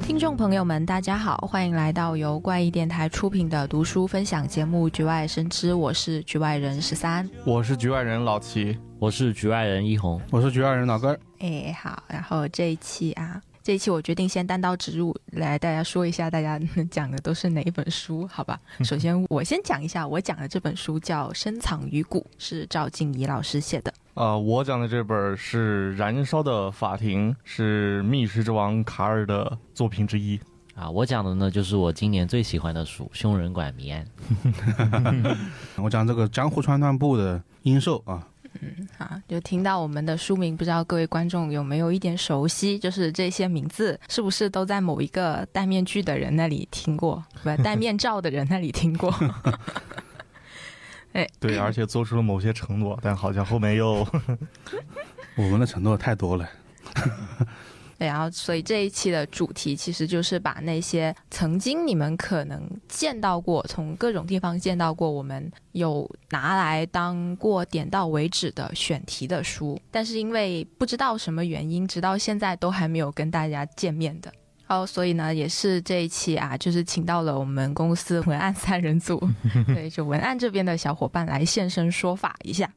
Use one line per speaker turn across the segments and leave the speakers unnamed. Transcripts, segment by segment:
听众朋友们，大家好，欢迎来到由怪异电台出品的读书分享节目《局外生枝》，我是局外人十三。
我是局外人老齐，
我是局外人一红，
我是局外人老根。
哎，好，然后这一期啊，这一期我决定先单刀直入来大家说一下，大家讲的都是哪一本书，好 吧？首先我先讲一下，我讲的这本书叫《深藏于骨》，是赵静怡老师写的。
呃，我讲的这本是《燃烧的法庭》，是密室之王卡尔的作品之一。
啊，我讲的呢就是我今年最喜欢的书《凶人馆谜案》。
我讲这个江户川乱步的阴兽啊，
啊，就听到我们的书名，不知道各位观众有没有一点熟悉？就是这些名字是不是都在某一个戴面具的人那里听过，不，戴面罩的人那里听过？
对，而且做出了某些承诺，但好像后面又
我们的承诺太多了。
对，然后所以这一期的主题其实就是把那些曾经你们可能见到过，从各种地方见到过，我们有拿来当过点到为止的选题的书，但是因为不知道什么原因，直到现在都还没有跟大家见面的。哦，所以呢，也是这一期啊，就是请到了我们公司文案三人组， 对，就文案这边的小伙伴来现身说法一下。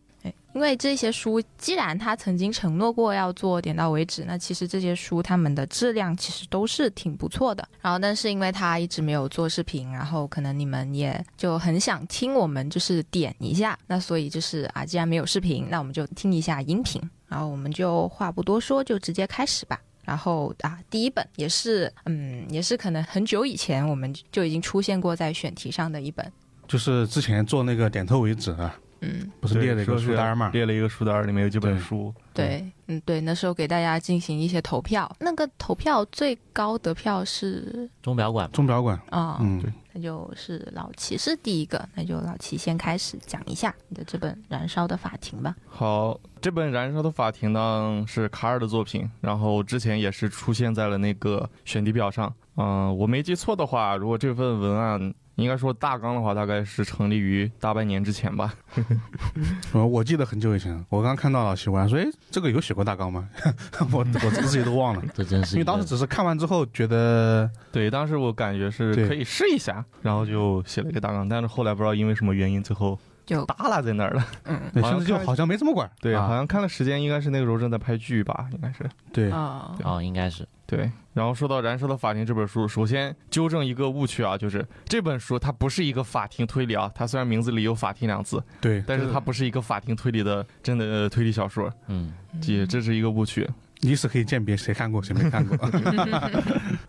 因为这些书，既然他曾经承诺过要做点到为止，那其实这些书他们的质量其实都是挺不错的。然后，但是因为他一直没有做视频，然后可能你们也就很想听我们就是点一下，那所以就是啊，既然没有视频，那我们就听一下音频。然后我们就话不多说，就直接开始吧。然后啊，第一本也是，嗯，也是可能很久以前我们就已经出现过在选题上的一本，
就是之前做那个点透为止啊，
嗯，
不 是列了一个书单嘛？
列了一个书单，里面有几本
对
书。
对，嗯，对，那时候给大家进行一些投票，那个投票最高得票是
钟表馆
钟表馆，
啊、
嗯，
对
那就是老齐是第一个，那就老齐先开始讲一下你的这本《燃烧的法庭》吧。
好，这本《燃烧的法庭》呢是卡尔的作品，然后之前也是出现在了那个选题表上。嗯、我没记错的话，如果这份文案应该说大纲的话，大概是成立于大半年之前吧。
我我记得很久以前，我刚看到老齐，我还说，哎，这个有写过大纲吗？ 我我自己都忘了，
这真是
因
一
为当时
个
只是看完之后觉得，
对，当时我感觉是
对
可以试一下，然后就写了一个大纲，但是后来不知道因为什么原因，最后
就
耷拉在那儿了。
嗯，
对
好像
甚至哎就
看
好像没怎么管。
对，
啊
好像看了时间，应该是那个时候正在拍剧吧，应该是
对，
哦，
哦，应该是
对。然后说到《燃烧的法庭》这本书，首先纠正一个误区啊，就是这本书它不是一个法庭推理啊，它虽然名字里有“法庭”两字，
对，
但是它不是一个法庭推理的真的呃推理小说，
嗯，
这这是一个误区。
以此可以鉴别谁看过谁 没看过。
嗯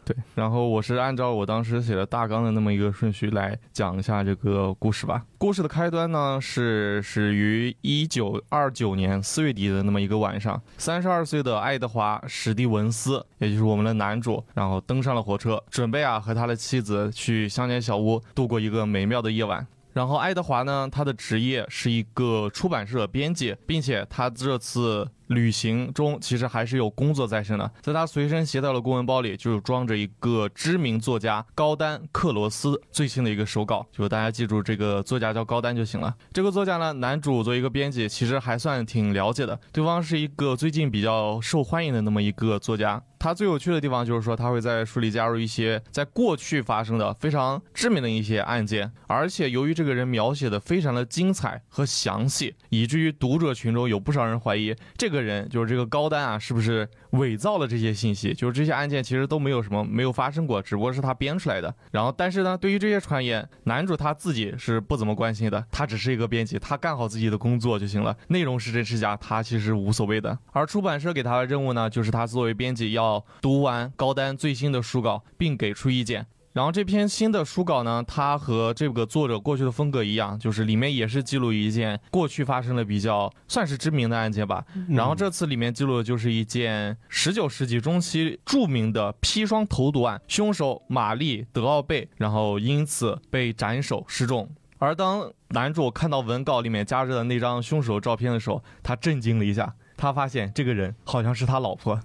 对，然后我是按照我当时写的大纲的那么一个顺序来讲一下这个故事吧。故事的开端呢是始于一九二九年四月底的那么一个晚上，三十二岁的爱德华·史蒂文斯，也就是我们的男主，然后登上了火车，准备啊和他的妻子去乡间小屋度过一个美妙的夜晚。然后爱德华呢，他的职业是一个出版社编辑，并且他这次旅行中其实还是有工作在身的，在他随身携带的公文包里就装着一个知名作家高丹克罗斯最新的一个手稿，就是大家记住这个作家叫高丹就行了。这个作家呢，男主作为一个编辑，其实还算挺了解的，对方是一个最近比较受欢迎的那么一个作家。他最有趣的地方就是说，他会在书里加入一些在过去发生的非常知名的一些案件，而且由于这个人描写的非常的精彩和详细，以至于读者群中有不少人怀疑这个人就是这个高丹啊，是不是伪造了这些信息？就是这些案件其实都没有什么没有发生过，只不过是他编出来的。然后，但是呢，对于这些传言，男主他自己是不怎么关心的，他只是一个编辑，他干好自己的工作就行了。内容是真是假，他其实无所谓的。而出版社给他的任务呢，就是他作为编辑要读完高丹最新的书稿，并给出意见。然后这篇新的书稿呢，它和这个作者过去的风格一样，就是里面也是记录一件过去发生的比较算是知名的案件吧，
嗯
然后这次里面记录的就是一件十九世纪中期著名的砒霜投毒案，凶手玛丽·德奥贝，然后因此被斩首示众。而当男主看到文稿里面夹着的那张凶手照片的时候，他震惊了一下，他发现这个人好像是他老婆。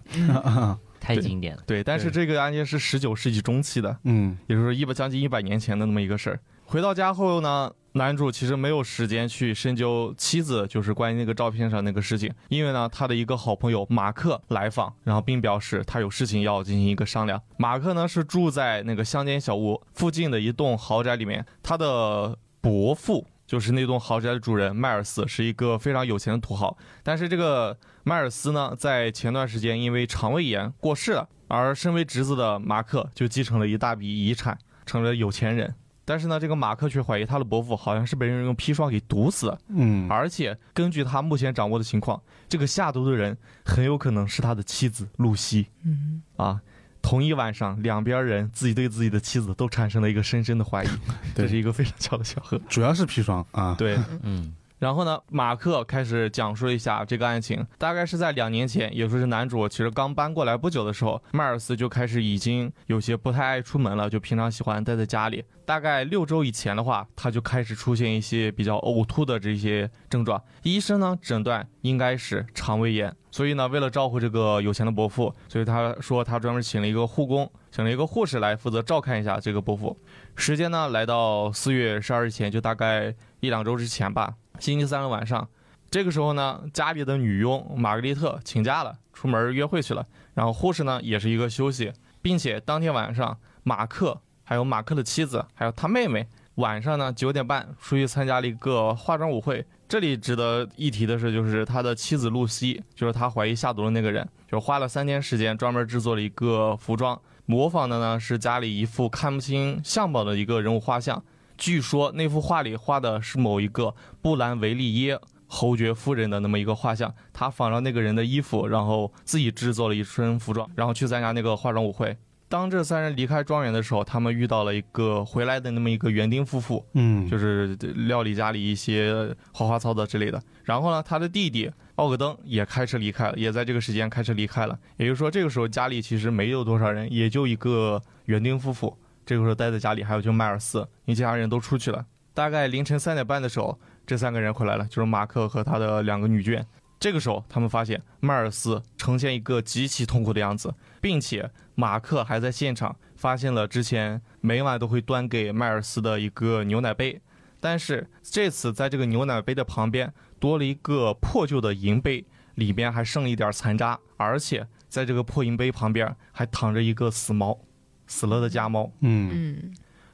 太
对
经典了，
对，但是这个案件是十九世纪中期的，
嗯，
也就是说一百将近一百年前的那么一个事儿。回到家后呢，男主其实没有时间去深究妻子就是关于那个照片上那个事情，因为呢，他的一个好朋友马克来访，然后并表示他有事情要进行一个商量。马克呢是住在那个乡间小屋附近的一栋豪宅里面，他的伯父就是那栋豪宅的主人迈尔斯，是一个非常有钱的土豪。但是这个迈尔斯呢，在前段时间因为肠胃炎过世了，而身为侄子的马克就继承了一大笔遗产，成了有钱人。但是呢，这个马克却怀疑他的伯父好像是被人用砒霜给毒死了，
嗯，
而且根据他目前掌握的情况，这个下毒的人很有可能是他的妻子露西。
嗯，
啊，同一晚上，两边人自己对自己的妻子都产生了一个深深的怀疑，这是一个非常巧的巧合。
主要是砒霜啊，
对，
嗯，
然后呢，马克开始讲述了一下这个案情，大概是在两年前，也就是男主其实刚搬过来不久的时候，迈尔斯就开始已经有些不太爱出门了，就平常喜欢待在家里。大概六周以前的话，他就开始出现一些比较呕吐的这些症状，医生呢诊断应该是肠胃炎。所以呢，为了照顾这个有钱的伯父，所以他说他专门请了一个护工，请了一个护士来负责照看一下这个伯父。时间呢，来到四月十二日前，就大概一两周之前吧。星期三的晚上，这个时候呢，家里的女佣玛格丽特请假了，出门约会去了。然后护士呢，也是一个休息，并且当天晚上，马克还有马克的妻子，还有他妹妹，晚上呢九点半出去参加了一个化妆舞会。这里值得一提的是，就是他的妻子露西，就是他怀疑下毒的那个人，就花了三天时间专门制作了一个服装，模仿的呢是家里一幅看不清相貌的一个人物画像。据说那幅画里画的是某一个布兰维利耶侯爵夫人的那么一个画像，他仿照那个人的衣服，然后自己制作了一身服装，然后去参加那个化妆舞会。当这三人离开庄园的时候，他们遇到了一个回来的那么一个园丁夫妇，
嗯，
就是料理家里一些花花草草之类的。然后呢，他的弟弟奥格登也开车离开了，也在这个时间开车离开了。也就是说，这个时候家里其实没有多少人，也就一个园丁夫妇。这个时候待在家里，还有就迈尔斯，一家人都出去了。大概凌晨三点半的时候，这三个人回来了，就是马克和他的两个女眷。这个时候，他们发现迈尔斯呈现一个极其痛苦的样子，并且马克还在现场发现了之前每晚都会端给迈尔斯的一个牛奶杯，但是这次在这个牛奶杯的旁边多了一个破旧的银杯，里边还剩一点残渣，而且在这个破银杯旁边还躺着一个死猫，死了的家猫。
嗯，
嗯，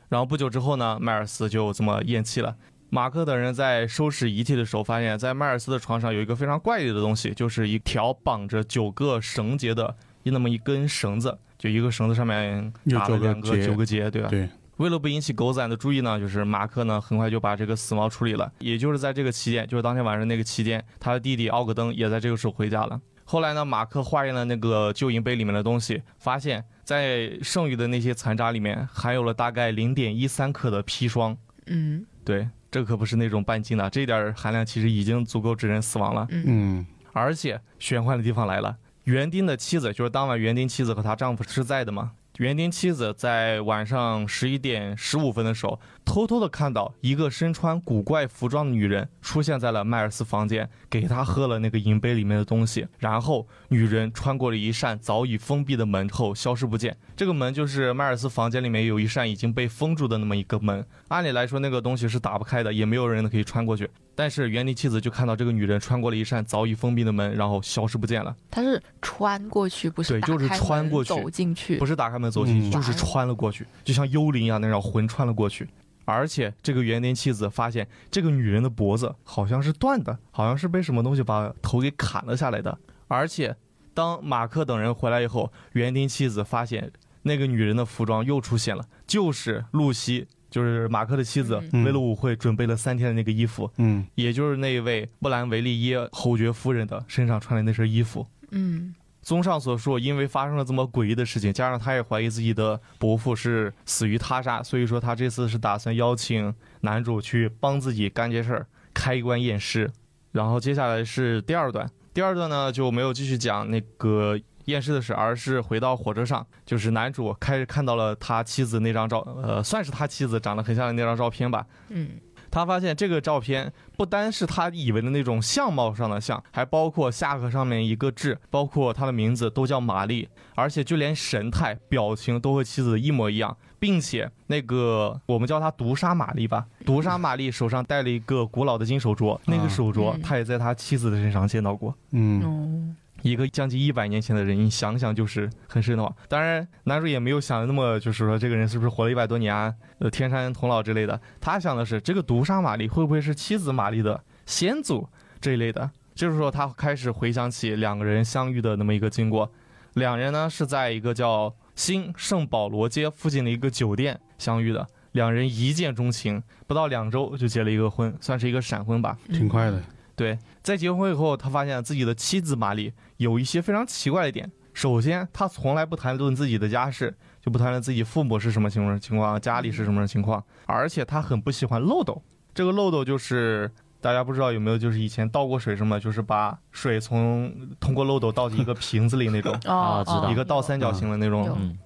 然后不久之后呢，迈尔斯就这么咽气了。马克等人在收拾遗体的时候，发现，在迈尔斯的床上有一个非常怪异的东西，就是一条绑着九个绳结的那么一根绳子，就一个绳子上面
有
打
九
了
个
两个
结
九个结，对吧？
对，
为了不引起狗仔的注意呢，就是马克呢很快就把这个死猫处理了。也就是在这个期间，就是当天晚上那个期间，他的弟弟奥格登也在这个时候回家了。后来呢，马克化验了那个旧银杯里面的东西，发现在剩余的那些残渣里面含有了大概零点一三克的砒霜。
嗯，
对，这可不是那种半斤的，这点儿含量其实已经足够致人死亡了。
嗯，
嗯，
而且玄幻的地方来了，园丁的妻子就是当晚园丁妻子和她丈夫是在的嘛。园丁妻子在晚上十一点十五分的时候，偷偷的看到一个身穿古怪服装的女人出现在了迈尔斯房间，给他喝了那个银杯里面的东西，然后女人穿过了一扇早已封闭的门后消失不见。这个门就是迈尔斯房间里面有一扇已经被封住的那么一个门，按理来说那个东西是打不开的，也没有人可以穿过去。但是园丁妻子就看到这个女人穿过了一扇早已封闭的门，然后消失不见了，
他是穿过去，不是
对就是
打开
穿
门
过去
走进去，
不是打开门走进去，
嗯
就是穿了过去，就像幽灵一样那样魂穿了过去。而且这个园丁妻子发现这个女人的脖子好像是断的，好像是被什么东西把头给砍了下来的。而且当马克等人回来以后，园丁妻子发现那个女人的服装又出现了，就是露西，就是马克的妻子，
嗯
为了舞会准备了三天的那个衣服，
嗯，
也就是那位布兰维利耶侯爵夫人的身上穿的那身衣服。
嗯，
综上所述，因为发生了这么诡异的事情，加上他也怀疑自己的伯父是死于他杀，所以说他这次是打算邀请男主去帮自己干这事儿，开棺验尸。然后接下来是第二段，第二段呢就没有继续讲那个验尸的事，而是回到火车上，就是男主开始看到了他妻子那张照，呃，算是他妻子长得很像的那张照片吧，
嗯，
他发现这个照片不单是他以为的那种相貌上的像，还包括下颌上面一个痣，包括他的名字都叫玛丽，而且就连神态、表情都和妻子一模一样，并且那个我们叫她毒杀玛丽吧，毒杀玛丽手上戴了一个古老的金手镯，那个手镯
嗯
他也在他妻子的身上见到过。
嗯，
嗯，，
一个将近一百年前的人，你想想就是很深的话。当然，男主也没有想的那么，就是说这个人是不是活了一百多年啊？呃，天山童姥之类的。他想的是，这个毒杀玛丽会不会是妻子玛丽的先祖这一类的？就是说，他开始回想起两个人相遇的那么一个经过。两人呢是在一个叫新圣保罗街附近的一个酒店相遇的，两人一见钟情，不到两周就结了一个婚，算是一个闪婚吧。
挺快的。
对，在结婚以后，他发现自己的妻子玛丽有一些非常奇怪的点。首先，他从来不谈论自己的家事，就不谈论自己父母是什么情况情况，家里是什么情况，而且他很不喜欢漏斗。这个漏斗就是大家不知道有没有，就是以前倒过水什么，就是把水从通过漏斗倒进一个瓶子里那种
哦
啊，知道
一个倒三角形的那种
有，
嗯，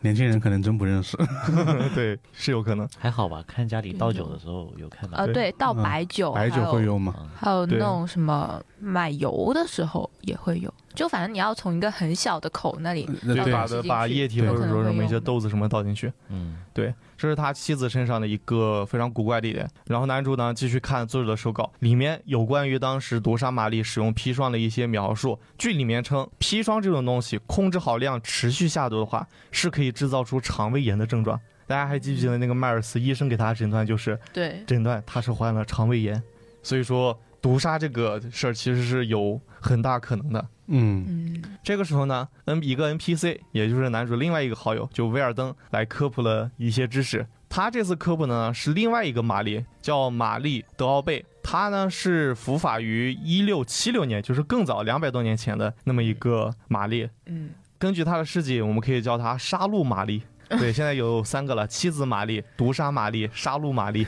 年轻人可能真不认识，
对，是有可能。
还好吧。看家里倒酒的时候有看到
呃，对，倒
嗯
白酒，
白酒会有吗？
啊，
还有那
对
种什么买油的时候也会有，就反正你要从一个很小的口那
嗯
里，
呃对
对
把
倒进去
把液体
对
或者说什
可
么一
能会
些
用
豆子什么倒进去，
嗯，
对，这是他妻子身上的一个非常古怪的一点。然后男主呢继续看作者的手稿，里面有关于当时毒杀玛丽使用砒霜的一些描述。剧里面称，砒霜这种东西控制好量持续下毒的话，是可以制造出肠胃炎的症状。大家还记不记得那个迈尔斯医生给他诊断就是
对，
诊断他是患了肠胃炎，所以说毒杀这个事儿其实是有很大可能的。
嗯，
嗯，
这个时候呢，N 一个 NPC，也就是男主另外一个好友，就威尔登来科普了一些知识。他这次科普呢是另外一个玛丽，叫玛丽德奥贝，她呢是伏法于一六七六年，就是更早两百多年前的那么一个玛丽。
嗯，
根据她的事迹，我们可以叫她杀戮玛丽。 对，现在有三个了：妻子玛丽、毒杀玛丽、杀戮玛丽。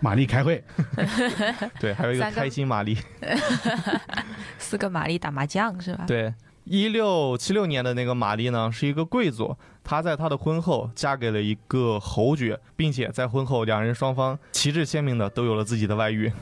玛丽开会，
对，还有一个
三个
开心玛丽。
四个玛丽打麻将是吧？
对，一六七六年的那个玛丽呢，是一个贵族，她在她的婚后嫁给了一个侯爵，并且在婚后两人双方旗帜鲜明的都有了自己的外遇。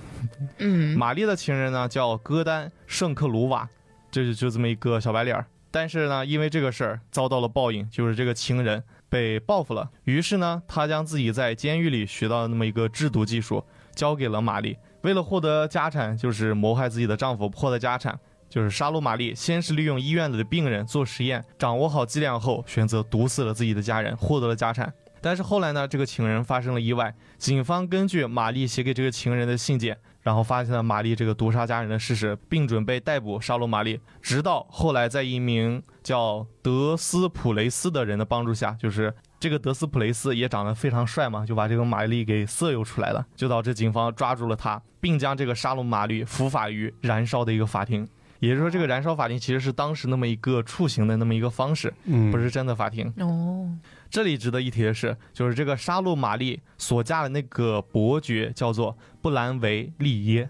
嗯，
玛丽的情人呢叫戈丹·圣克鲁瓦，这就就这么一个小白脸儿。但是呢，因为这个事儿遭到了报应，就是这个情人被报复了。于是呢，他将自己在监狱里学到的那么一个制毒技术交给了玛丽。为了获得家产，就是谋害自己的丈夫，获得家产，就是杀戮玛丽。先是利用医院里的病人做实验，掌握好剂量后，选择毒死了自己的家人，获得了家产。但是后来呢，这个情人发生了意外，警方根据玛丽写给这个情人的信件，然后发现了玛丽这个毒杀家人的事实，并准备逮捕杀戮玛丽。直到后来，在一名叫德斯普雷斯的人的帮助下，就是这个德斯普雷斯也长得非常帅嘛，就把这个玛丽给色诱出来了，就导致警方抓住了他，并将这个杀戮玛丽伏法于燃烧的一个法庭。也就是说，这个燃烧法庭其实是当时那么一个处刑的那么一个方式，
嗯，
不是真的法庭。
哦，
这里值得一提的是，就是这个杀戮玛丽所嫁的那个伯爵叫做布兰维利耶，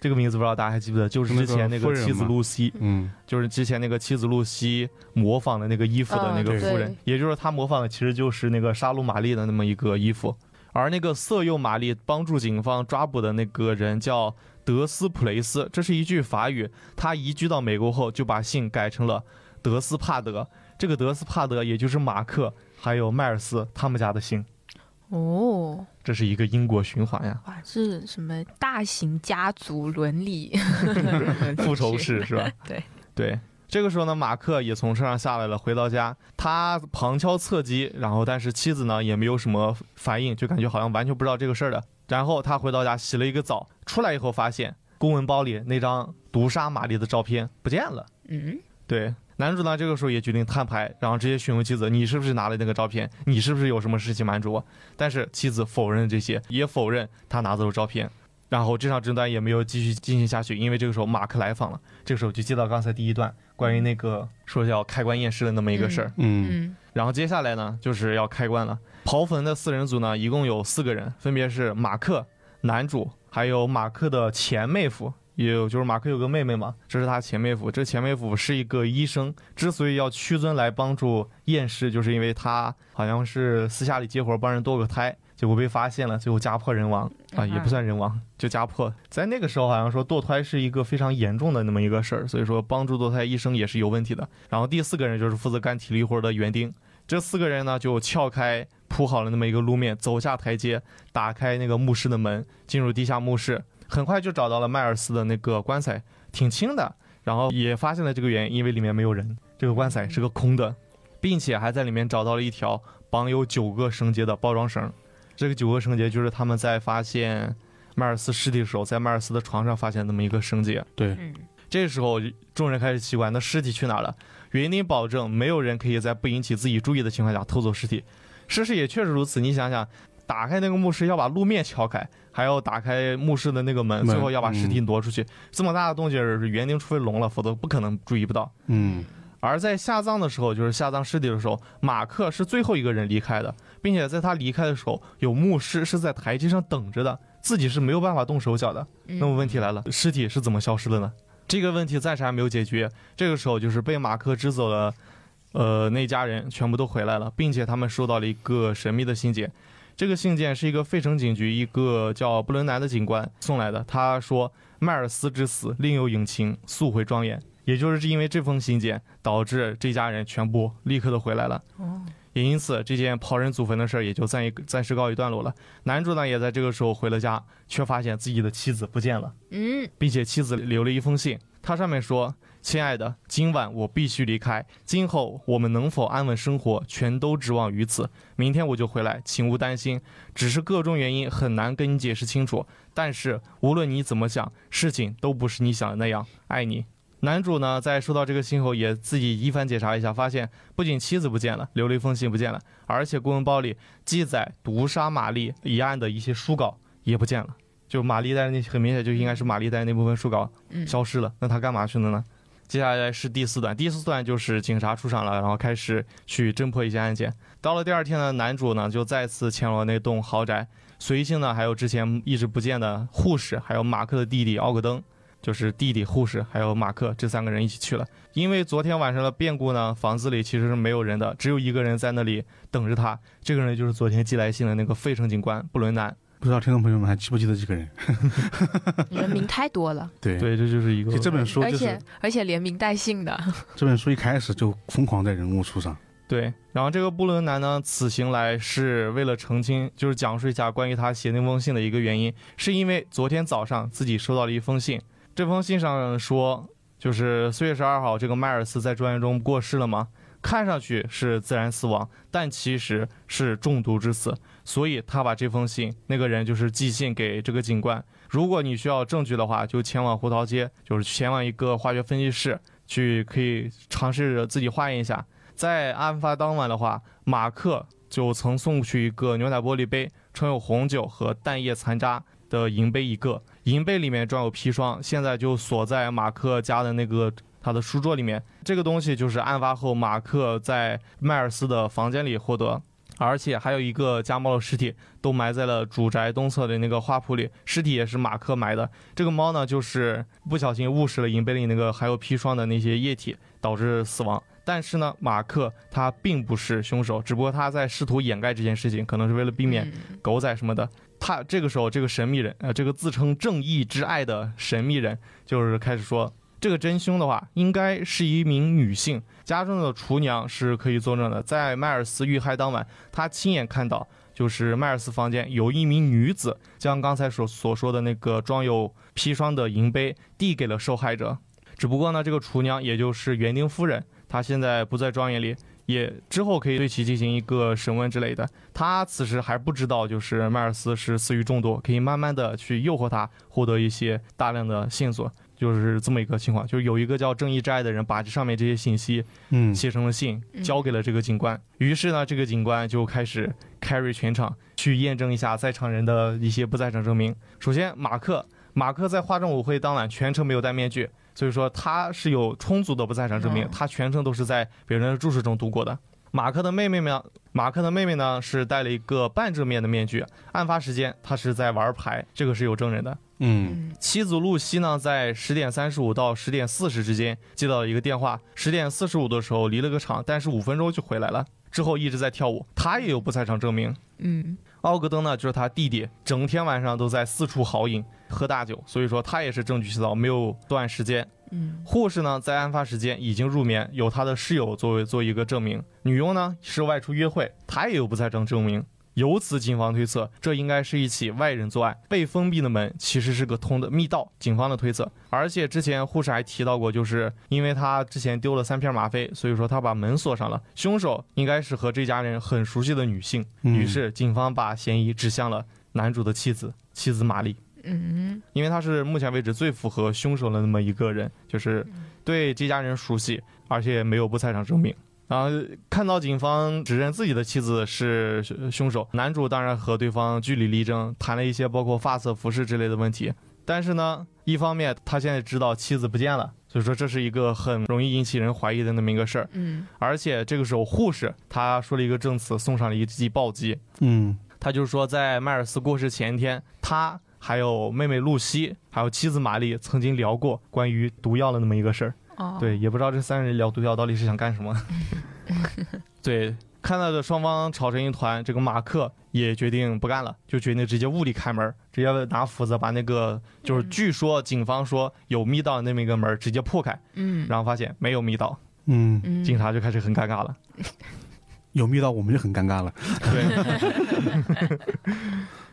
这个名字不知道大家还记不记得？就是之前那
那个夫
个
人
妻子
嘛
露西，
嗯，
就是之前那个妻子露西模仿的那个衣服的那个
嗯
夫人，
对
也就是她模仿的其实就是那个杀戮玛丽的那么一个衣服。而那个色诱玛丽帮助警方抓捕的那个人叫德斯普雷斯，这是一句法语。他移居到美国后就把姓改成了德斯帕德，这个德斯帕德也就是马克还有迈尔斯他们家的姓，
哦，
这是一个因果循环呀。
哇，是什么大型家族伦理
复仇式是吧？
对
对。这个时候呢，马克也从车上下来了，回到家，他旁敲侧击，然后但是妻子呢也没有什么反应，就感觉好像完全不知道这个事儿的。然后他回到家洗了一个澡，出来以后发现公文包里那张毒杀玛丽的照片不见了。
嗯，
对，男主呢这个时候也决定摊牌，然后直接询问妻子：“你是不是拿了那个照片？你是不是有什么事情瞒着我？”但是妻子否认这些，也否认他拿走了照片。然后这场争端也没有继续进行下去，因为这个时候马克来访了。这个时候就接到刚才第一段关于那个说要开棺验尸的那么一个事儿。
嗯，
嗯，
然后接下来呢，就是要开棺了。刨坟的四人组呢，一共有四个人，分别是马克、男主，还有马克的前妹夫，也有就是马克有个妹妹嘛，这是他前妹夫。这前妹夫是一个医生，之所以要屈尊来帮助验尸，就是因为他好像是私下里接活帮人堕个胎，结果被发现了，最后家破人亡啊，也不算人亡，啊就家破。在那个时候，好像说堕胎是一个非常严重的那么一个事儿，所以说帮助堕胎医生也是有问题的。然后第四个人就是负责干体力活的园丁，这四个人呢就撬开铺好了那么一个路面，走下台阶，打开那个墓室的门，进入地下墓室，很快就找到了迈尔斯的那个棺材，挺轻的，然后也发现了这个原因，因为里面没有人，这个棺材是个空的，并且还在里面找到了一条绑有九个绳结的包装绳。这个九个绳结就是他们在发现迈尔斯尸体的时候，在迈尔斯的床上发现那么一个绳结。
对，
嗯，
这时候，众人开始奇怪，那尸体去哪儿了？园丁保证，没有人可以在不引起自己注意的情况下偷走尸体。事实也确实如此。你想想，打开那个墓室要把路面撬开，还要打开墓室的那个门，
门
最后要把尸体挪出去。这么大的动静儿，园丁除非聋了，否则不可能注意不到。
嗯，
而在下葬的时候，就是下葬尸体的时候，马克是最后一个人离开的，并且在他离开的时候，有牧师是在台阶上等着的，自己是没有办法动手脚的。
嗯
那么问题来了，尸体是怎么消失的呢？这个问题暂时还没有解决。这个时候，就是被马克支走的，呃，那家人全部都回来了，并且他们收到了一个神秘的信件。这个信件是一个费城警局一个叫布伦南的警官送来的。他说，迈尔斯之死另有隐情，速回庄园。也就是因为这封信件，导致这家人全部立刻的回来了。
哦，
也因此，这件刨人祖坟的事儿也就暂一暂时告一段落了。男主呢，也在这个时候回了家，却发现自己的妻子不见了，
嗯，
并且妻子留了一封信，它上面说：“亲爱的，今晚我必须离开，今后我们能否安稳生活，全都指望于此。明天我就回来，请勿担心。只是各种原因很难跟你解释清楚，但是无论你怎么想，事情都不是你想的那样。爱你。”男主呢，在收到这个信后，也自己一番检查一下，发现不仅妻子不见了，留了一封信不见了，而且公文包里记载毒杀玛丽一案的一些书稿也不见了。就玛丽带的那很明显就应该是玛丽带的那部分书稿
嗯
消失了，那他干嘛去了呢？接下来是第四段，第四段就是警察出场了，然后开始去侦破一些案件。到了第二天呢，男主呢就再次前往那栋豪宅，随行呢还有之前一直不见的护士，还有马克的弟弟奥格登，就是弟弟护士还有马克这三个人一起去了。因为昨天晚上的变故呢，房子里其实是没有人的，只有一个人在那里等着他。这个人就是昨天寄来信的那个费城警官布伦南。
不知道听众朋友们还记不记得这个人？
人名太多了，
对，
对，这就是一个
其实这本书
而
就是
且而且连名带姓的，
这本书一开始就疯狂在人物树上，
对，然后这个布伦南呢，此行来是为了澄清，就是讲述一下关于他写那封信的一个原因，是因为昨天早上自己收到了一封信，这封信上说，就是四月十二号，这个迈尔斯在庄园中过世了吗？看上去是自然死亡，但其实是中毒致死，所以他把这封信，那个人就是寄信给这个警官。如果你需要证据的话，就前往胡桃街，就是前往一个化学分析室去，可以尝试着自己化验一下。在案发当晚的话，马克就曾送去一个牛奶玻璃杯，盛有红酒和蛋液残渣的银杯一个，银杯里面装有砒霜，现在就锁在马克家的那个他的书桌里面。这个东西就是案发后马克在迈尔斯的房间里获得。而且还有一个家猫的尸体都埋在了主宅东侧的那个花圃里，尸体也是马克埋的。这个猫呢，就是不小心误食了银杯里那个含有砒霜的那些液体，导致死亡。但是呢，马克他并不是凶手，只不过他在试图掩盖这件事情，可能是为了避免
嗯
狗仔什么的。他这个时候，这个神秘人，呃，这个自称正义之爱的神秘人，就是开始说，这个真凶的话，应该是一名女性，家中的厨娘是可以作证的。在迈尔斯遇害当晚，他亲眼看到，就是迈尔斯房间有一名女子将刚才所所说的那个装有砒霜的银杯递给了受害者。只不过呢，这个厨娘也就是园丁夫人，她现在不在庄园里，也之后可以对其进行一个审问之类的。他此时还不知道，就是迈尔斯是死于中毒，可以慢慢的去诱惑他，获得一些大量的线索，就是这么一个情况。就是有一个叫正义之爱的人，把这上面这些信息
嗯，
写成了信，
嗯
交给了这个警官。于是呢，这个警官就开始 carry 全场，去验证一下在场人的一些不在场证明。首先，马克，马克在化妆舞会当晚全程没有戴面具，所以说他是有充足的不在场证明，
嗯
他全程都是在别人的注视中度过的。马克的妹妹呢？马克的妹妹呢是戴了一个半遮面的面具。案发时间，她是在玩牌，这个是有证人的。
嗯，
嗯
妻子露西呢，在十点三十五到十点四十之间接到了一个电话，十点四十五的时候离了个场，但是五分钟就回来了。之后一直在跳舞，他也有不在场证明。
嗯
奥格登呢，就是他弟弟，整天晚上都在四处豪饮、喝大酒，所以说他也是证据确凿，没有断时间。
嗯
护士呢，在案发时间已经入眠，有他的室友作为做一个证明。女佣呢是外出约会，她也有不在场证明。由此，警方推测这应该是一起外人作案。被封闭的门其实是个通的密道，警方的推测。而且之前护士还提到过，就是因为他之前丢了三片吗啡，所以说他把门锁上了。凶手应该是和这家人很熟悉的女性，
嗯
于是警方把嫌疑指向了男主的妻子，妻子玛丽。
嗯
因为他是目前为止最符合凶手的那么一个人，就是对这家人熟悉，而且没有不在场证明。然后看到警方指认自己的妻子是凶手，男主当然和对方据理力争，谈了一些包括发色、服饰之类的问题。但是呢，一方面他现在知道妻子不见了，所以说这是一个很容易引起人怀疑的那么一个事儿。
嗯
而且这个时候，护士他说了一个证词，送上了一记暴击，
嗯
他就是说，在迈尔斯过世前一天，他还有妹妹露西，还有妻子玛丽曾经聊过关于毒药的那么一个事儿。
哦，
对，也不知道这三人聊毒药到底是想干什么。对，看到的双方吵成一团，这个马克也决定不干了，就决定直接物理开门，直接拿斧子把那个就是
嗯
据说警方说有密道的那么一个门直接破开，
嗯，
然后发现没有密道，
嗯，
嗯
警察就开始很尴尬了。
有密道我们就很尴尬了。
对。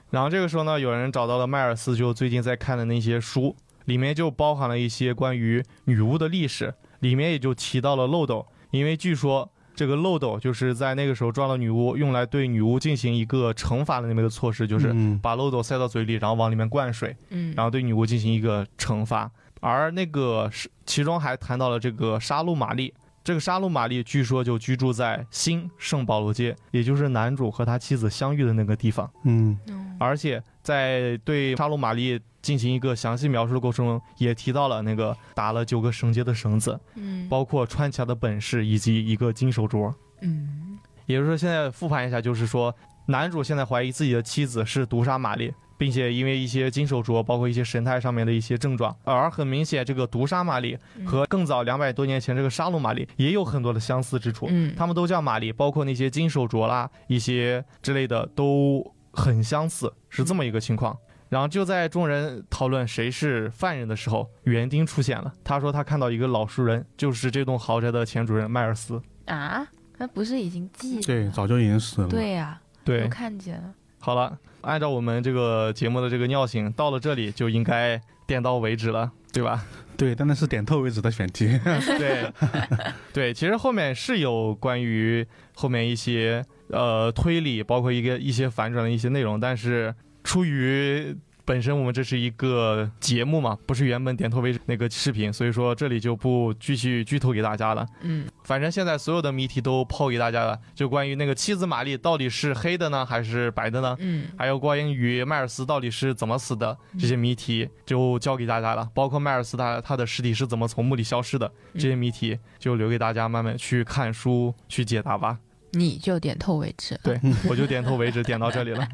然后这个时候呢，有人找到了迈尔斯，就最近在看的那些书，里面就包含了一些关于女巫的历史，里面也就提到了漏斗，因为据说这个漏斗就是在那个时候抓了女巫，用来对女巫进行一个惩罚的那么一个措施，就是
嗯
把漏斗塞到嘴里，然后往里面灌水，
嗯，
然后对女巫进行一个惩罚。而那个是其中还谈到了这个杀戮玛丽，这个杀戮玛丽据说就居住在新圣保罗街，也就是男主和他妻子相遇的那个地方。
嗯
后
而且在对杀戮玛丽进行一个详细描述的过程中，也提到了那个打了九个绳结的绳子，
嗯
包括穿起来的本事以及一个金手镯。
嗯
也就是说，现在复盘一下，就是说，男主现在怀疑自己的妻子是毒杀玛丽，并且因为一些金手镯，包括一些神态上面的一些症状，而很明显，这个毒杀玛丽
嗯
和更早两百多年前这个杀戮玛丽也有很多的相似之处。
嗯
他们都叫玛丽，包括那些金手镯啦、一些之类的都很相似，是这么一个情况。然后就在众人讨论谁是犯人的时候，园丁出现了。他说他看到一个老熟人，就是这栋豪宅的前主人迈尔斯。
啊，那不是已经记了
对，早就已经死了。
嗯对呀，
对，
我看见了，
好了，按照我们这个节目的这个尿性，到了这里就应该点到为止了，对吧？
对，但那是点透为止的选 题。
对， 对，其实后面是有关于后面一些呃推理，包括一个一些反转的一些内容，但是出于本身我们这是一个节目嘛，不是原本点头为止那个视频，所以说这里就不继续剧透给大家了。
嗯
反正现在所有的谜题都抛给大家了，就关于那个妻子玛丽到底是黑的呢，还是白的呢？
嗯
还有关于迈尔斯到底是怎么死的这些谜题就交给大家了，包括迈尔斯他他的尸体是怎么从墓里消失的这些谜题就留给大家慢慢去看书去解答吧。
你就点透为止了。
对，我就点头为止，点到这里了。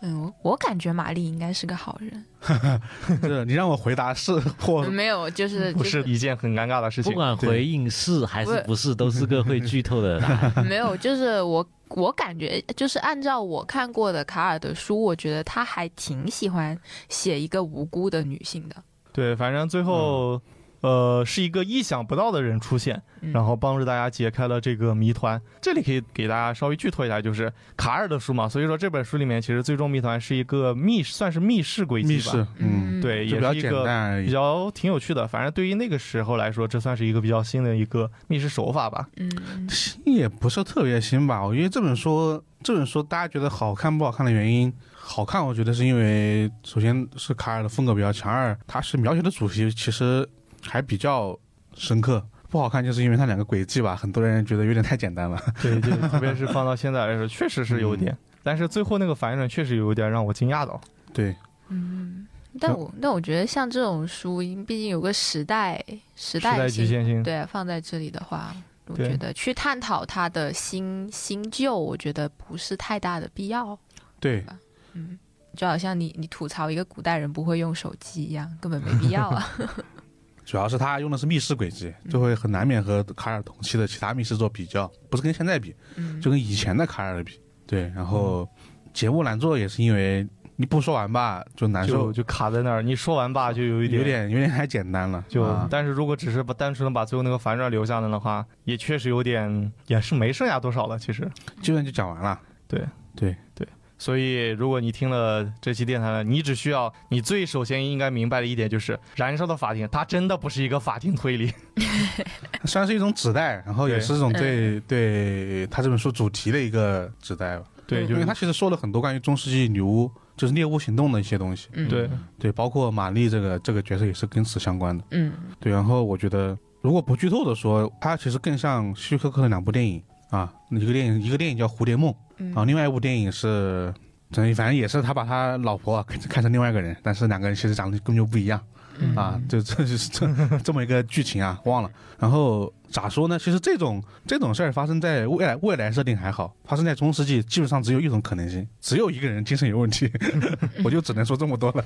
嗯，我我感觉玛丽应该是个好人，
是你让我回答是或
嗯没有，就是
嗯不
就是
一件很尴尬的事
不
情，
管回应是还是不是，都是个会剧透的答案。
没有，就是我我感觉就是按照我看过的卡尔的书，我觉得他还挺喜欢写一个无辜的女性的。
对，反正最后。
嗯
呃，是一个意想不到的人出现，
嗯、
然后帮助大家解开了这个谜团。这里可以给大家稍微剧透一下，就是卡尔的书嘛，所以说这本书里面其实最终谜团是一个密，算是密室轨迹吧。
密室，
嗯，
嗯，
对，
就
也
比较
是一
简
个
单而
比
已。
较挺有趣的。反正对于那个时候来说，这算是一个比较新的一个密室手法吧。
嗯
也不是特别新吧，我觉得这本书这本书大家觉得好看不好看的原因，好看我觉得是因为首先是卡尔的风格比较强，二他是描写的主题其实还比较深刻。不好看就是因为它两个轨迹吧，很多人觉得有点太简单了。
对对，特别是放到现在来说，确实是有点。但是最后那个反转确实有点让我惊讶到。
对，
嗯，但我但我觉得像这种书，因毕竟有个时代时
时
代
代
性
局限性，
对放在这里的话。我
对
觉得去探讨它的新新旧，我觉得不是太大的必要。
对，
嗯， 就好像你你吐槽一个古代人不会用手机一样，根本没必要啊。
主要是他用的是密室轨迹，就会很难免和卡尔同期的其他密室做比较，不是跟现在比，
嗯
就跟以前的卡尔比。对，然后节目难做也是因为你不说完吧就难
就
受，
就卡在那儿。你说完吧，就有一点
有点有点太简单了，
就，
啊
但是如果只是把单纯的把最后那个反转留下来的话，也确实有点也是没剩下多少了。其实，
基本就讲完了。
所以如果你听了这期电台了，你只需要你最首先应该明白的一点就是，《燃烧的法庭》它真的不是一个法庭推理，
算是一种指代，然后也
对
是一种对对他这本书主题的一个指代吧。
对，就
因为
是
他其实说了很多关于中世纪女巫，就是猎巫行动的一些东西。
嗯
对
对，包括玛丽这个这个角色也是跟此相关的。
嗯
对，然后我觉得如果不剧透的说，它其实更像希区柯克的两部电影啊，一个电影一个电影叫《蝴蝶梦》，
嗯
然后另外一部电影是，反正也是他把他老婆啊看看成另外一个人，但是两个人其实长得根本就不一样
嗯
啊，就这就是这这么一个剧情啊，忘了。然后咋说呢？其实这种这种事儿发生在未来未来设定还好，发生在中世纪基本上只有一种可能性，只有一个人精神有问题，我就只能说这么多了。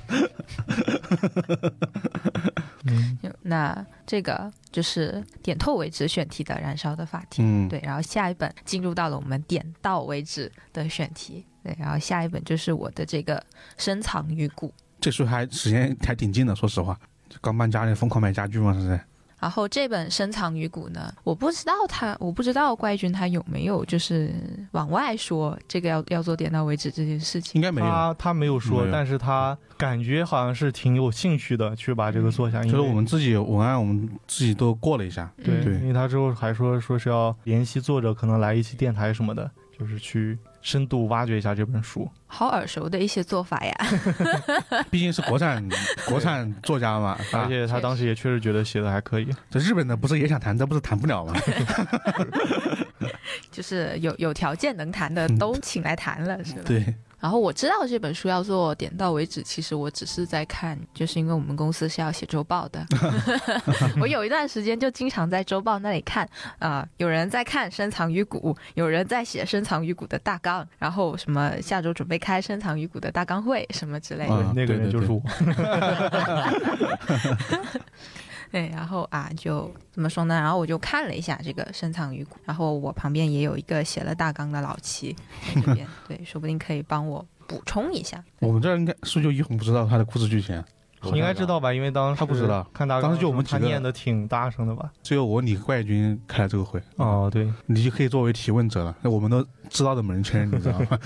嗯那这个就是点透为止选题的燃烧的法庭。
嗯，
对，然后下一本进入到了我们点到为止的选题。对，然后下一本就是我的这个深藏于骨。
这书还时间还挺近的，说实话，就刚搬家里疯狂买家具嘛，是不是？
然后这本《深藏于骨》呢，我不知道他，我不知道怪君他有没有就是往外说这个要要做点到为止这件事情。
应该没有。
他他没有说，
没有
但是他感觉好像是挺有兴趣的去把这个做下，因
就是
为
我们自己文案，我们自己都过了一下。
对，
嗯
对
因为他之后还说说是要联系作者，可能来一期电台什么的，就是去深度挖掘一下这本书。
啊
好耳熟的一些做法呀。
毕竟是国产国产作家嘛，
而
啊，
且他当时也确实觉得写的还可以，
这日本的不是也想谈，这不是谈不了吗？
就是有有条件能谈的都请来谈了，是吧？
对，
然后我知道这本书要做点到为止，其实我只是在看，就是因为我们公司是要写周报的， 我有一段时间就经常在周报那里看，啊、有人在看《深藏于骨》，有人在写《深藏于骨》的大纲，然后什么下周准备开《深藏于骨》的大纲会什么之类的，
啊
那个人
对对
就是我。
对，然后啊，就怎么说呢？然后我就看了一下这个深藏于骨，然后我旁边也有一个写了大纲的老齐在这边，对，说不定可以帮我补充一下。
我们这儿应该是不是就一红不知道他的故事剧情，
你应该 知道吧？因为当时
他不知道
看大纲
当时就我们
他
几个
念的挺大声的吧？
只有我李怪军开了这个会，
哦，对，
你就可以作为提问者了。那我们都知道的门圈，你知道 吗？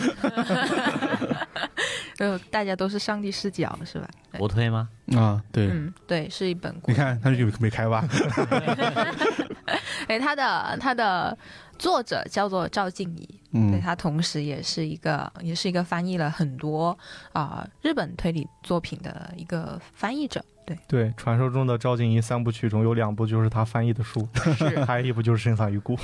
就大家都是上帝视角，是吧？对
国推吗？
啊，对，
嗯，对，是一本国
你，看他就没开吧？
哎，他的他的作者叫做赵静怡，对
嗯，
他同时也是一个也是一个翻译了很多啊、日本推理作品的一个翻译者， 对，
对，传说中的赵静怡三部曲中有两部就是他翻译的书，
是。
还有一部就是《深藏于骨》。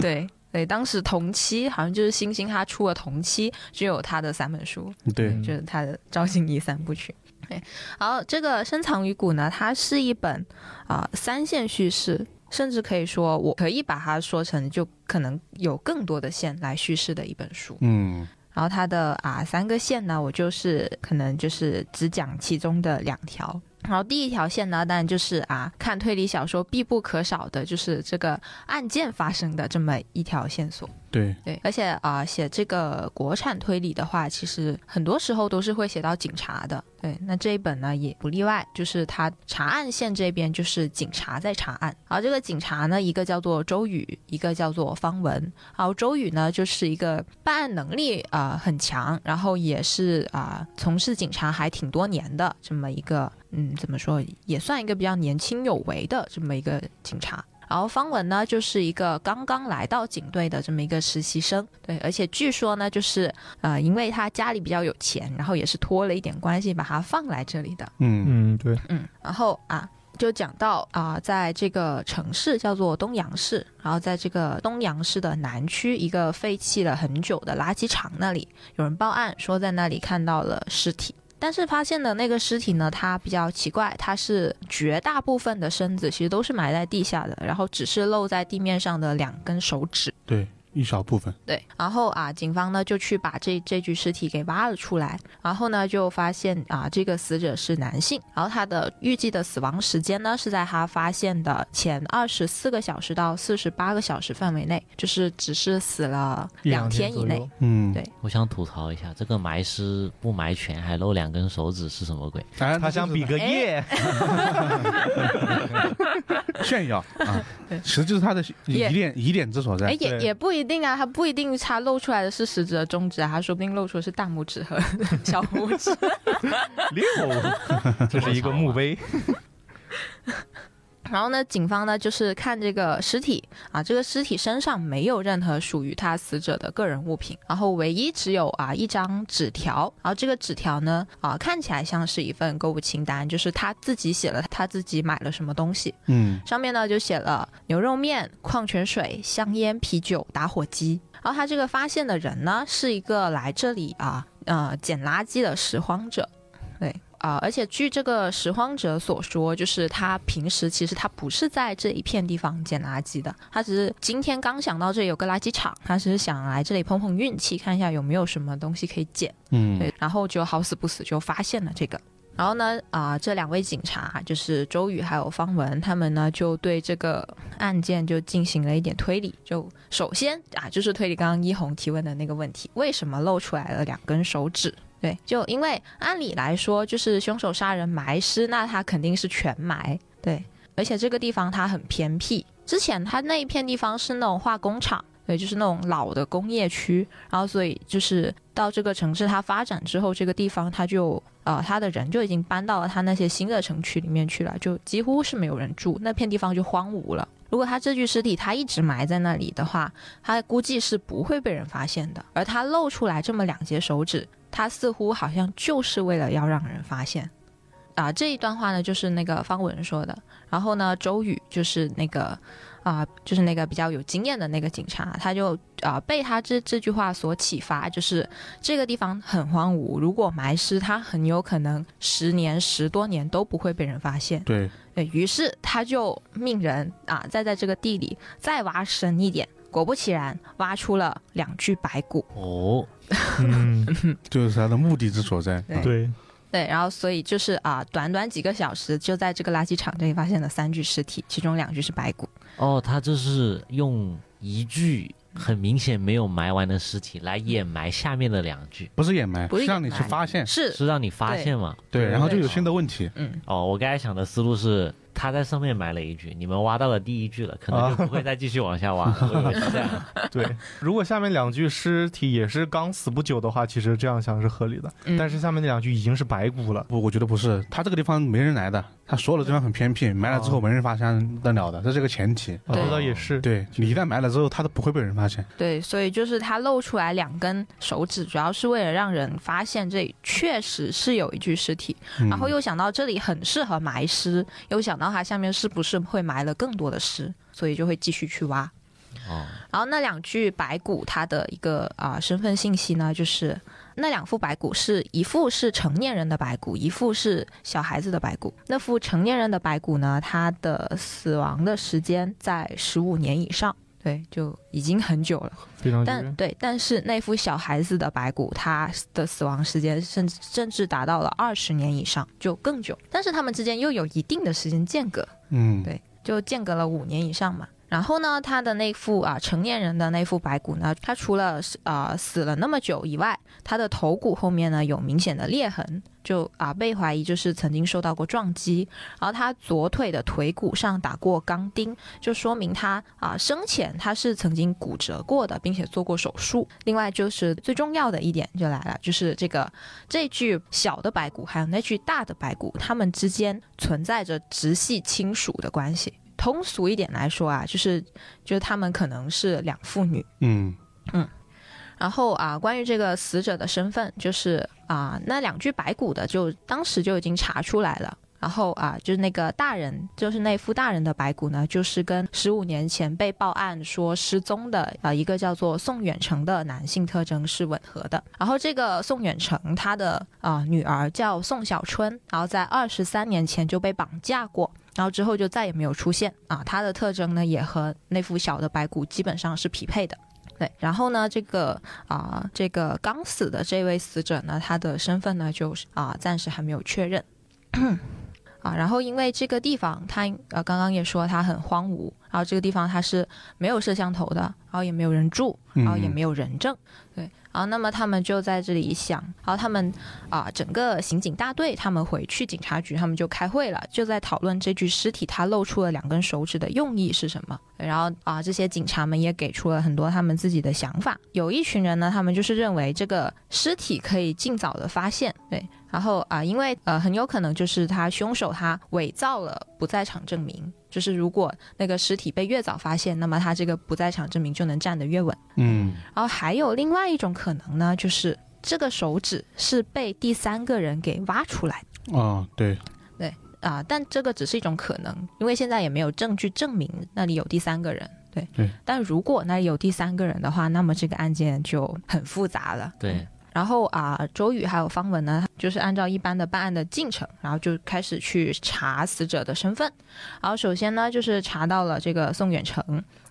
对对，当时同期好像就是星星他出了同期只有他的三本书，
对，
嗯
就是他的《赵信仪三部曲》。对，然后这个《深藏于骨》呢，它是一本啊、三线叙事，甚至可以说我可以把它说成就可能有更多的线来叙事的一本书。
嗯，
然后它的啊三个线呢，我就是可能就是只讲其中的两条。然后第一条线呢，当然就是啊，看推理小说必不可少的就是这个案件发生的这么一条线索。
对，
对，而且啊、写这个国产推理的话，其实很多时候都是会写到警察的。对，那这一本呢也不例外，就是它查案线这边就是警察在查案，然后这个警察呢，一个叫做周宇，一个叫做方文。然后周宇呢，就是一个办案能力啊、呃很强，然后也是啊、从事警察还挺多年的这么一个，嗯，怎么说也算一个比较年轻有为的这么一个警察。然后方文呢，就是一个刚刚来到警队的这么一个实习生，对，而且据说呢，就是呃，因为他家里比较有钱，然后也是托了一点关系把他放来这里的，
嗯
嗯，对，
嗯，然后啊，就讲到啊，在这个城市叫做东阳市，然后在这个东阳市的南区一个废弃了很久的垃圾场那里，有人报案说在那里看到了尸体。但是发现的那个尸体呢，它比较奇怪，它是绝大部分的身子其实都是埋在地下的，然后只是露在地面上的两根手指。
对，一小部分。
对，然后啊，警方呢就去把这这具尸体给挖了出来，然后呢就发现啊，这个死者是男性，然后他的预计的死亡时间呢是在他发现的前二十四个小时到四十八个小时范围内，就是只是死了
一
两
天
以
左
内
右。。
嗯，
对
我想吐槽一下，这个埋尸不埋全还露两根手指是什么鬼？
哎，
他想比
个
个耶，
炫耀啊，其实就是他的疑
也
点疑点之所
哎
在，。
也
对
也不一定啊，他不一定他露出来的是食指和中指啊，他说不定露出的是大拇指和 小拇指。
六，这是一个墓碑。
然后呢，警方呢就是看这个尸体啊，这个尸体身上没有任何属于他死者的个人物品，然后唯一只有啊一张纸条，然后这个纸条呢啊看起来像是一份购物清单，就是他自己写了他自己买了什么东西，
嗯，
上面呢就写了牛肉面、矿泉水、香烟、啤酒、打火机。然后他这个发现的人呢，是一个来这里啊呃捡垃圾的拾荒者，对啊、而且据这个拾荒者所说，就是他平时其实他不是在这一片地方捡垃圾的，他只是今天刚想到这里有个垃圾场，他只是想来这里碰碰运气，看一下有没有什么东西可以捡。
嗯，
对，然后就好死不死就发现了这个。然后呢，啊、这两位警察就是周宇还有方文，他们呢就对这个案件就进行了一点推理。就首先啊，就是推理刚刚一红提问的那个问题，为什么露出来了两根手指？对，就因为按理来说，就是凶手杀人埋尸，那他肯定是全埋。对，而且这个地方它很偏僻，之前它那一片地方是那种化工厂，对，就是那种老的工业区，然后所以就是到这个城市它发展之后，这个地方它就呃它的人就已经搬到了它那些新的城区里面去了，就几乎是没有人住，那片地方就荒芜了。如果他这具尸体他一直埋在那里的话，他估计是不会被人发现的。而他露出来这么两截手指，他似乎好像就是为了要让人发现。啊、这一段话呢，就是那个方文说的。然后呢，周宇就是那个啊、就是那个比较有经验的那个警察，他就啊、被他这这句话所启发，就是这个地方很荒芜，如果埋尸，他很有可能十年、十多年都不会被人发现。
对，
对于是，他就命人啊，再在这个地里再挖深一点。果不其然，挖出了两具白骨。
哦，
嗯，
就是他的目的之所在。
对
啊
对，
对，然后所以就是啊，短短几个小时，就在这个垃圾场这里发现了三具尸体，其中两具是白骨。
哦，他这是用一具很明显没有埋完的尸体来掩埋下面的两具，
不是掩埋，
不是
是让你
掩
去
埋
发现。
是，
是让你发现嘛？
对，然后就
对
有新的问题。
嗯，
哦，我刚才想的思路是。他在上面埋了一具，你们挖到了第一具了，可
啊
能就不会再继续往下 挖了。我以为是这样，
对，如果下面两具尸体也是刚死不久的话，其实这样想是合理的。
嗯
但是下面那两具已经是白骨了，
不，我觉得不是，他这个地方没人来的，他所有的地方很偏僻，埋了之后没人发现得了的，这是个前提。
我
对
觉得也是。
对你一旦埋了之后，他都不会被人发现。
对，所以就是他露出来两根手指，主要是为了让人发现这里确实是有一具尸体，
嗯
然后又想到这里很适合埋尸，又想到它下面是不是会埋了更多的尸，所以就会继续去挖。
哦，
然后那两具白骨，它的一个啊、身份信息呢，就是那两副白骨是一副是成年人的白骨，一副是小孩子的白骨。那副成年人的白骨呢，它的死亡的时间在十五年以上，对，就已经很久了。
非常
但对，但是那副小孩子的白骨，它的死亡时间甚至甚至达到了二十年以上，就更久。但是他们之间又有一定的时间间隔，
嗯，
对就间隔了五年以上嘛。然后呢，他的那副啊、成年人的那副白骨呢，他除了啊死了那么久以外，他的头骨后面呢有明显的裂痕，就啊、被怀疑就是曾经受到过撞击。然后他左腿的腿骨上打过钢钉，就说明他啊、生前他是曾经骨折过的，并且做过手术。另外就是最重要的一点就来了，就是这个这具小的白骨还有那具大的白骨，它们之间存在着直系亲属的关系。通俗一点来说啊，就是就是他们可能是两父女。
嗯，
然后啊，关于这个死者的身份，就是啊那两具白骨的就当时就已经查出来了。然后啊，就是那个大人，就是那副大人的白骨呢，就是跟十五年前被报案说失踪的啊一个叫做宋远成的男性特征是吻合的。然后这个宋远成他的啊、女儿叫宋小春，然后啊在二十三年前就被绑架过，然后之后就再也没有出现啊。他的特征呢也和那副小的白骨基本上是匹配的。对，然后呢，这个啊、这个刚死的这位死者呢，他的身份呢，就是啊、暂时还没有确认。啊，然后因为这个地方，它呃刚刚也说它很荒芜，然后这个地方它是没有摄像头的，然后也没有人住，然后也没有人证，对，然后那么他们就在这里想，然后他们啊、整个刑警大队他们回去警察局，他们就开会了，就在讨论这具尸体它露出了两根手指的用意是什么。然后啊、这些警察们也给出了很多他们自己的想法。有一群人呢，他们就是认为这个尸体可以尽早的发现，对。然后啊、因为呃，很有可能就是他凶手他伪造了不在场证明，就是如果那个尸体被越早发现，那么他这个不在场证明就能站得越稳。
嗯，
然后还有另外一种可能呢，就是这个手指是被第三个人给挖出来的
哦，对，
啊、但这个只是一种可能，因为现在也没有证据证明那里有第三个人。对，
对
但如果那里有第三个人的话，那么这个案件就很复杂了。
对，
然后啊、周宇还有方文呢，就是按照一般的办案的进程，然后就开始去查死者的身份。然后首先呢，就是查到了这个宋远成，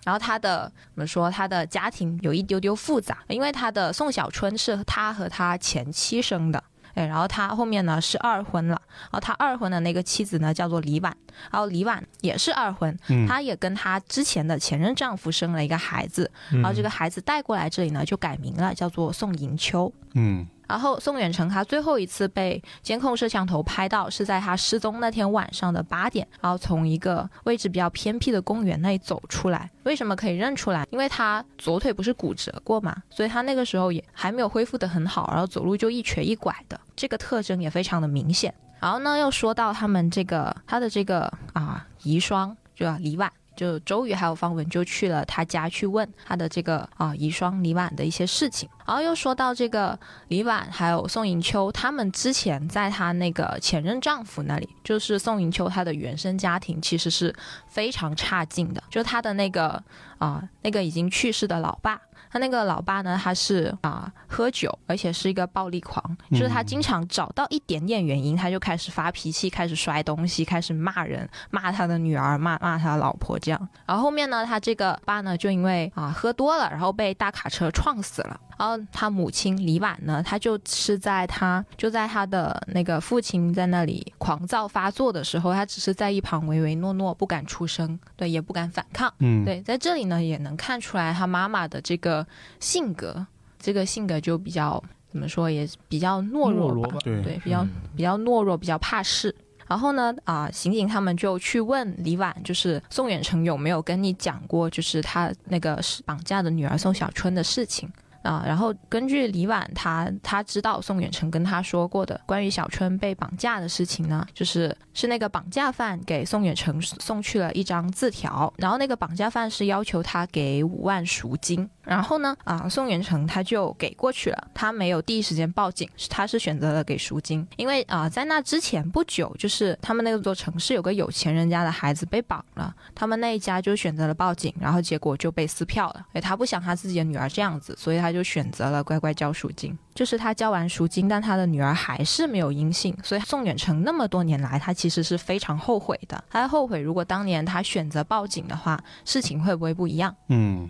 然后他的怎么说，他的家庭有一丢丢复杂，因为他的宋小春是他和他前妻生的。哎，然后他后面呢是二婚了，然后他二婚的那个妻子呢叫做李婉，然后李婉也是二婚，
嗯，
她也跟她之前的前任丈夫生了一个孩子，
嗯
然后这个孩子带过来这里呢就改名了，叫做宋迎秋。
嗯，
然后宋远成他最后一次被监控摄像头拍到是在他失踪那天晚上的八点，然后从一个位置比较偏僻的公园那里走出来。为什么可以认出来？因为他左腿不是骨折过嘛，所以他那个时候也还没有恢复得很好，然后走路就一瘸一拐的，这个特征也非常的明显。然后呢，又说到他们这个他的这个啊遗孀，就啊李婉。就周瑜还有方文就去了他家去问他的这个啊遗孀李婉的一些事情，然后又说到这个李婉还有宋迎秋，他们之前在她那个前任丈夫那里，就是宋迎秋她的原生家庭其实是非常差劲的，就她的那个啊、那个已经去世的老爸。她那个老爸呢，他是啊、喝酒，而且是一个暴力狂，就是他经常找到一点点原因，他就开始发脾气，开始摔东西，开始骂人，骂他的女儿，骂骂他的老婆这样。然后后面呢，他这个爸呢，就因为啊喝多了，然后被大卡车撞死了。然后他母亲李婉呢，她就是在他就在他的那个父亲在那里狂躁发作的时候，她只是在一旁唯唯诺诺，不敢出声，对，也不敢反抗。
嗯，
对，在这里呢也能看出来他妈妈的这个性格，这个性格就比较怎么说，也比较
嗯
懦弱吧，
对，
对，比较比较懦弱，比较怕事。然后呢，啊、刑警他们就去问李婉，就是宋远成有没有跟你讲过，就是他那个是绑架的女儿宋小春的事情啊、然后根据李婉他他知道宋远成跟他说过的关于小春被绑架的事情呢，就是是那个绑架犯给宋远成送去了一张字条，然后那个绑架犯是要求他给五万赎金，然后呢，啊、宋元成他就给过去了，他没有第一时间报警，是他是选择了给赎金，因为啊、在那之前不久，就是他们那座城市有个有钱人家的孩子被绑了，他们那一家就选择了报警，然后结果就被撕票了，哎，他不想他自己的女儿这样子，所以他就选择了乖乖交赎金。就是他交完赎金，但他的女儿还是没有音信，所以宋远成那么多年来，他其实是非常后悔的。他后悔，如果当年他选择报警的话，事情会不会不一样？
嗯，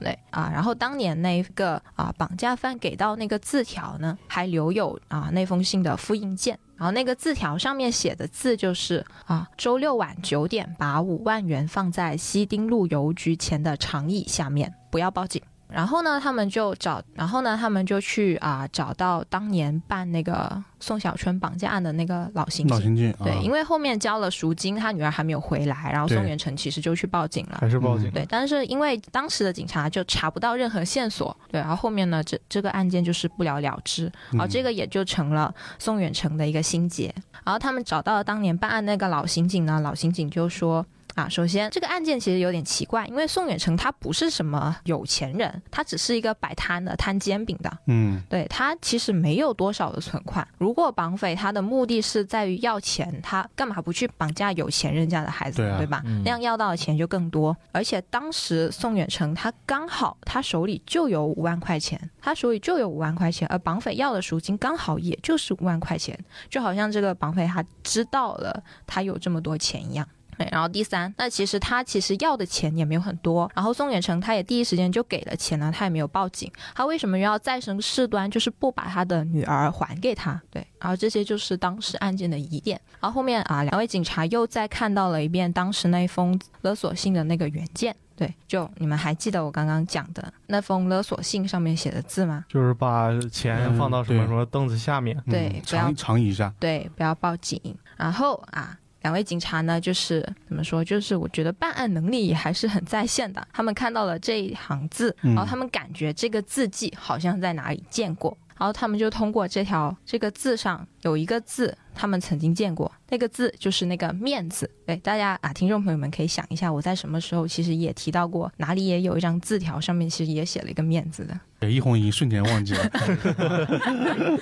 对啊，然后当年那个啊绑架犯给到那个字条呢，还留有啊那封信的复印件。然后那个字条上面写的字就是啊，周六晚九点把五万元放在西丁路邮局前的长椅下面，不要报警。然后呢，他们就找，然后呢，他们就去啊找到当年办那个宋小春绑架案的那个老刑
脑
警。啊
神经，啊
对，因
为
为后面交了赎金，他女儿还没有回来，然后
对
宋元成其实就去报警了。
还是
嗯
报警。
对，但是因为当时的警察就查不到任何线索，对，然后后面呢，这这个案件就是不了了之，然哦
嗯
后这个也就成了宋远成的一个心结。然后他们找到了当年办案那个老刑警呢，老刑警就说。啊，首先这个案件其实有点奇怪，因为宋远成他不是什么有钱人，他只是一个摆摊的、摊煎饼的，
嗯，
对他其实没有多少的存款。如果绑匪他的目的是在于要钱，他干嘛不去绑架有钱人家的孩子，
对啊
吧？
嗯
那样要到的钱就更多。而且当时宋远成他刚好他手里就有五万块钱，他手里就有五万块钱，而绑匪要的赎金刚好也就是五万块钱，就好像这个绑匪他知道了他有这么多钱一样。对，然后第三，那其实他其实要的钱也没有很多，然后宋远成他也第一时间就给了钱了，他也没有报警。他为什么要再生事端？就是不把他的女儿还给他。对，然后这些就是当时案件的疑点。然后后面啊，两位警察又再看到了一遍当时那一封勒索信的那个原件。对，就你们还记得我刚刚讲的那封勒索信上面写的字吗？
就是把钱放到什么
嗯对
什么凳子下面，
嗯
对不要
尝尝一下，
对，不要报警。然后啊，两位警察呢，就是怎么说，就是我觉得办案能力也还是很在线的。他们看到了这一行字，
嗯
然后他们感觉这个字迹好像在哪里见过，然后他们就通过这条这个字上有一个字，他们曾经见过，那个字就是那个面字。对，大家啊，听众朋友们可以想一下，我在什么时候其实也提到过，哪里也有一张字条上面其实也写了一个面字的。
给一红一瞬间忘记了，
对，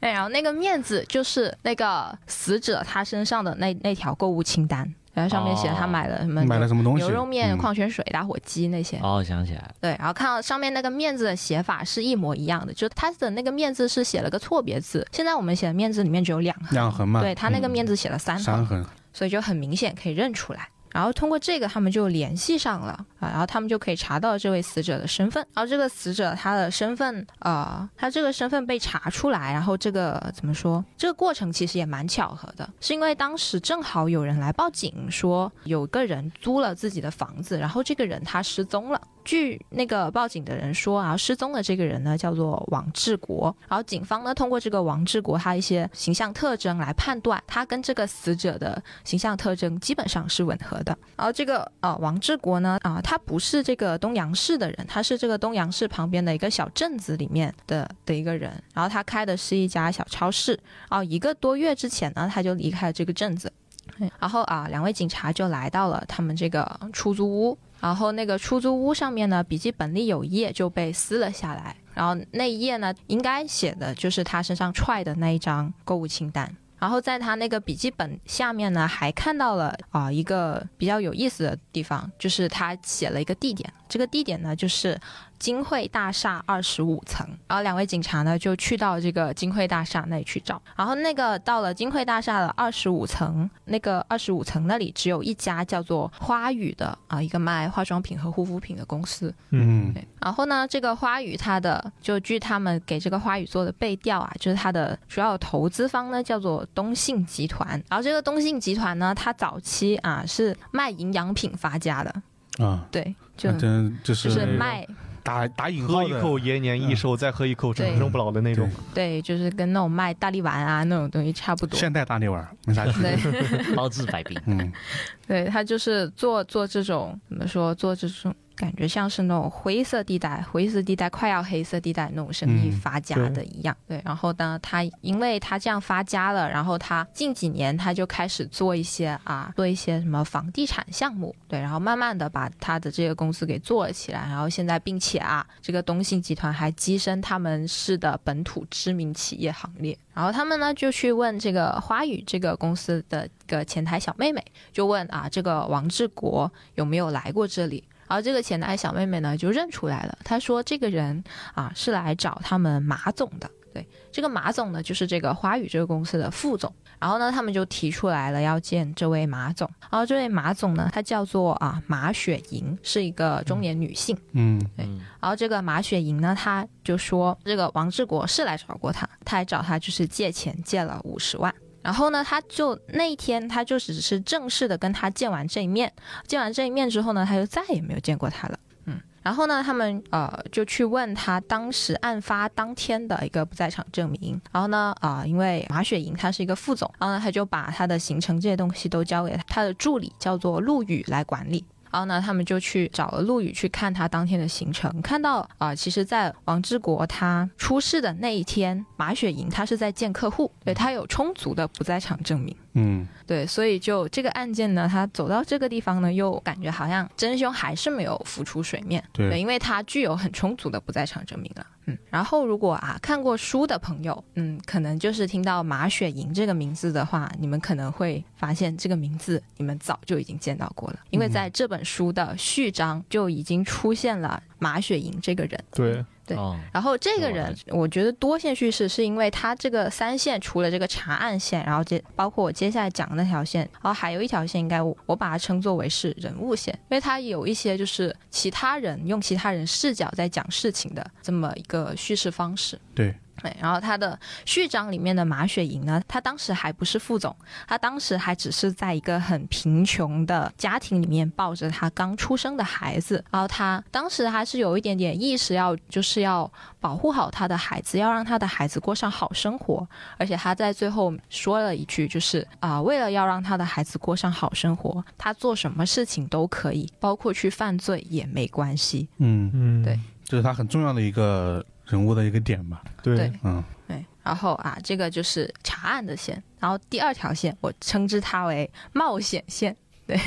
哎然后那个面子就是那个死者他身上的那那条购物清单，然后上面写
哦
他买了什么
买了什么东西？
牛肉面、
嗯
矿泉水、打火机那些。
哦，想起来了，
对，然后看到上面那个面字的写法是一模一样的，就他的那个面字是写了个错别字，现在我们写的面字里面只有两横，
两横嘛，
对他那个
嗯
面字写了三横
三，横，
所以就很明显可以认出来。然后通过这个，他们就联系上了啊，然后他们就可以查到这位死者的身份。然后这个死者他的身份，呃，他这个身份被查出来，然后这个怎么说？这个过程其实也蛮巧合的，是因为当时正好有人来报警说有个人租了自己的房子，然后这个人他失踪了。据那个报警的人说啊，失踪的这个人呢叫做王志国，然后警方呢通过这个王志国他一些形象特征来判断他跟这个死者的形象特征基本上是吻合的。然后这个呃王志国呢啊、他不是这个东阳市的人，他是这个东阳市旁边的一个小镇子里面的的一个人，然后他开的是一家小超市，哦、一个多月之前呢他就离开了这个镇子。然后啊，两位警察就来到了他们这个出租屋，然后那个出租屋上面呢，笔记本里有一页就被撕了下来，然后那一页呢，应该写的就是他身上揣的那一张购物清单。然后在他那个笔记本下面呢，还看到了啊、一个比较有意思的地方，就是他写了一个地点，这个地点呢就是金汇大厦二十五层，然后两位警察呢就去到这个金汇大厦那里去找，然后那个到了金汇大厦的二十五层，那个二十五层那里只有一家叫做花语的啊、一个卖化妆品和护肤品的公司，
嗯，
对，然后呢，这个花语它的就据他们给这个花语做的背调啊，就是它的主要投资方呢叫做东信集团，然后这个东信集团呢，它早期啊是卖营养品发家的，
啊，
对，就
反正
就
就
是
是
卖
打打引
喝
号
一
的，
口延年益寿，再喝一口长生不老的那种。
对，就是跟那种卖大力丸啊那种东西差不多，
现代大力丸没啥区别，。
对。
包治百病
嗯，
对他就是做做这种怎么说，做这种感觉像是那种灰色地带，灰色地带快要黑色地带那种生意
嗯
发家的一样。对，然后呢，他因为他这样发家了，然后他近几年他就开始做一些啊，做一些什么房地产项目，对，然后慢慢的把他的这个公司给做了起来，然后现在并且啊，这个东信集团还跻身他们市的本土知名企业行列。然后他们呢就去问这个花语这个公司的一个前台小妹妹，就问啊，这个王志国有没有来过这里？然后这个前台小妹妹呢就认出来了，她说这个人啊是来找他们马总的。对，这个马总呢就是这个花语这个公司的副总。然后呢，他们就提出来了要见这位马总。然后这位马总呢，她叫做啊马雪莹，是一个中年女性。
嗯，
然后这个马雪莹呢，她就说这个王志国是来找过她，她还找她就是借钱借了五十万。然后呢，她就那一天，她就只是正式的跟他见完这一面，见完这一面之后呢，她就再也没有见过他了。嗯，然后呢，他们呃就去问他当时案发当天的一个不在场证明。然后呢，啊、因为马雪莹她是一个副总，然后呢，他就把他的行程这些东西都交给他的助理，叫做陆羽来管理。然后呢，他们就去找了陆羽去看他当天的行程，看到啊、其实，在王志国他出事的那一天，马雪莹她是在见客户，对她有充足的不在场证明。
嗯，
对，所以就这个案件呢，他走到这个地方呢，又感觉好像真凶还是没有浮出水面。
对
因为他具有很充足的不在场证明了。嗯，然后如果啊看过书的朋友，嗯，可能就是听到马雪莹这个名字的话，你们可能会发现这个名字你们早就已经见到过了，因为在这本书的序章就已经出现了马雪莹这个人。
对，
对
哦
然后这个
我
人
了，
我觉得多线叙事是因为他这个三线除了这个查案线，然后接包括我接下来讲的那条线，然后还有一条线，应该我我把它称作为是人物线，因为它有一些就是其他人用其他人视角在讲事情的这么一个叙事方式。
对
对，然后他的序章里面的马雪莹呢，她当时还不是副总，她当时还只是在一个很贫穷的家庭里面抱着她刚出生的孩子，然后她当时还是有一点点意识要，就是要保护好她的孩子，要让她的孩子过上好生活，而且她在最后说了一句，就是啊、为了要让她的孩子过上好生活，她做什么事情都可以，包括去犯罪也没关系。
嗯，
嗯
对
这是他很重要的一个人物的一个点吧，
对
对，
嗯，
对，然后啊，这个就是查案的线，然后第二条线我称之它为冒险线。对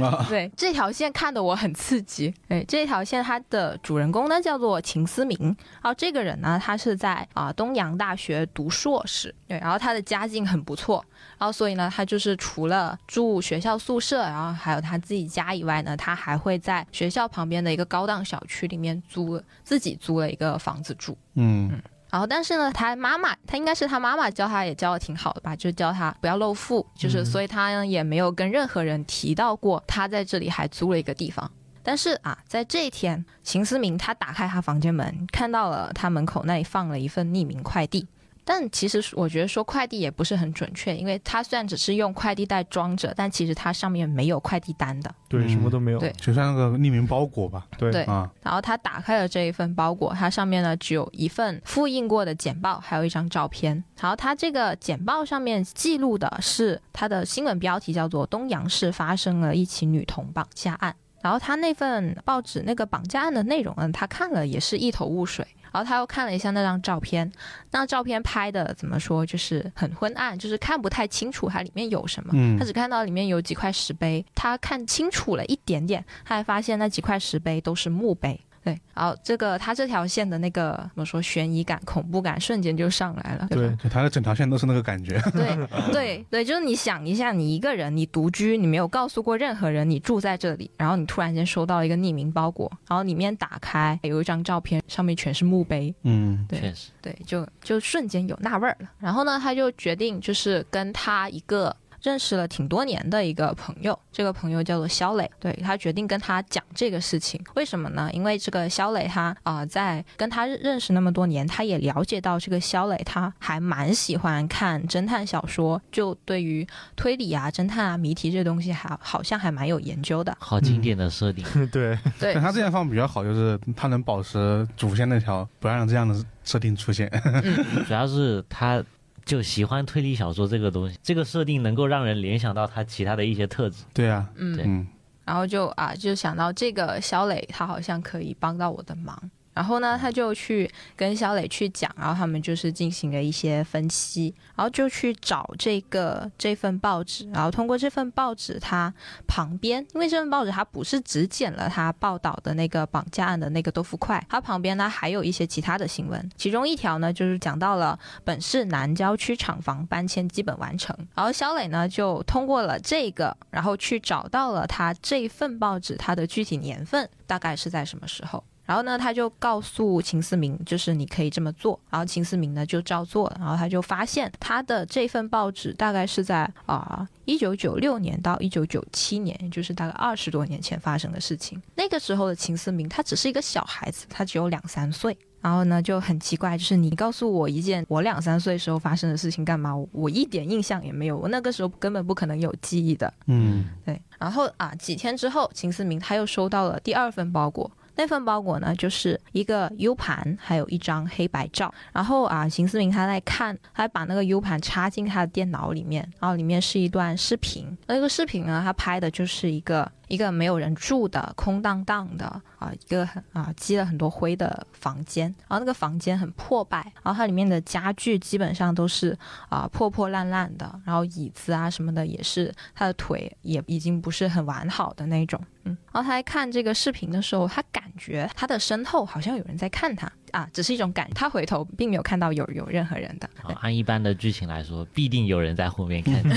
啊，
对，这条线看得我很刺激。对，这条线它的主人公呢叫做秦思明，然后这个人呢他是在啊、东洋大学读硕士，对，然后他的家境很不错，然后所以呢他就是除了住学校宿舍，然后还有他自己家以外呢，他还会在学校旁边的一个高档小区里面租自己租了一个房子住。
嗯
然后，但是呢，他妈妈，他应该是他妈妈教他也教的挺好的吧，就是教他不要露富，就是所以他呢也没有跟任何人提到过他在这里还租了一个地方。但是啊，在这一天，秦思明他打开他房间门，看到了他门口那里放了一份匿名快递。但其实我觉得说快递也不是很准确，因为他虽然只是用快递袋装着，但其实它上面没有快递单的。
对，
嗯
什么都没有，
对
就像那个匿名包裹吧，
对
对
啊，
然后他打开了这一份包裹，它上面呢只有一份复印过的简报，还有一张照片。然后他这个简报上面记录的是他的新闻标题叫做“东阳市发生了一起女童绑架案”。然后他那份报纸那个绑架案的内容呢，他看了也是一头雾水。然后他又看了一下那张照片，那照片拍的怎么说，就是很昏暗，就是看不太清楚它里面有什么。
嗯
他只看到里面有几块石碑，他看清楚了一点点，他还发现那几块石碑都是墓碑。对，然后这个他这条线的那个怎么说，悬疑感、恐怖感瞬间就上来了，对吧？
对，他的整条线都是那个感觉，
对对对，就是你想一下，你一个人，你独居，你没有告诉过任何人你住在这里，然后你突然间收到一个匿名包裹，然后里面打开有一张照片，上面全是墓碑，
嗯
对
确实，
对，就就瞬间有那味儿了。然后呢，他就决定就是跟他一个认识了挺多年的一个朋友，这个朋友叫做肖磊，对他决定跟他讲这个事情。为什么呢？因为这个肖磊他啊、在跟他认识那么多年，他也了解到这个肖磊他还蛮喜欢看侦探小说，就对于推理啊、侦探啊、谜题这东西还好像还蛮有研究的。
好经典的设
嗯
定，
对，
对，
嗯但他这样放比较好，就是他能保持主线那条，不要让这样的设定出现。
主要是他就喜欢推理小说这个东西，这个设定能够让人联想到他其他的一些特质。
对啊，
嗯
对
嗯
然后就啊，就想到这个小磊，他好像可以帮到我的忙。然后呢，他就去跟小磊去讲，然后他们就是进行了一些分析，然后就去找这个这份报纸，然后通过这份报纸，它旁边，因为这份报纸它不是只剪了它报道的那个绑架案的那个豆腐块，它旁边呢还有一些其他的新闻，其中一条呢就是讲到了本市南郊区厂房搬迁基本完成。然后肖磊呢就通过了这个，然后去找到了他这一份报纸它的具体年份，大概是在什么时候。然后呢，他就告诉秦思明，就是你可以这么做。然后秦思明呢就照做了。然后他就发现他的这份报纸大概是在啊一九九六年到一九九七年，也就是大概二十多年前发生的事情。那个时候的秦思明他只是一个小孩子，他只有两三岁。然后呢就很奇怪，就是你告诉我一件我两三岁时候发生的事情干嘛？我我一点印象也没有，我那个时候根本不可能有记忆的。
嗯，
对，然后啊，几天之后，秦思明他又收到了第二份包裹。那份包裹呢，就是一个 U 盘，还有一张黑白照。然后啊，秦思明他在看，他把那个 U 盘插进他的电脑里面，然后里面是一段视频。那个视频呢，他拍的就是一个一个没有人住的空荡荡的啊，一个很啊积了很多灰的房间。然后那个房间很破败，然后它里面的家具基本上都是啊、破破烂烂的，然后椅子啊什么的也是，他的腿也已经不是很完好的那种。嗯，然后他在看这个视频的时候，他感觉他的身后好像有人在看他，啊，只是一种感。他回头并没有看到有有任何人的，
啊按一般的剧情来说，必定有人在后 面看着。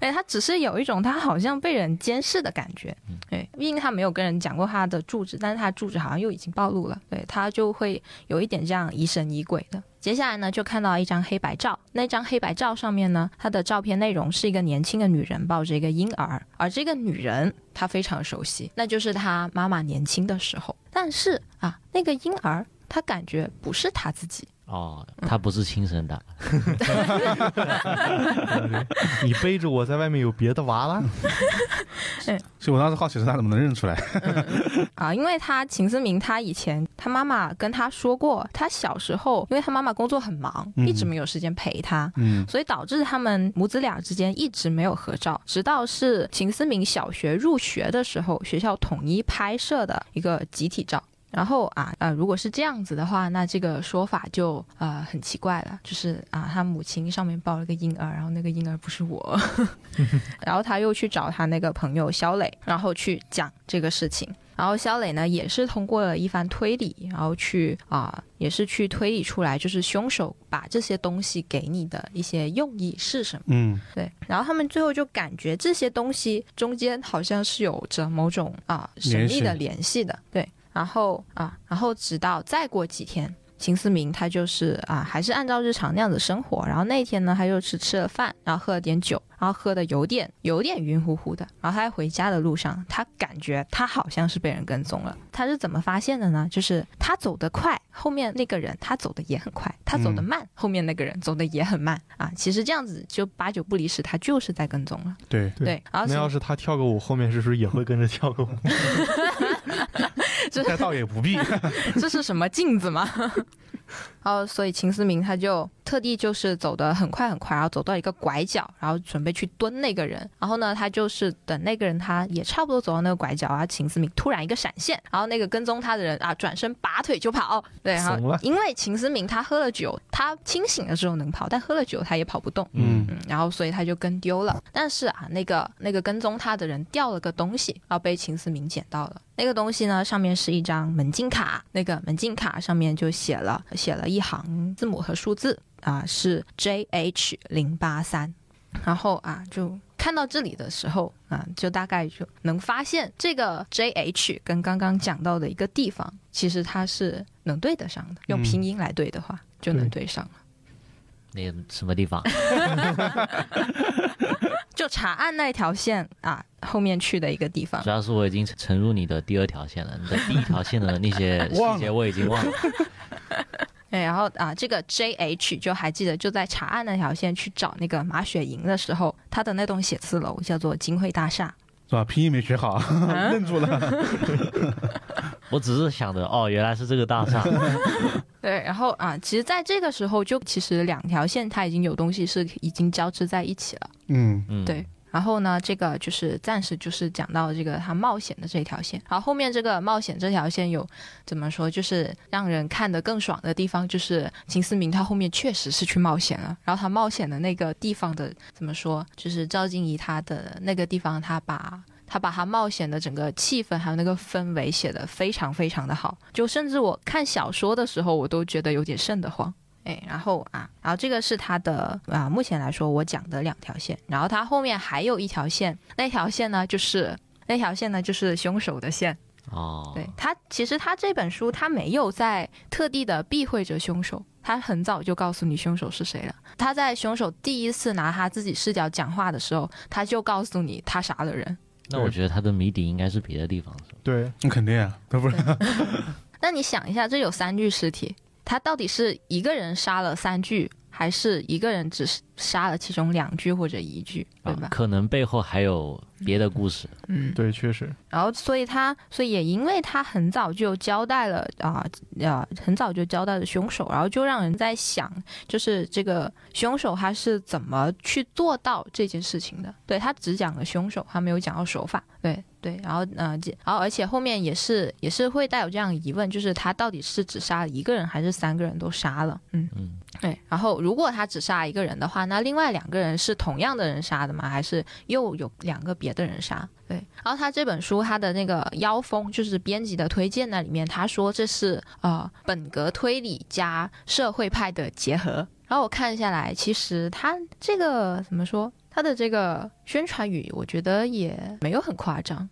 哎，他只是有一种他好像被人监视的感觉。对，毕竟他没有跟人讲过他的住址，但是他住址好像又已经暴露了，对他就会有一点这样疑神疑鬼的。接下来呢，就看到一张黑白照，那张黑白照上面呢，她的照片内容是一个年轻的女人抱着一个婴儿，而这个女人她非常熟悉，那就是她妈妈年轻的时候。但是啊，那个婴儿她感觉不是她自己，
哦，他不是亲生的，
你背着我在外面有别的娃啦？
所以我当时好奇是他怎么能认出来，
啊，因为他秦思明，他以前他妈妈跟他说过，他小时候，因为他妈妈工作很忙，一直没有时间陪他，
嗯，
所以导致他们母子俩之间一直没有合照，直到是秦思明小学入学的时候，学校统一拍摄的一个集体照。然后啊呃，如果是这样子的话，那这个说法就呃很奇怪了，就是啊，他母亲上面抱了个婴儿，然后那个婴儿不是我， 然后他又去找他那个朋友肖磊，然后去讲这个事情。然后肖磊呢，也是通过了一番推理，然后去啊、也是去推理出来，就是凶手把这些东西给你的一些用意是什么。
嗯，
对，然后他们最后就感觉这些东西中间好像是有着某种啊、神秘的联系的，对，然后啊，然后直到再过几天。秦思明他就是啊，还是按照日常那样子生活。然后那一天呢，他就只吃了饭，然后喝了点酒，然后喝的有点有点晕乎乎的。然后他在回家的路上，他感觉他好像是被人跟踪了。他是怎么发现的呢？就是他走得快，后面那个人他走得也很快；他走得
嗯
慢，后面那个人走得也很慢啊。其实这样子就八九不离十，他就是在跟踪了。
对，
对
对，然后
那 要是他跳个舞，后面是不是也会跟着跳个舞？
这
但倒也不 必，
这是什么镜子 吗？然后，哦所以秦思明他就特地就是走得很快很快，然后走到一个拐角，然后准备去蹲那个人。然后呢，他就是等那个人他也差不多走到那个拐角啊，秦思明突然一个闪现，然后那个跟踪他的人啊转身拔腿就跑。哦对，然
怂
后
了
因为秦思明他喝了酒，他清醒的时候能跑，但喝了酒他也跑不动。
嗯，
嗯，然后所以他就跟丢了。但是啊，那个那个跟踪他的人掉了个东西，然后被秦思明捡到了。那个东西呢，上面是一张门禁卡，那个门禁卡上面就写了写了一行字母和数字啊，是 JH 零八三。然后啊，就看到这里的时候啊，就大概就能发现这个 JH 跟刚刚讲到的一个地方，其实它是能对得上的，用
嗯
拼音来对的话、就能对上。
那个什么地方？
就查案那条线啊后面去的一个地方
主。要是我已经沉入你的第二条线了，你的第一条线的那 些细节我已经忘了。
对，然后啊，这个 J H 就还记得，就在查案那条线去找那个马雪莹的时候，他的那栋写字楼叫做金汇大厦。
是吧？拼音没学好， 愣住了，
我只是想着，哦，原来是这个大 厦。
对，然后啊，其实在这个时候就其实两条线它已经有东西是已经交织在一起了。
嗯，
嗯，
对，然后呢，这个就是暂时就是讲到这个他冒险的这一条线，然后后面这个冒险这条线有怎么说，就是让人看得更爽的地方，就是秦思明他后面确实是去冒险了，然后他冒险的那个地方的怎么说，就是赵静怡她的那个地方，她把。他把他冒险的整个气氛还有那个氛围写得非常非常的好，就甚至我看小说的时候，我都觉得有点瘆得慌。哎，然后啊，然后这个是它的啊，目前来说我讲的两条线，然后它后面还有一条线，那条线呢就是那条线呢就是凶手的线。
哦，
对，它其实它这本书它没有在特地的避讳着凶手，它很早就告诉你凶手是谁了。他在凶手第一次拿他自己视角讲话的时候，他就告诉你他杀了人。
那我觉得他的谜底应该是别的地方，是吧
对，
那肯定啊，那不是
那你想一下，这有三具尸体，他到底是一个人杀了三具，还是一个人只是杀了其中两具或者一具，对吧
啊？可能背后还有别的故事。
嗯，
对，确实，
然后所以他，所以也因为他很早就交代了啊啊、很早就交代了凶手，然后就让人在想，就是这个凶手他是怎么去做到这件事情的？对他只讲了凶手，他没有讲到手法。对对，然后呃，这然后而且后面也是也是会带有这样疑问，就是他到底是只杀了一个人，还是三个人都杀了？嗯
嗯，
对。然后如果他只杀一个人的话，那另外两个人是同样的人杀的吗？还是又有两个别的人杀？对。然后他这本书他的那个妖风，就是编辑的推荐那里面，他说这是呃本格推理加社会派的结合。然后我看下来，其实他这个怎么说？他的这个宣传语，我觉得也没有很夸张。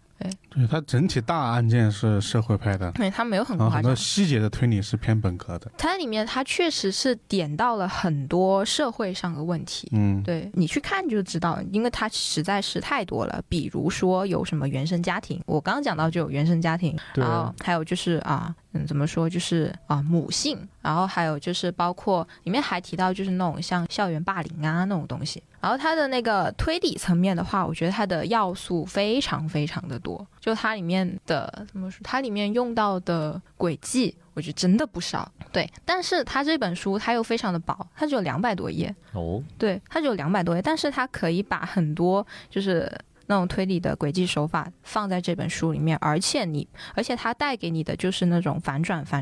对，它整体大案件是社会派的，
对，它没有很
然后
夸
啊很
张
多。细节的推理是偏本科的。
它里面它确实是点到了很多社会上的问题。
嗯，
对你去看就知道，因为它实在是太多了。比如说有什么原生家庭，我刚刚讲到就有原生家庭，
对
然后还有就是啊，嗯，怎么说就是啊母性，然后还有就是包括里面还提到就是那种像校园霸凌啊那种东西。然后它的那个推理层面的话，我觉得它的要素非常非常的多，就它里面的怎么说，它里面用到的轨迹，我觉得真的不少。对，但是它这本书它又非常的薄，它只有两百多页，
哦，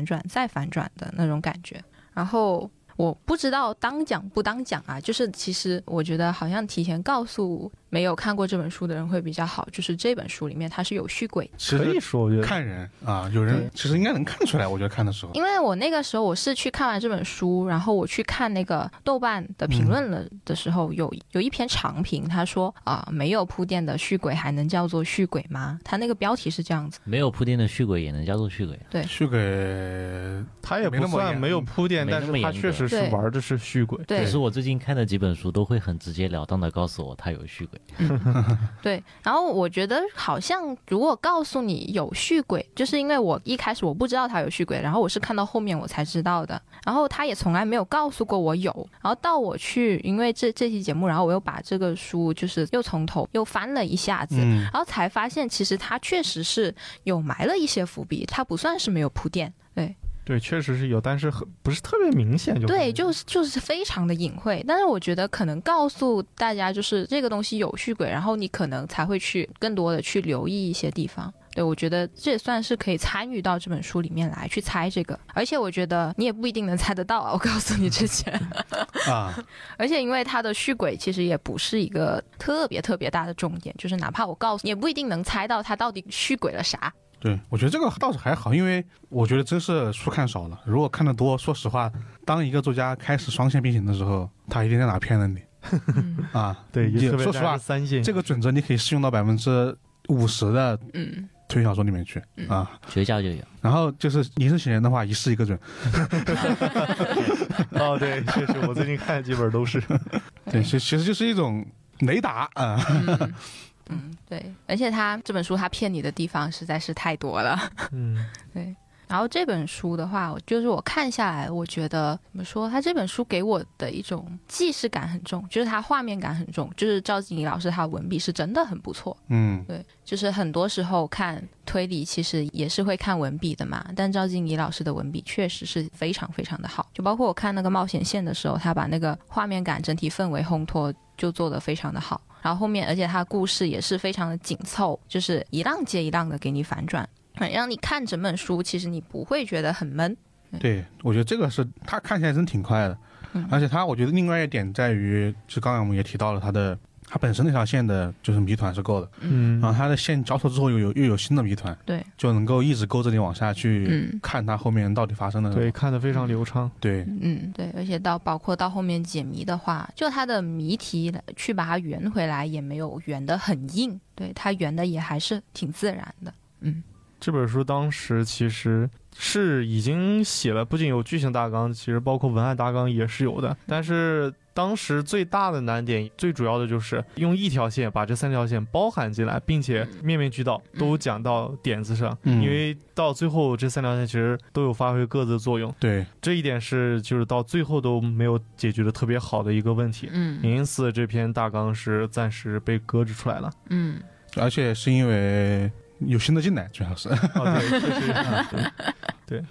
啊
可以说，
其实
我觉得
看人啊，有人
对
其实应该能看出来，我觉得看的时候，
因为我那个时候我是去看完这本书，然后我去看那个豆瓣的评论了
嗯
的时候，有有一篇长评，他说啊、没有铺垫的续鬼还能叫做续鬼吗？他那个标题是这样子，
没有铺垫的续鬼也能叫做续鬼，
去给
他也
没那
不
么
算
严
没有铺垫，
没
但
那
是
么
他
严
确
格
实是
对
玩的是续鬼。
对
可是我最近看的几本书都会很直截了当的告诉我它有续鬼，
对，然后我觉得好像如果告诉你有续鬼，就是因为我一开始我不知道他有续鬼，然后我是看到后面我才知道的，然后他也从来没有告诉过我有，然后到我去因为这这期节目，然后我又把这个书就是又从头又翻了一下子，
嗯，
然后才发现，其实它确实是有埋了一些伏笔，它不算是没有铺垫。对
对，确实是有，但是很不是特别明显就。
对，就是就是非常的隐晦，但是我觉得可能告诉大家，就是这个东西有续轨，然后你可能才会去更多的去留意一些地方。对，我觉得这也算是可以参与到这本书里面来去猜这个，而且我觉得你也不一定能猜得到啊。我告诉你之前，
啊，
而且因为它的续轨其实也不是一个特别特别大的重点，就是哪怕我告诉你，也不一定能猜到它到底续轨了啥。
对，我觉得这个倒是还好，因为我觉得真是书看少了。如果看的多，说实话，当一个作家开始双线并行的时候，他一定在哪骗了你
嗯
啊。
对，
你
也特别
说实
大
话
的，三线
这个准则你可以适用到百分之五十的
嗯，
推理小说里面去
嗯
啊。
绝交就有。
然后就是一是显人的话，一试一个准。
哦，对，确实，我最近看的几本都 是。
对，其其实就是一种雷达啊、
嗯，嗯，对，而且他这本书他骗你的地方实在是太多了。
嗯，
然后这本书的话，我就是我看下来，我觉得怎么说，他这本书给我的一种既视感很重，就是他画面感很重，就是赵静怡老师他文笔是真的很不错。
嗯，
对，就是很多时候看推理，其实也是会看文笔的嘛。但赵静怡老师的文笔确实是非常非常的好，就包括我看那个冒险线的时候，他把那个画面感、整体氛围烘托就做得非常的好。然后后面，而且他故事也是非常的紧凑，就是一浪接一浪的给你反转，很让你看整本书，其实你不会觉得很闷。
对，我觉得这个是它看起来真挺快的，
嗯
而且它我觉得另外一点在于，就刚才我们也提到了它的。它本身那条线的就是谜团是够的，
嗯
然后它的线交错之后又有又有新的谜团，
对，
就能够一直勾着你往下去
嗯
看它后面到底发生了什么。
对，看的非常流畅。
对，
嗯，对，而且到包括到后面解谜的话，就它的谜题来去把它圆回来，也没有圆的很硬，对它圆的也还是挺自然的。
这本书当时其实是已经写了，不仅有剧情大纲，其实包括文案大纲也是有的。但是当时最大的难点，最主要的就是用一条线把这三条线包含进来，并且面面俱到，都讲到点子上。
嗯
因为到最后这三条线其实都有发挥各自的作用，
对，
这一点是就是到最后都没有解决的特别好的一个问题。
嗯
因此，这篇大纲是暂时被搁置出来了。
嗯，
而且是因为有新的进来，主要是
哦，
嗯
对，确实是啊对。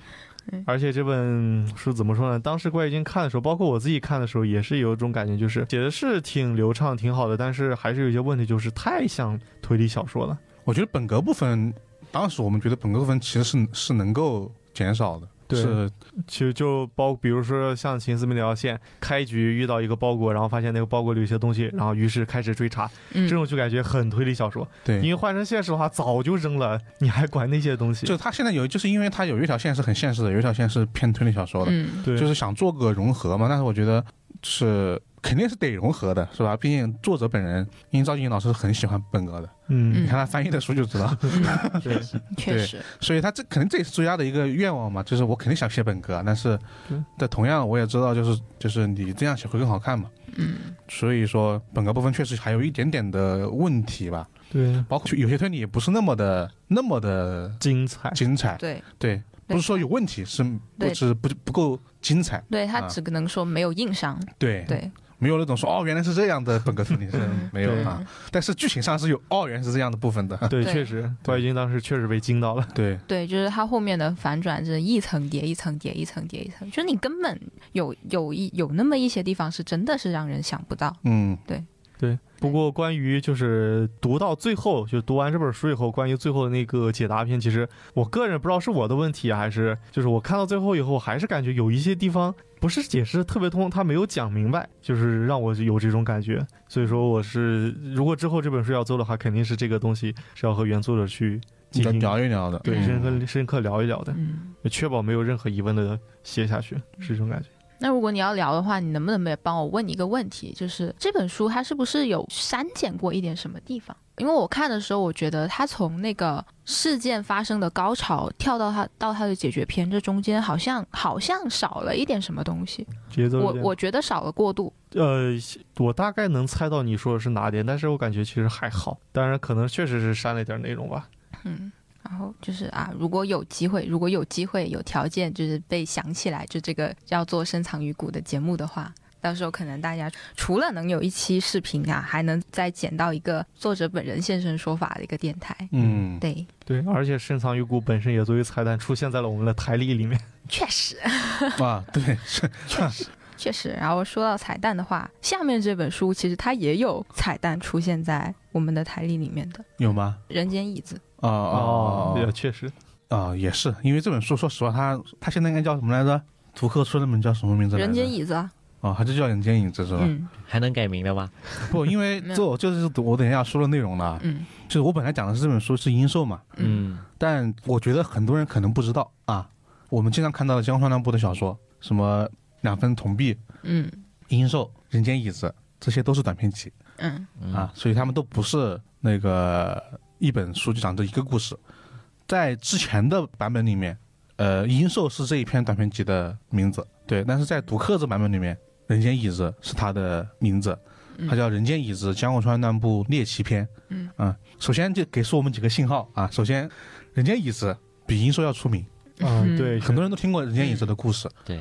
而且这本书怎么说呢？当时怪已经看的时候，包括我自己看的时候，也是有一种感觉，就是写的是挺流畅、挺好的，但是还是有一些问题，就是太像推理小说了。
我觉得本格部分，当时我们觉得本格部分其实是是能够减少的，
对
是
其实就包，比如说像《秦丝没聊线》，开局遇到一个包裹，然后发现那个包裹里有些东西，然后于是开始追查，
嗯
这种就感觉很推理小说。因
对。
为换成现实的话，早就扔了，你还管那些东西？
就他现在有，就是因为他有一条线是很现实的，有一条线是偏推理小说的，
嗯
对，
就是想做个融合嘛。但是我觉得是肯定是得融合的，是吧？毕竟作者本人，因为赵静颖老师是很喜欢本格的，
嗯
你看他翻译的书就 知道。
嗯，
确实，
确实，
所以他这可能这也是作家的一个愿望嘛，就是我肯定想写本格，但是
对，
但同样我也知道，就是就是你这样写会更好看嘛。
嗯
所以说本格部分确实还有一点点的问题吧，
对，
包括有些推理也不是那么的那么的
精彩。
精彩，
对
对，不是说有问题，是不
对
是不不够精彩，
对，他
啊
只能说没有硬伤，
对，
对，
没有那种说哦原来是这样的本格推理是
嗯
没有
对
啊，但是剧情上是有哦原来是这样的部分的，
对，
对
确实，白玉军当时确实被惊到了。
对
对，就是它后面的反转是一层叠一层叠一层叠一层，就是你根本有有一有那么一些地方是真的是让人想不到。
嗯
对，不过关于就是读到最后，就读完这本书以后，关于最后的那个解答篇，其实我个人不知道是我的问题啊还是就是我看到最后以后，我还是感觉有一些地方不是解释得特别通，他没有讲明白，就是让我有这种感觉。所以说，我是如果之后这本书要做的话，肯定是这个东西是要和原作者去进
聊
行
聊一聊的，
对
嗯
深刻深刻聊一聊的，
嗯，
确保没有任何疑问的写下去，是这种感觉。
那如果你要聊的话，你能不能也帮我问一个问题，就是这本书它是不是有删减过一点什么地方？因为我看的时候，我觉得它从那个事件发生的高潮跳到它到它的解决篇，这中间好像好像少了一点什么东西，
节奏有
我
点
我觉得少了过渡。
呃，我大概能猜到你说的是哪点，但是我感觉其实还好。当然，可能确实是删了一点内容吧。
嗯，然后就是啊，如果有机会，如果有机会有条件，就是被想起来，就这个要做深藏于骨的节目的话，到时候可能大家除了能有一期视频啊，还能再捡到一个作者本人现身说法的一个电台。
嗯，
对，
对，而且深藏于骨本身也作为彩蛋出现在了我们的台历里面。
确实，
啊对是
确实。然后说到彩蛋的话，下面这本书其实它也有彩蛋出现在我们的台历里面的《
有吗？
人间椅子》。
啊啊啊
也确实，
啊、也是，因为这本书，说实话，它它现在应该叫什么来着？图克出的名叫什么名字来着？
人间椅子啊，
啊，它就叫人间影子是吧？
嗯
还能改名的吗？
不，因为
没有
这我就是我等一下要说的内容了。
嗯
就是我本来讲的是这本书是阴兽嘛，
嗯
嗯，
但我觉得很多人可能不知道啊。我们经常看到的江川乱步的小说，什么两分铜币、
嗯
阴兽、人间椅子，这些都是短篇集
嗯
啊，所以他们都不是那个一本书就讲这一个故事。在之前的版本里面，呃，银兽是这一篇短篇集的名字，对。但是在读客这版本里面，人间椅子是它的名字，它叫《人间椅子江户川乱步猎奇篇》。
嗯
啊，首先就给出我们几个信号啊。首先，人间椅子比银兽要出名，
嗯
啊对，
很多人都听过人间椅子的故事。
对。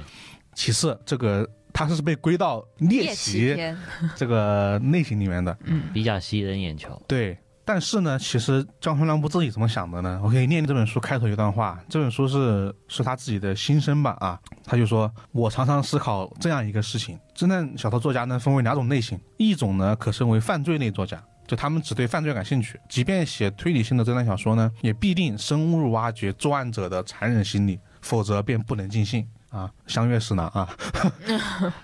其次，这个它是被归到猎
夜奇
奇
篇，
这个类型里面的。
嗯
比较吸人眼球。
对，但是呢，其实江川乱步自己怎么想的呢？我可以念这本书开头一段话，这本书是是他自己的心声吧啊，他就说：“我常常思考这样一个事情，侦探小说作家呢分为两种类型，一种呢可称为犯罪类作家。”就他们只对犯罪感兴趣，即便写推理性的侦探小说呢，也必定深入挖掘作案者的残忍心理，否则便不能尽信啊。相约是哪啊？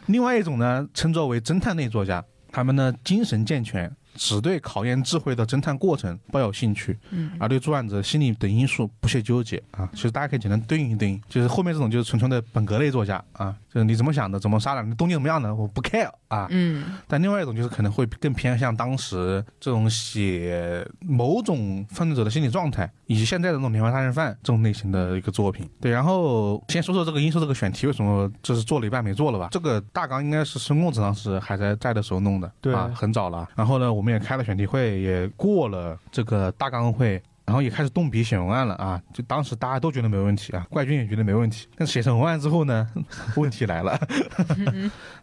另外一种呢，称作为侦探类作家，他们呢精神健全，只对考验智慧的侦探过程抱有兴趣，
嗯
而对作案者心理等因素不屑纠结啊。其实大家可以简单对应一对应，就是后面这种就是纯纯的本格类作家啊，就是你怎么想的，怎么杀的，你动机怎么样的，我不 care 啊。
嗯
但另外一种就是可能会更偏向当时这种写某种犯罪者的心理状态，以及现在的这种连环杀人犯这种类型的一个作品。对，然后先说说这个因素这个选题为什么就是做了一半没做了吧？这个大纲应该是申公子当时还在在的时候弄的，
对
啊，很早了。然后呢，我们也开了选题会，也过了这个大纲会。然后也开始动笔写文案了啊！就当时大家都觉得没问题啊，怪军也觉得没问题。但是写成文案之后呢， 问题来了。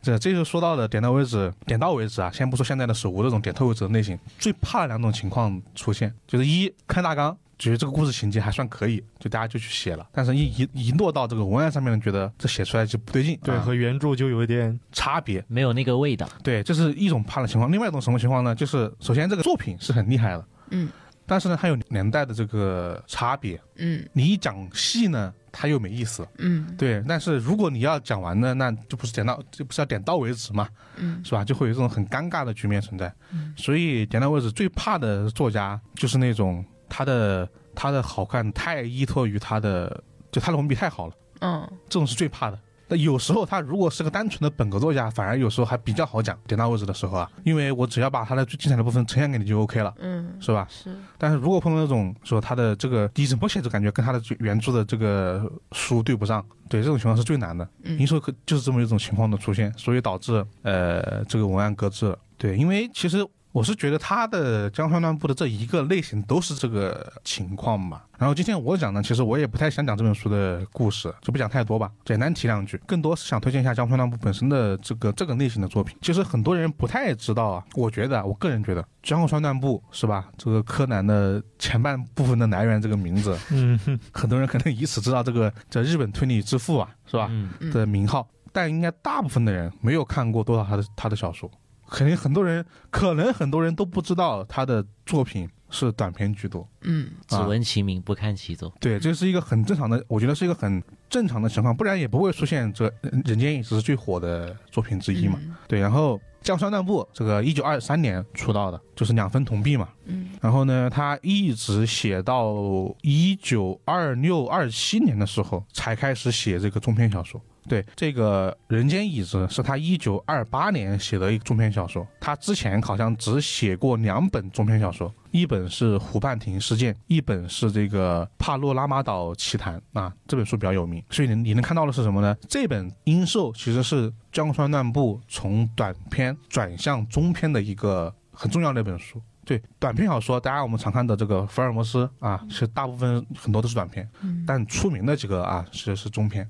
这这就说到了点到为止，点到为止啊，先不说现在的手无这种点透为止的类型，最怕的两种情况出现，就是一看大纲。觉得这个故事情节还算可以，就大家就去写了。但是一，一一落到这个文案上面呢，觉得这写出来就不对劲，
对，
啊
和原著就有一点，
差别。
没有那个
嗯
味道，
对，这是一种怕的情况。另外一种什么情况呢？就是首先这个作品是很厉害的，
嗯，
但是呢，它有年代的这个差别。
嗯
你一讲戏呢，它又没意思。
嗯
对，但是如果你要讲完呢，那就不是点到，就不是要点到为止嘛，
嗯
是吧？就会有这种很尴尬的局面存在。所以点到为止最怕的作家就是那种他的他的好看太依托于他的，就他的文笔太好了，
嗯
这种是最怕的。那有时候他如果是个单纯的本格作家，反而有时候还比较好讲点到为止的时候啊，因为我只要把他的最精彩的部分呈现给你就 OK 了，
嗯，
是吧？
是
但是如果碰到那种说他的这个第一层默写的感觉跟他的原著的这个书对不上，对这种情况是最难的。
嗯
您说可就是这么一种情况的出现，所以导致呃这个文案搁置了。对，因为其实我是觉得他的江川乱步的这一个类型都是这个情况吧。然后今天我讲呢，其实我也不太想讲这本书的故事，就不讲太多吧，简单提两句，更多是想推荐一下江川乱步本身的这个这个类型的作品。其实很多人不太知道啊，我觉得啊，我个人觉得江川乱步是吧？这个柯南的前半部分的来源这个名字，
嗯，
很多人可能以此知道这个叫日本推理之父啊，是吧？
嗯，
嗯
的名号，但应该大部分的人没有看过多少他的他的小说，肯定很多人，可能很多人都不知道他的作品是短篇居多。
嗯
只
啊
闻其名不看其踪。
对，这是一个很正常的，我觉得是一个很正常的情况，不然也不会出现这《呃人间一直》是最火的作品之一嘛。
嗯
对，然后江川乱步这个一九二三年出道的，就是两分铜币嘛。
嗯
然后呢，他一直写到一九二六二七年的时候，才开始写这个中篇小说。对，这个《人间椅子》是他一九二八年写的一个中篇小说，他之前好像只写过两本中篇小说，一本是《湖畔亭事件》，一本是这个《帕洛拉玛岛奇谭》啊，这本书比较有名。所以你你能看到的是什么呢？这本《阴兽》其实是江川乱步从短篇转向中篇的一个很重要的一本书。对短篇小说，大家我们常看的这个福尔摩斯啊，其实大部分很多都是短篇，但出名的几个啊是是中篇。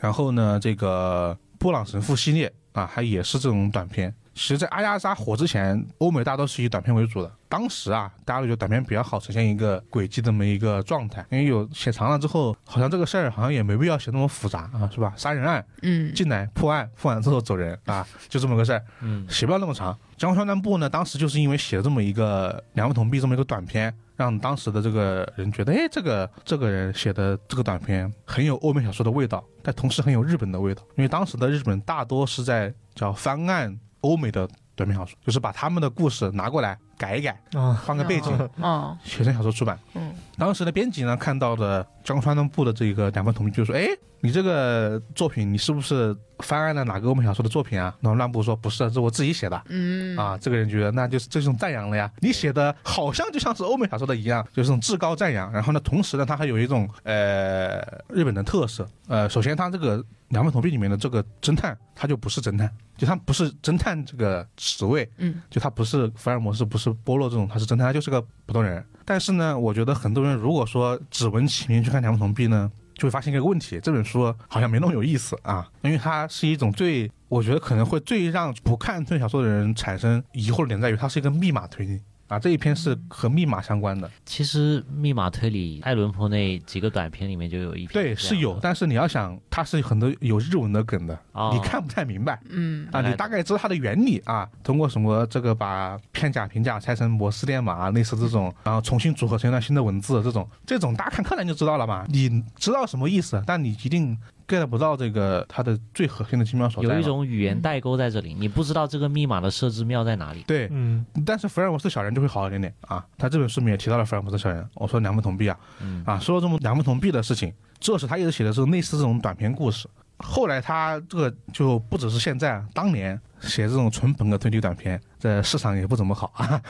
然后呢，这个布朗神父系列啊，它也是这种短篇。其实，在阿加莎火之前，欧美大都是以短篇为主的。当时啊，大家都觉得短篇比较好呈现一个轨迹这么一个状态，因为有写长了之后，好像这个事儿好像也没必要写那么复杂啊，是吧？杀人案
嗯
进来破案，破完之后走人啊，就这么个事儿。
嗯，
写不了那么长。江户川乱步呢，当时就是因为写了这么一个两位同币这么一个短篇，让当时的这个人觉得，哎，这个这个人写的这个短篇很有欧美小说的味道，但同时很有日本的味道，因为当时的日本大多是在叫翻案欧美的短篇小说，就是把他们的故事拿过来改一改，
啊，
换个背景，
哦
写成小说出版。
嗯
当时的编辑呢，看到了江川乱步的这个两份同意，就说：“哎，你这个作品，你是不是翻案了哪个欧美小说的作品啊？”然后乱步说：“不是，这是我自己写的。”
嗯
啊，这个人觉得那就是这种赞扬了呀，你写的好像就像是欧美小说的一样，就是这种至高赞扬。然后呢，同时呢，它还有一种呃日本的特色，呃，首先它这个《两本同币》里面的这个侦探，他就不是侦探，就他不是侦探这个职位，
嗯
就他不是福尔摩斯，不是波洛这种，他是侦探，他就是个普通人。但是呢，我觉得很多人如果说只闻其名去看《两不同币》呢，就会发现一个问题：这本书好像没那么有意思啊，因为它是一种最，我觉得可能会最让不看推理小说的人产生疑惑的点在于，它是一个密码推理啊，这一篇是和密码相关的。
其实密码推理，艾伦坡那几个短片里面就有一篇
对，
嗯这
是
样
有，
的
但是你要想，它是很多有日文的梗的，
哦
你看不太明白。
嗯
大
啊，
概
你大概知道它的原理啊，通过什么这个把片假平假拆成摩斯电码啊，类似这种，然后重新组合成一段新的文字，这种这种大家看柯南就知道了嘛，你知道什么意思，但你一定 get 不到这个它的最核心的精妙所在嘛。
有一种语言代沟在这里，你不知道这个密码的设置妙在哪里。
对，
嗯，
但是福尔摩斯小人就会好一点点啊。他这本书里面也提到了福尔摩斯小人，我说两不同币啊，啊，说了这么两不同币的事情，这是他一直写的是类似这种短篇故事。后来他这个就不只是现在啊，当年写这种纯本格推理短篇，这市场也不怎么好 啊。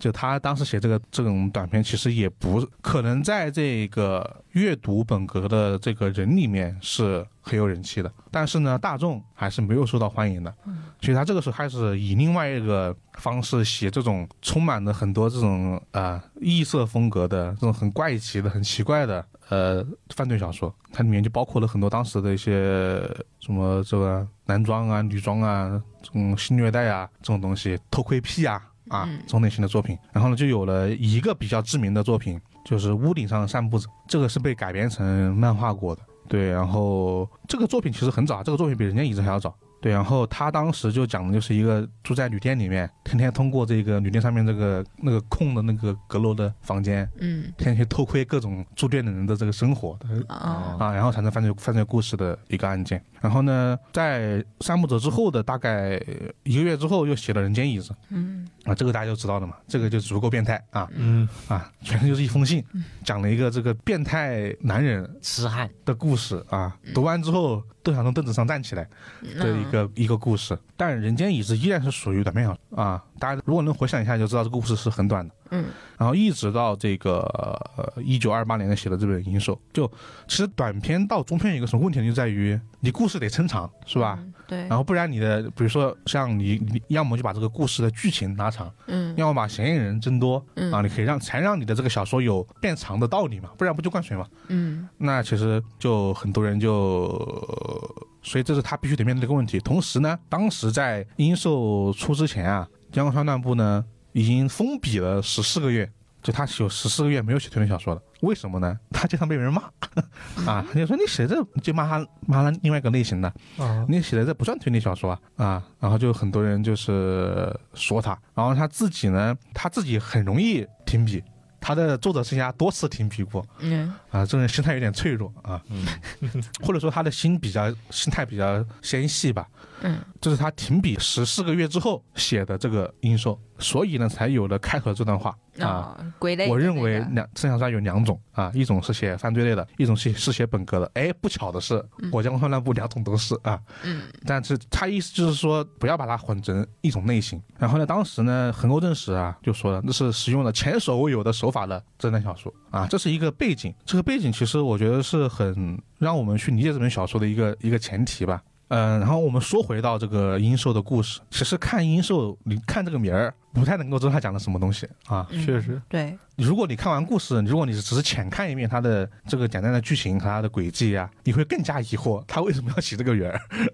就他当时写这个这种短篇，其实也不可能在这个阅读本格的这个人里面是很有人气的，但是呢，大众还是没有受到欢迎的。所以他这个时候开始以另外一个方式写这种充满了很多这种呃异色风格的这种很怪奇的、很奇怪的呃犯罪小说，它里面就包括了很多当时的一些什么这个男装啊、女装啊、这种性虐待啊这种东西，偷窥癖啊啊
嗯
这种类型的作品。然后呢，就有了一个比较知名的作品，就是《屋顶上的散步者》，这个是被改编成漫画过的。对，然后这个作品其实很早，这个作品比人家椅子还要早。对，对，然后他当时就讲的就是一个住在旅店里面，天天通过这个旅店上面这个那个空的那个阁楼的房间，
嗯
天天去偷窥各种住店的人的这个生活
啊
啊，然后产生犯罪犯罪故事的一个案件。然后呢，在《三木者》之后的大概一个月之后，又写了《人间椅子》
嗯
啊，这个大家就知道了嘛，这个就足够变态啊
嗯，
啊，全就是一封信，讲了一个这个变态男人
痴汉，
的故事啊，
嗯
读完之后都想从凳子上站起来。的一个、一个故事，但《人间椅子》依然是属于短篇小说啊。大家如果能回想一下，就知道这个故事是很短的。
嗯，
然后一直到这个呃一九二八年写的这本《银手》，就其实短篇到中篇有一个什么问题呢？就在于你故事得撑长，是吧？
嗯对
然，后不然你的，比如说像你，你要么就把这个故事的剧情拉长，
嗯
要么把嫌疑人增多
嗯
啊，你可以让才让你的这个小说有变长的道理嘛，不然不就灌水嘛。
嗯
那其实就很多人就，呃所以这是他必须得面对的一个问题。同时呢，当时在英寿出之前啊，江户川乱步呢已经封笔了十四个月，就他有十四个月没有写推理小说了。为什么呢？他经常被人骂啊，他就说你写这就骂他骂他另外一个类型的，
啊，
你写的这不算推理小说啊啊，然后就很多人就是说他，然后他自己呢，他自己很容易停笔，他的作者生涯多次停笔过。
嗯
啊，这个人心态有点脆弱啊， 或者说他的心比较心态比较纤细吧。
嗯
这是他停笔十四个月之后写的这个应收，所以呢才有了开头这段话啊。
哦归类的那个，
我认为两正向上有两种啊，一种是写犯罪类的，一种是是写本科的。哎，不巧的是，我江川乱步两种都是啊。
嗯
但是他意思就是说，不要把它混成一种类型。然后呢，当时呢，横沟正史啊就说了，那是使用了前所未有的手法的侦探小说啊，这是一个背景。这个背景其实我觉得是很让我们去理解这本小说的一个一个前提吧。嗯，然后我们说回到这个殷寿的故事，其实看殷寿，你看这个名儿，不太能够知道他讲的什么东西啊。
嗯
确实，
对，
如果你看完故事，如果你只是浅看一遍他的这个简单的剧情和他的轨迹啊，你会更加疑惑他为什么要起这个人儿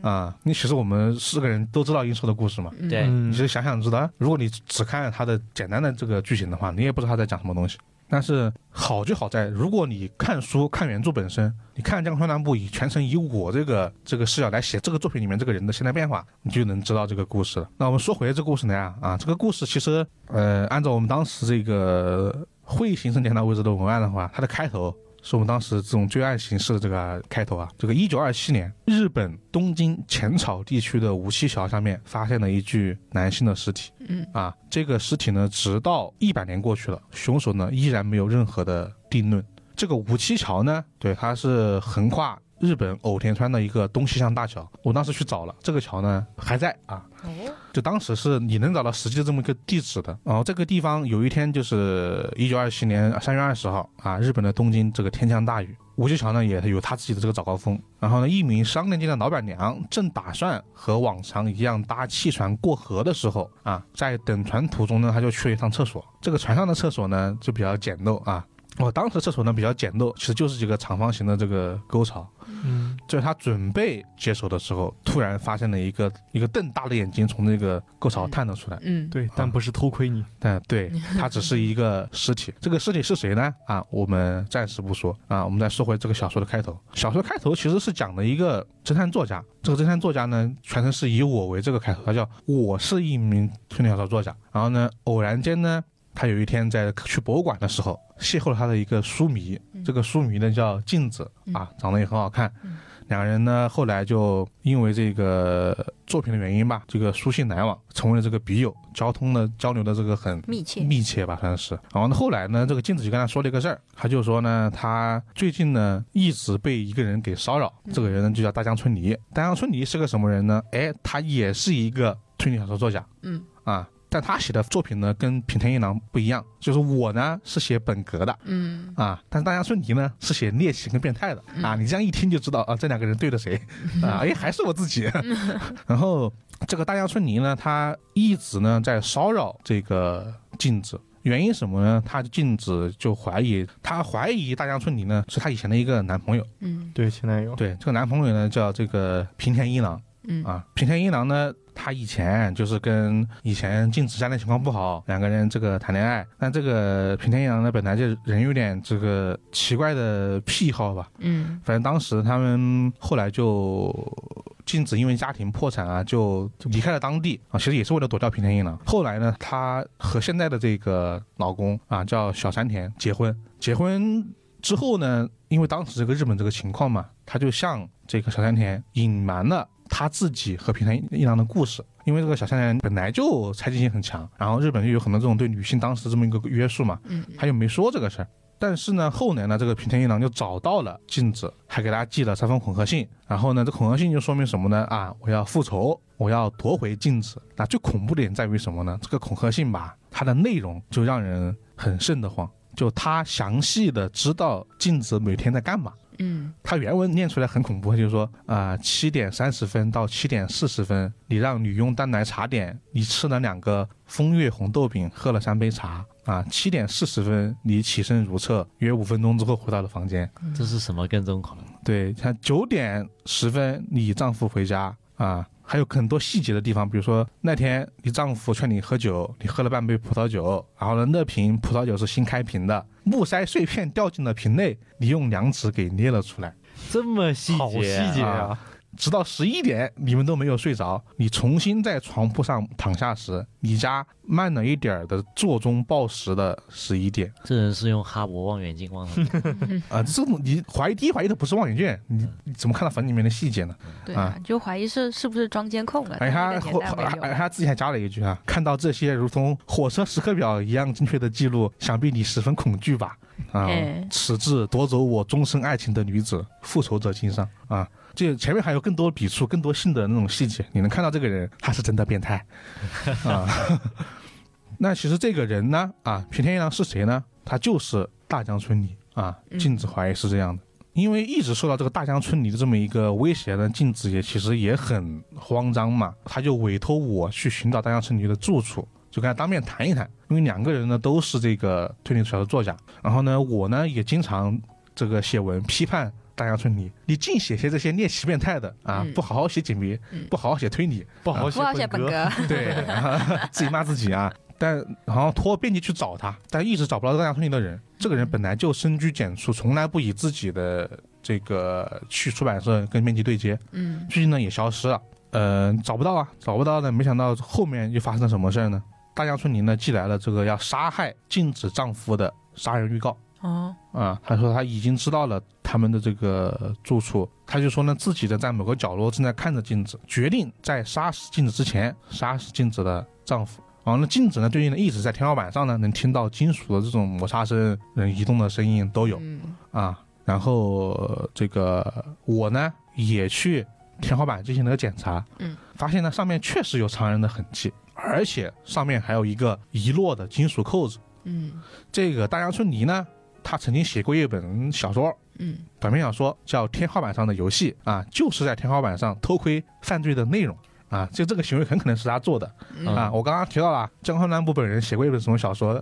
啊？你其实我们四个人都知道英寿的故事嘛，
嗯
对
嗯
你，就想想知道，如果你只看他的简单的这个剧情的话，你也不知道他在讲什么东西。但是好就好在，如果你看书看原著本身，你看江川南部以全程以我这个这个视角来写这个作品里面这个人的心态变化，你就能知道这个故事了。那我们说回这故事呢啊，啊，这个故事其实呃，按照我们当时这个会形成点到为止的文案的话，它的开头是我们当时这种罪案形式的这个开头啊。这个一九二七年，日本东京浅草地区的五七桥下面发现了一具男性的尸体。
嗯
啊，这个尸体呢，直到一百年过去了，凶手呢依然没有任何的定论。这个五七桥呢，对，它是横跨日本偶田川的一个东西向大桥。我当时去找了，这个桥呢还在啊，
哦
就当时是你能找到实际的这么一个地址的。然后这个地方有一天就是一九二七年三月二十号啊，日本的东京这个天降大雨，吴七桥呢也有他自己的这个早高峰。然后呢，一名商店街的老板娘正打算和往常一样搭汽船过河的时候啊，在等船途中呢，她就去了一趟厕所。这个船上的厕所呢就比较简陋啊。我当时厕所呢比较简陋，其实就是几个长方形的这个沟槽，
嗯，
就是他准备接手的时候，突然发现了一个一个瞪大的眼睛从那个沟槽探了出来。
嗯
对，但不是偷窥你，
嗯，对，他只是一个尸体。这个尸体是谁呢？啊，我们暂时不说啊，我们再说回这个小说的开头。小说开头其实是讲的一个侦探作家，这个侦探作家呢，全称是以我为这个开头，他叫我是一名推理小说作家。然后呢，偶然间呢，他有一天在去博物馆的时候，邂逅了他的一个书迷，这个书迷呢叫镜子啊，长得也很好看。两个人呢，后来就因为这个作品的原因吧，这个书信来往，成为了这个笔友，交通的交流的这个很
密切
密切吧，算是。然后呢，后来呢，这个镜子就跟他说了一个事儿，他就说呢，他最近呢一直被一个人给骚扰，
嗯
这个人呢就叫大江春梨。大江春梨是个什么人呢？哎，他也是一个推理小说作家，
嗯
啊，但他写的作品呢跟平田一郎不一样，就是我呢是写本格的，
嗯
啊，但是大家顺迪呢是写猎奇跟变态的啊，你这样一听就知道啊，这两个人对的谁啊？哎，还是我自己。然后这个大江春泥呢，他一直呢在骚扰这个镜子，原因什么呢？他镜子就怀疑，他怀疑大江春泥呢是他以前的一个男朋友，
嗯
对前 男友，
对，这个男朋友呢叫这个平田一郎
嗯
啊，平田一郎呢。他以前就是跟以前静子家庭情况不好，两个人这个谈恋爱。但这个平田一郎呢，本来就人有点这个奇怪的癖好吧，
嗯
反正当时他们后来就禁止因为家庭破产啊就离开了当地啊，其实也是为了躲掉平田一郎。后来呢，她和现在的这个老公啊叫小山田结婚，结婚之后呢，因为当时这个日本这个情况嘛，她就向这个小山田隐瞒了她自己和平田一郎的故事。因为这个小山田本来就猜忌心很强，然后日本又有很多这种对女性当时这么一个约束嘛，
嗯，
他又没说这个事儿。但是呢，后来呢，这个平田一郎就找到了镜子，还给他寄了三封恐吓信。然后呢，这恐吓信就说明什么呢？啊，我要复仇，我要夺回镜子。那最恐怖的点在于什么呢？这个恐吓信吧，它的内容就让人很瘆得慌。就他详细的知道镜子每天在干嘛。
嗯
他原文念出来很恐怖，就是说啊，七、点三十分到七点四十分，你让女佣端来茶点，你吃了两个风月红豆饼，喝了三杯茶。啊，七点四十分，你起身如厕，约五分钟之后回到了房间。
这是什么跟踪狂？
对，像九点十分你丈夫回家啊，还有很多细节的地方，比如说那天你丈夫劝你喝酒，你喝了半杯葡萄酒，然后呢那瓶葡萄酒是新开瓶的，木塞碎片掉进了瓶内，你用两指给捏了出来。
这么细
好细
节啊、
节
啊！直到十一点，你们都没有睡着。你重新在床铺上躺下时，你家慢了一点儿的座钟报时的十一点。
这人是用哈勃望远镜望的，
嗯
啊、这种你怀疑第一怀疑的不是望远镜，你你怎么看到房里面的细节呢？
对啊，就怀疑是是不是装监控了？
哎，
但
他
那个
后
年代没
哎
有。
他自己还加了一句啊，看到这些如同火车时刻表一样精确的记录，想必你十分恐惧吧？啊、
哎
此致夺走我终身爱情的女子，复仇者心上啊！这前面还有更多笔触、更多性的那种细节，你能看到这个人他是真的变态啊。那其实这个人呢，啊，平田一郎是谁呢？他就是大江春里啊，
嗯
镜子怀疑是这样的。因为一直受到这个大江春里的这么一个威胁呢，镜子也其实也很慌张嘛，他就委托我去寻找大江春里的住处，就跟他当面谈一谈。因为两个人呢都是这个推理小说作家，然后呢，我呢也经常这个写文批判大江春里，你净写些这些猎奇变态的啊，
嗯
不好好写警迷，
嗯
不好好写推理，
不好
不好写本
格，
格，
对，自己骂自己啊。但好像托编辑去找他，但一直找不到大家村里的人。这个人本来就深居简出，从来不以自己的这个去出版社跟编辑对接。
嗯
最近呢也消失了，呃，找不到啊，找不到呢。没想到后面又发生了什么事儿呢？大江村里呢寄来了这个要杀害禁止丈夫的杀人预告。
哦
啊，他说他已经知道了他们的这个住处，他就说呢自己的在某个角落正在看着镜子，决定在杀死镜子之前杀死镜子的丈夫。然后呢，镜子呢最近呢一直在天花板上呢能听到金属的这种摩擦声、人移动的声音都有
嗯
啊。然后呃这个我呢也去天花板进行了个检查，
嗯，
发现呢上面确实有常人的痕迹，而且上面还有一个遗落的金属扣子。
嗯
这个大江春泥呢，他曾经写过一本小说，
嗯
短篇小说叫《天花板上的游戏》啊，就是在天花板上偷窥犯罪的内容啊，就这个行为很可能是他做的、
嗯，
啊。我刚刚提到了江川南步本人写过一本什么小 说，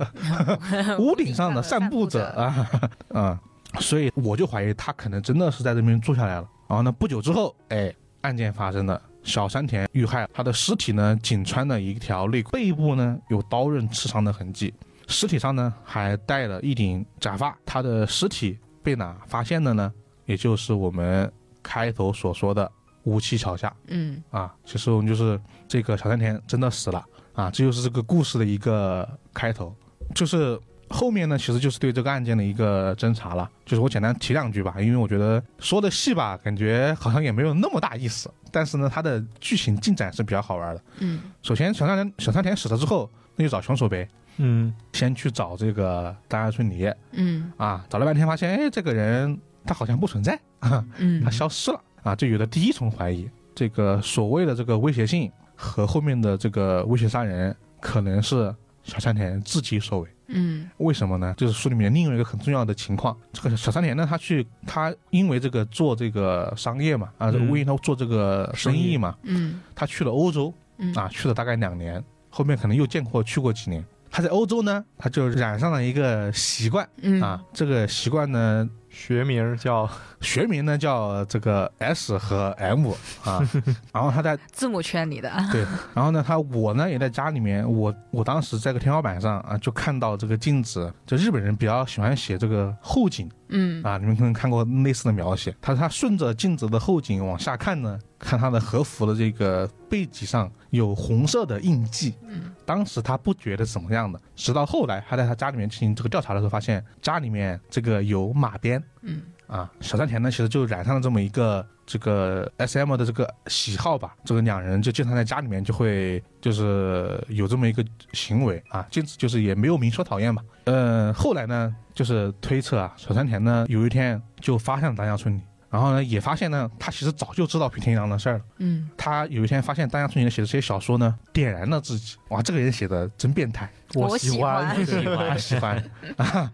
屋顶上的散步者啊啊， 所以我就怀疑他可能真的是在这边住下来了。然后呢，不久之后，哎，案件发生了，小山田遇害了，他的尸体呢仅穿了一条内裤，背部呢有刀刃刺伤的痕迹，尸体上呢还戴了一顶假发。他的尸体被哪发现的呢？也就是我们开头所说的乌七桥下。
嗯
啊，其实我们就是这个小山田真的死了啊，这就是这个故事的一个开头，就是后面呢，其实就是对这个案件的一个侦查了。就是我简单提两句吧，因为我觉得说的细吧，感觉好像也没有那么大意思，但是呢，它的剧情进展是比较好玩的。
嗯
首先，小山田小山田死了之后，那就找凶手呗，
嗯，
先去找这个大家村里
嗯
啊，找了半天发现，哎，这个人他好像不存在。他
嗯
消失了啊，就有了第一重怀疑。这个所谓的这个威胁性和后面的这个威胁杀人，可能是小山田自己所为。
嗯
为什么呢？就是书里面另外一个很重要的情况，这个小山田呢，他去他因为这个做这个商业嘛，啊，
嗯
为他做这个生意嘛，
嗯
他去了欧洲
嗯
啊，去了大概两年，后面可能又见过去过几年。他在欧洲呢，他就染上了一个习惯，
嗯
啊，这个习惯呢，
学名叫
学名呢叫这个 S 和 M 啊， 然后他在
字母圈里的，
对，然后呢，他我呢也在家里面，我我当时在个天花板上啊，就看到这个镜子，就日本人比较喜欢写这个后景
嗯
啊，你们可能看过类似的描写。他他顺着镜子的后景往下看呢，看他的和服的这个背脊上有红色的印记，
嗯
当时他不觉得是怎么样的，直到后来他在他家里面进行这个调查的时候，发现家里面这个有马鞭。
嗯
啊，小山田呢，其实就染上了这么一个这个 S M 的这个喜好吧。这个两人就经常在家里面就会就是有这么一个行为啊，就就是也没有明说讨厌吧。呃，后来呢，就是推测啊，小山田呢有一天就发现了丹下春里，然后呢也发现呢，他其实早就知道平田一郎的事儿了。
嗯，
他有一天发现丹下春里写的这些小说呢，点燃了自己。哇，这个人写的真变态。
我喜欢
你
喜欢
他喜欢啊。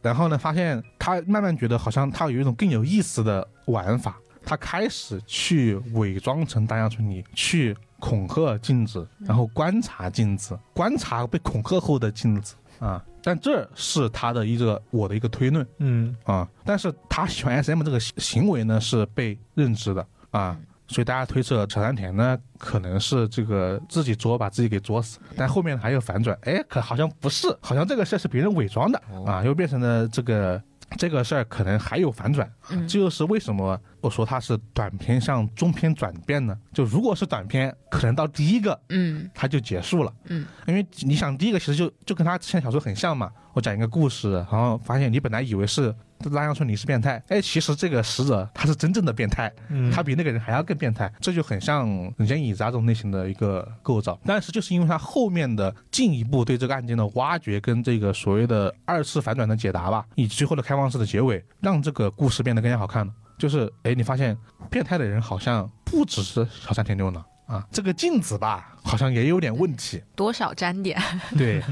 然后呢，发现他慢慢觉得好像他有一种更有意思的玩法，他开始去伪装成丹下村里去恐吓镜子，然后观察镜子，观察被恐吓后的镜子啊。但这是他的一个我的一个推论
嗯
啊，但是他喜欢 SM 这个行行为呢是被认知的啊
嗯，
所以大家推测陈山田呢可能是这个自己作把自己给作死，但后面还有反转，哎，可好像不是，好像这个事儿是别人伪装的
哦
啊，又变成了这个这个事儿可能还有反转，
嗯
这啊就是为什么我说它是短篇向中篇转变呢？就如果是短篇，可能到第一个
嗯
它就结束了。
嗯，
因为你想，第一个其实就就跟他之前小说很像嘛。我讲一个故事，然后发现你本来以为是拉上村你是变态，哎，其实这个使者他是真正的变态，
嗯，
他比那个人还要更变态，这就很像《人间椅子》啊这种类型的一个构造。但是就是因为他后面的进一步对这个案件的挖掘跟这个所谓的二次反转的解答吧，以及最后的开放式的结尾，让这个故事变得更加好看了。就是哎，你发现变态的人好像不只是小山田六郎啊，这个镜子吧，好像也有点问题。
多少沾 点，
对，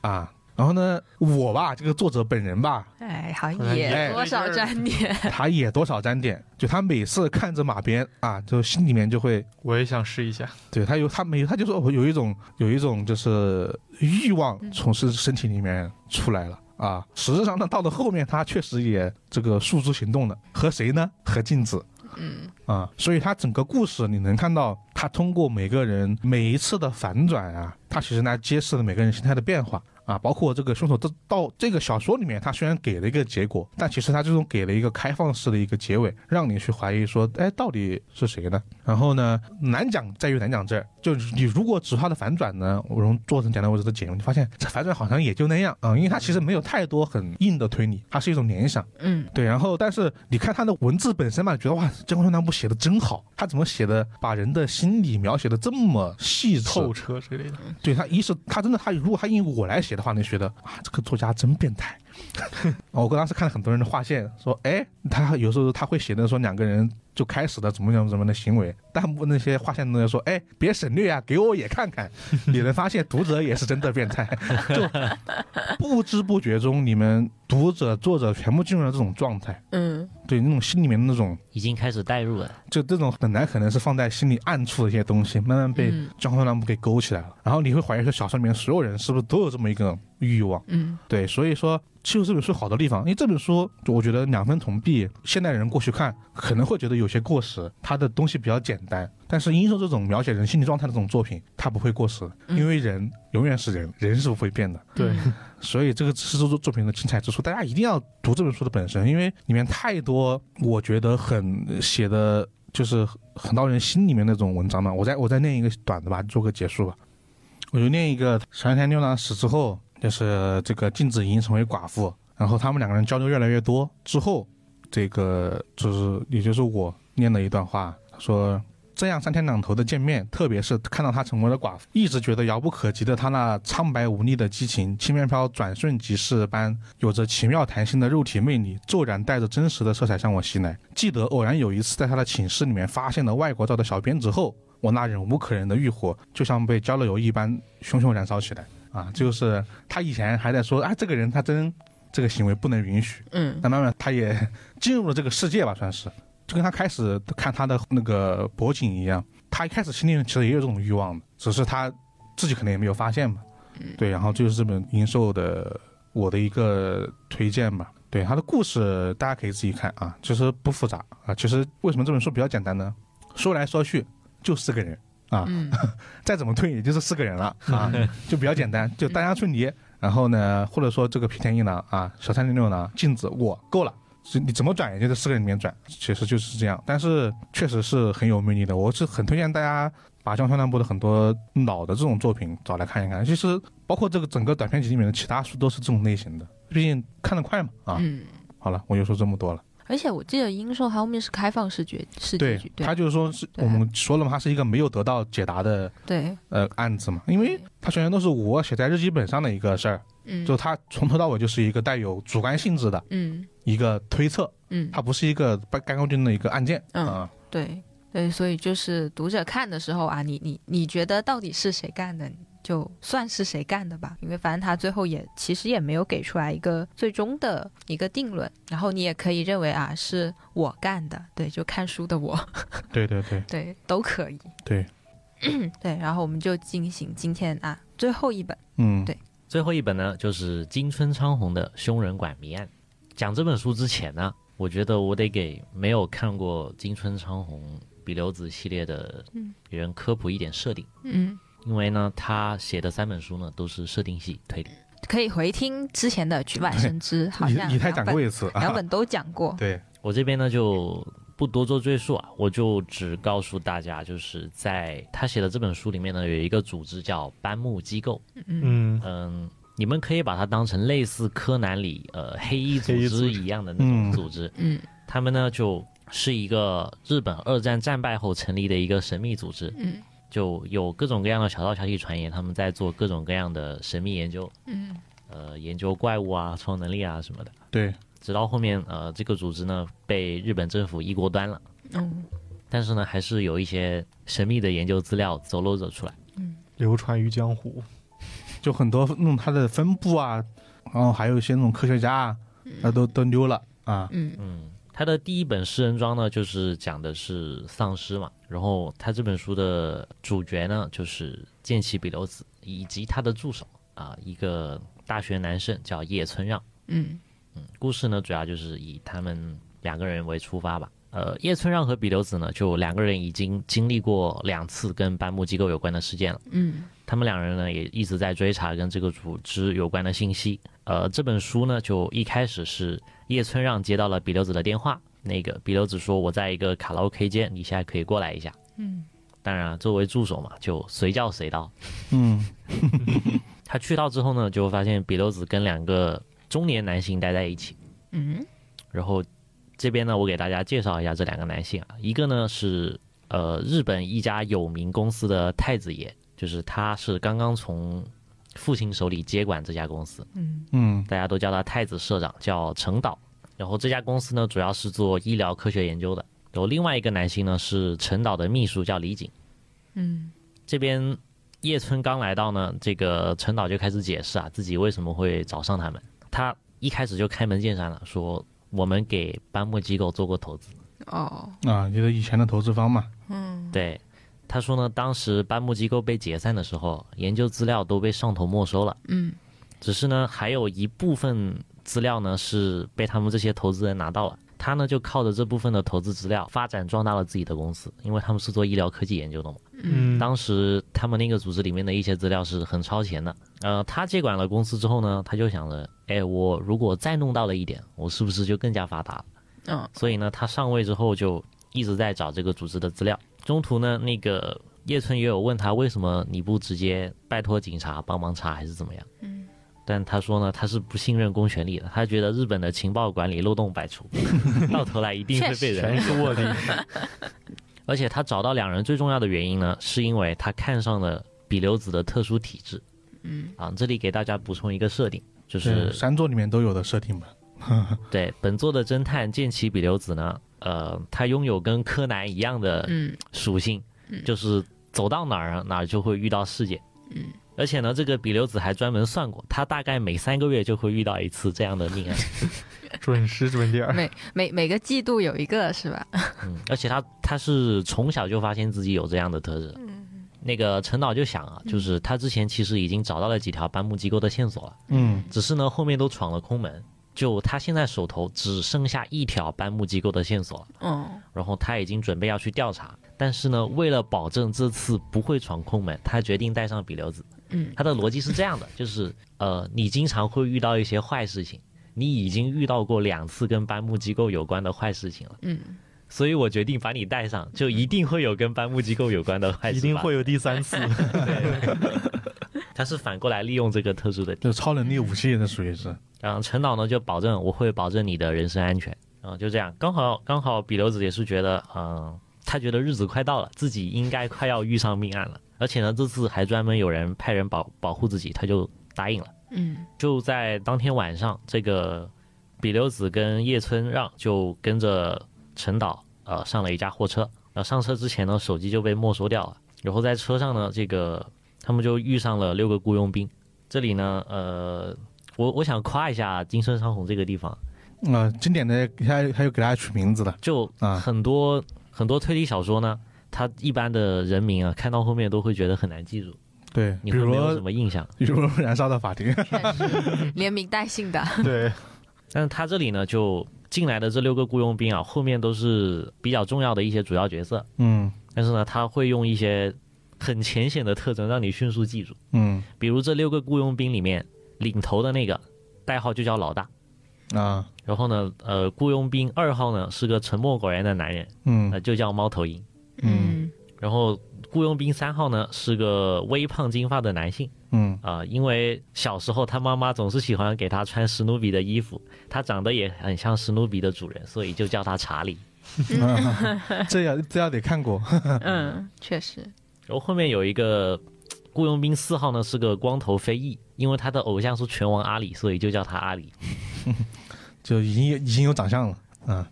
啊，然后呢，我吧，这个作者本人吧，
哎，好像
哎
也
哎
多少沾点，
他也多少沾点，就他每次看着马鞭啊，就心里面就会
我也想试一下。
对他有他没他就说我有一种有一种就是欲望从身身体里面出来了啊。实质上呢，到了后面他确实也这个付诸行动了，和谁呢？和镜子。
嗯
啊，所以他整个故事你能看到，他通过每个人每一次的反转啊，他其实来揭示了每个人心态的变化啊，包括这个凶手到到这个小说里面，他虽然给了一个结果，但其实他最终给了一个开放式的一个结尾，让你去怀疑说，哎，到底是谁呢？然后呢，难讲在于难讲这儿，就是你如果只他的反转呢，我从做成讲到为止的解读，你发现这反转好像也就那样啊、因为它其实没有太多很硬的推理，它是一种联想。
嗯
对，然后但是你看他的文字本身嘛，觉得哇，真空那部写的真好，他怎么写的把人的心理描写的这么细致？
透彻之类的，
对他，一是他真的他，如果他因为我来写的话，你觉得啊，这个作家真变态。 哦我当时看了很多人的划线，说哎，他有时候他会写的说两个人就开始了怎么样怎么样的行为，弹幕那些划线的人说哎，别省略啊，给我也看看，你能发现读者也是真的变态，就不知不觉中你们读者作者全部进入了这种状态。
嗯
对那种心里面的那种，
已经开始代入了，
就这种本来可能是放在心里暗处的一些东西，慢慢被
嗯
江户川部给勾起来了。然后你会怀疑说，小说里面所有人是不是都有这么一个欲望？
嗯
对，所以说就是这本书好的地方，因为这本书我觉得两分铜币，现代人过去看可能会觉得有些过时，它的东西比较简单。但是英寿这种描写人心理状态的这种作品，它不会过时，因为人永远是人，人是不会变的。
对，
所以这个是作作品的精彩之处，大家一定要读这本书的本身，因为里面太多我觉得很写的就是很到人心里面那种文章嘛。我再我再念一个短的吧，做个结束吧。我就念一个长田六郎死之后，就是这个镜子已经成为寡妇，然后他们两个人交流越来越多之后，这个就是也就是我念的一段话，他说。这样三天两头的见面，特别是看到她成为了寡妇，一直觉得遥不可及的她那苍白无力的激情，轻飘飘转瞬即逝般，有着奇妙弹性的肉体魅力，骤然带着真实的色彩向我袭来。记得偶然有一次在她的寝室里面发现了外国照的小鞭之后，我那忍无可忍的欲火就像被浇了油一般熊熊燃烧起来。啊，就是他以前还在说啊，这个人他真这个行为不能允许，
嗯
那慢慢他也进入了这个世界吧，算是，就跟他开始看他的那个脖颈一样，他一开始心里其实也有这种欲望的，只是他自己可能也没有发现嘛。对，然后就是这本《银兽》的我的一个推荐吧。对他的故事，大家可以自己看啊，其实不复杂啊。其实为什么这本书比较简单呢？说来说去就四个人啊，
嗯，
再怎么推也就是四个人了啊，就比较简单，就大家春泥，然后呢，或者说这个平田一郎啊，小三零六郎、镜子，我够了。是你怎么转，也就在四个人里面转，其实就是这样。但是确实是很有魅力的，我是很推荐大家把江川乱步的很多老的这种作品找来看一看。其实包括这个整个短篇集里面的其他书都是这种类型的，毕竟看得快嘛啊。
嗯，
好了，我就说这么多了。
而且我记得英寿后面是开放式结式结
对
局，，
他
对
就是说是
对
我们说了嘛，他是一个没有得到解答的
对，
呃案子嘛，因为他全全都是我写在日记本上的一个事儿，
嗯，
就他从头到尾就是一个带有主观性质的
嗯
一个推测，
嗯，
它不是一个干干净净的一个案件
嗯
啊。
对对，所以就是读者看的时候啊，你你你觉得到底是谁干的，就算是谁干的吧，因为反正他最后也其实也没有给出来一个最终的一个定论，然后你也可以认为啊是我干的，对，就看书的我，
对对对
对，都可以，
对，
对，然后我们就进行今天啊最后一本，
嗯，
对
最后一本呢，就是金春昌宏的《凶人馆谜案》。讲这本书之前呢，我觉得我得给没有看过金春昌宏笔留子系列的人科普一点设定，
嗯，
因为呢，他写的三本书呢都是设定系推理。
可以回听之前的《局外生枝》，好
以
像
以太
两
讲
本
过一次
两
啊。
本都讲过，
对，
我这边呢就不多做赘述啊，我就只告诉大家，就是在他写的这本书里面呢，有一个组织叫班木机构，
嗯，
嗯，你们可以把它当成类似柯南里呃黑衣组
黑衣组
织
织
一样的那种
嗯
组织，
嗯
他们呢就是一个日本二战战败后成立的一个神秘组织，
嗯
就有各种各样的小道消息传言，他们在做各种各样的神秘研究，
嗯
呃，研究怪物啊、超能力啊什么的。
对，
直到后面，呃，这个组织呢被日本政府一锅端了，
嗯
但是呢，还是有一些神秘的研究资料走漏走出来。
流传于江湖，
就很多弄它的分布啊，然后还有一些那种科学家啊，那都都溜了啊。
嗯
他的第一本诗人装呢，就是讲的是丧尸嘛。然后他这本书的主角呢，就是剑崎比留子以及他的助手啊、一个大学男生叫叶村让。
嗯
故事呢，主要就是以他们两个人为出发吧。呃，叶村让和比留子呢，就两个人已经经历过两次跟班木机构有关的事件了。
嗯
他们两人呢，也一直在追查跟这个组织有关的信息。呃，这本书呢，就一开始是叶村让接到了比留子的电话，那个比留子说我在一个卡拉 OK 间，你现在可以过来一下。
嗯
当然、啊，作为助手嘛，就随叫随到。
嗯，
他去到之后呢，就发现比留子跟两个中年男性待在一起。
嗯
然后这边呢，我给大家介绍一下这两个男性啊，一个呢是呃日本一家有名公司的太子爷，就是他是刚刚从父亲手里接管这家公司，
嗯
嗯
大家都叫他太子社长，叫成岛。然后这家公司呢，主要是做医疗科学研究的。有另外一个男性呢是成岛的秘书，叫李景。
嗯
这边叶村刚来到呢，这个陈导就开始解释啊，自己为什么会找上他们。他一开始就开门见山了，说我们给班木机构做过投资。
嗯
哦
啊，就是以前的投资方嘛。
嗯
对，他说呢，当时班木机构被解散的时候，研究资料都被上头没收了，
嗯
只是呢，还有一部分资料呢是被他们这些投资人拿到了。他呢就靠着这部分的投资资料，发展壮大了自己的公司，因为他们是做医疗科技研究的嘛。
嗯，
当时他们那个组织里面的一些资料是很超前的。呃，他接管了公司之后呢，他就想着，哎，我如果再弄到了一点，我是不是就更加发达了？
嗯
所以呢，他上位之后就一直在找这个组织的资料。中途呢，那个叶村也有问他，为什么你不直接拜托警察帮忙查，还是怎么样？嗯。但他说呢，他是不信任公权力的，他觉得日本的情报管理漏洞百出， 到头来一定会被人
全是卧底，
而且他找到两人最重要的原因呢，是因为他看上了比留子的特殊体质。嗯，啊，这里给大家补充一个设定，就是
三座里面都有的设定嘛。
对本作的侦探剑崎比留子呢，呃，他拥有跟柯南一样的
嗯
属性，就是走到哪儿啊哪儿就会遇到事件。
嗯，
而且呢，这个比留子还专门算过，他大概每三个月就会遇到一次这样的命案。
准时准点儿，
每每每个季度有一个是吧？
嗯，而且他他是从小就发现自己有这样的特质。嗯，那个陈导就想啊，就是他之前其实已经找到了几条班木机构的线索了，
嗯
只是呢后面都闯了空门，就他现在手头只剩下一条班木机构的线索了，
哦
嗯
然后他已经准备要去调查，但是呢，为了保证这次不会闯空门，他决定带上笔瘤子。
嗯
他的逻辑是这样的，就是呃，你经常会遇到一些坏事情，你已经遇到过两次跟班木机构有关的坏事情了，
嗯，
所以我决定把你带上，就一定会有跟班木机构有关的坏事，
一定会。有第三次。
他是反过来利用这个特殊的
这超能力武器，这属于是。
然后陈导呢就保证我会保证你的人身安全，然后就这样，刚好刚好比留子也是觉得，嗯、他觉得日子快到了，自己应该快要遇上命案了，而且呢这次还专门有人派人保保护自己，他就答应了。
嗯
就在当天晚上，这个比留子跟叶村让就跟着陈导呃上了一架货车，然后上车之前呢手机就被没收掉了，然后在车上呢这个他们就遇上了六个雇佣兵，这里呢呃我我想夸一下金sơn昌宏这个地方，
呃，经典的，他他又给大家取名字的，
就
啊
很多、很多推理小说呢。他一般的人名啊，看到后面都会觉得很难记住，
对，
你
比
会
如
没有什么印象。
比如燃烧的法庭，
确
嗯
实连名带姓的，
对，
但是他这里呢，就进来的这六个雇佣兵啊，后面都是比较重要的一些主要角色，
嗯
但是呢，他会用一些很浅显的特征让你迅速记住。
嗯
比如这六个雇佣兵里面，领头的那个代号就叫老大，
啊
然后呢，呃，雇佣兵二号呢是个沉默寡言的男人， 呃，
嗯
就叫猫头鹰。
嗯
然后雇佣兵三号呢是个微胖金发的男性
嗯
啊、因为小时候他妈妈总是喜欢给他穿史努比的衣服，他长得也很像史努比的主人，所以就叫他查理。
这要这要得看过，
嗯，确实，
然后后面有一个雇佣兵四号呢是个光头非裔，因为他的偶像是拳王阿里，所以就叫他阿里。
就已经有已经有长相了，啊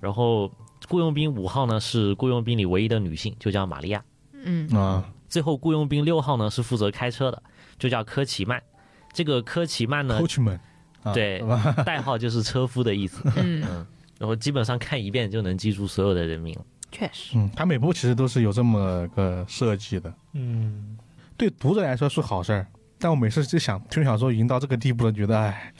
然后雇佣兵五号呢是雇佣兵里唯一的女性，就叫玛利亚。
嗯
啊，
最后雇佣兵六号呢是负责开车的，就叫科奇曼。这个科奇曼呢
Coachman，啊
对
好吧
代号就是车夫的意思，
嗯，
然后基本上看一遍就能记住所有的人名了。
确实，
嗯，他每部其实都是有这么个设计的，
嗯，
对读者来说是好事儿，但我每次就想听小说已经到这个地步了，觉得哎，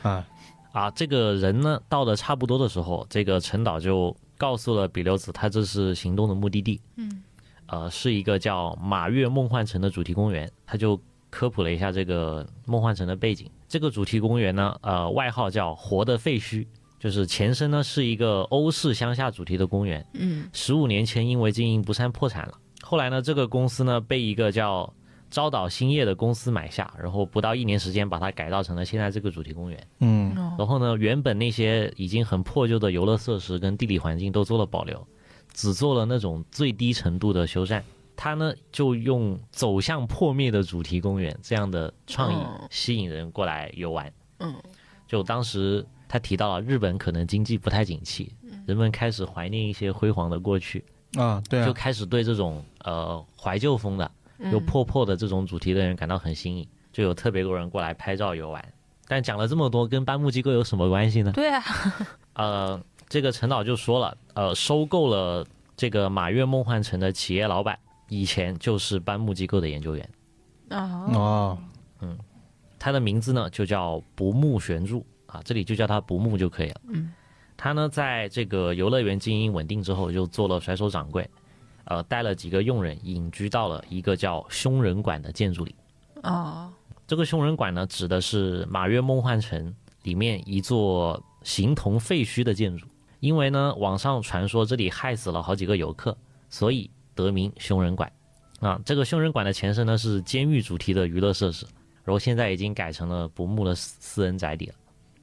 啊，
啊，这个人呢到的差不多的时候，这个陈导就告诉了比留子，他这次行动的目的地，
嗯
呃，是一个叫马月梦幻城的主题公园。他就科普了一下这个梦幻城的背景。这个主题公园呢，呃，外号叫“活的废墟”，就是前身呢是一个欧式乡下主题的公园。
嗯
十五年前因为经营不善破产了。后来呢，这个公司呢被一个叫招岛兴业的公司买下，然后不到一年时间把它改造成了现在这个主题公园。
嗯
哦
然后呢，原本那些已经很破旧的游乐设施跟地理环境都做了保留，只做了那种最低程度的修缮。它呢就用走向破灭的主题公园这样的创意
哦
吸引人过来游玩。
嗯
就当时他提到了日本可能经济不太景气，
嗯
人们开始怀念一些辉煌的过去，
啊，对
就
啊，
开始对这种呃怀旧风的
嗯
有破破的这种主题的人感到很新颖，就有特别多人过来拍照游玩。但讲了这么多，跟班木机构有什么关系呢？
对啊，
呃，这个陈导就说了，呃，收购了这个马月梦幻城的企业老板，以前就是班木机构的研究员，
哦，
哦，
他的名字呢就叫不木玄助啊，这里就叫他不木就可以了。
嗯，
他呢在这个游乐园经营稳定之后，就做了甩手掌柜，呃，带了几个佣人隐居到了一个叫凶人馆的建筑里。
哦，
这个凶人馆呢，指的是马约梦幻城里面一座形同废墟的建筑，因为呢，网上传说这里害死了好几个游客，所以得名凶人馆。啊，这个凶人馆的前身呢是监狱主题的娱乐设施，然后现在已经改成了不睦的私私人宅邸了。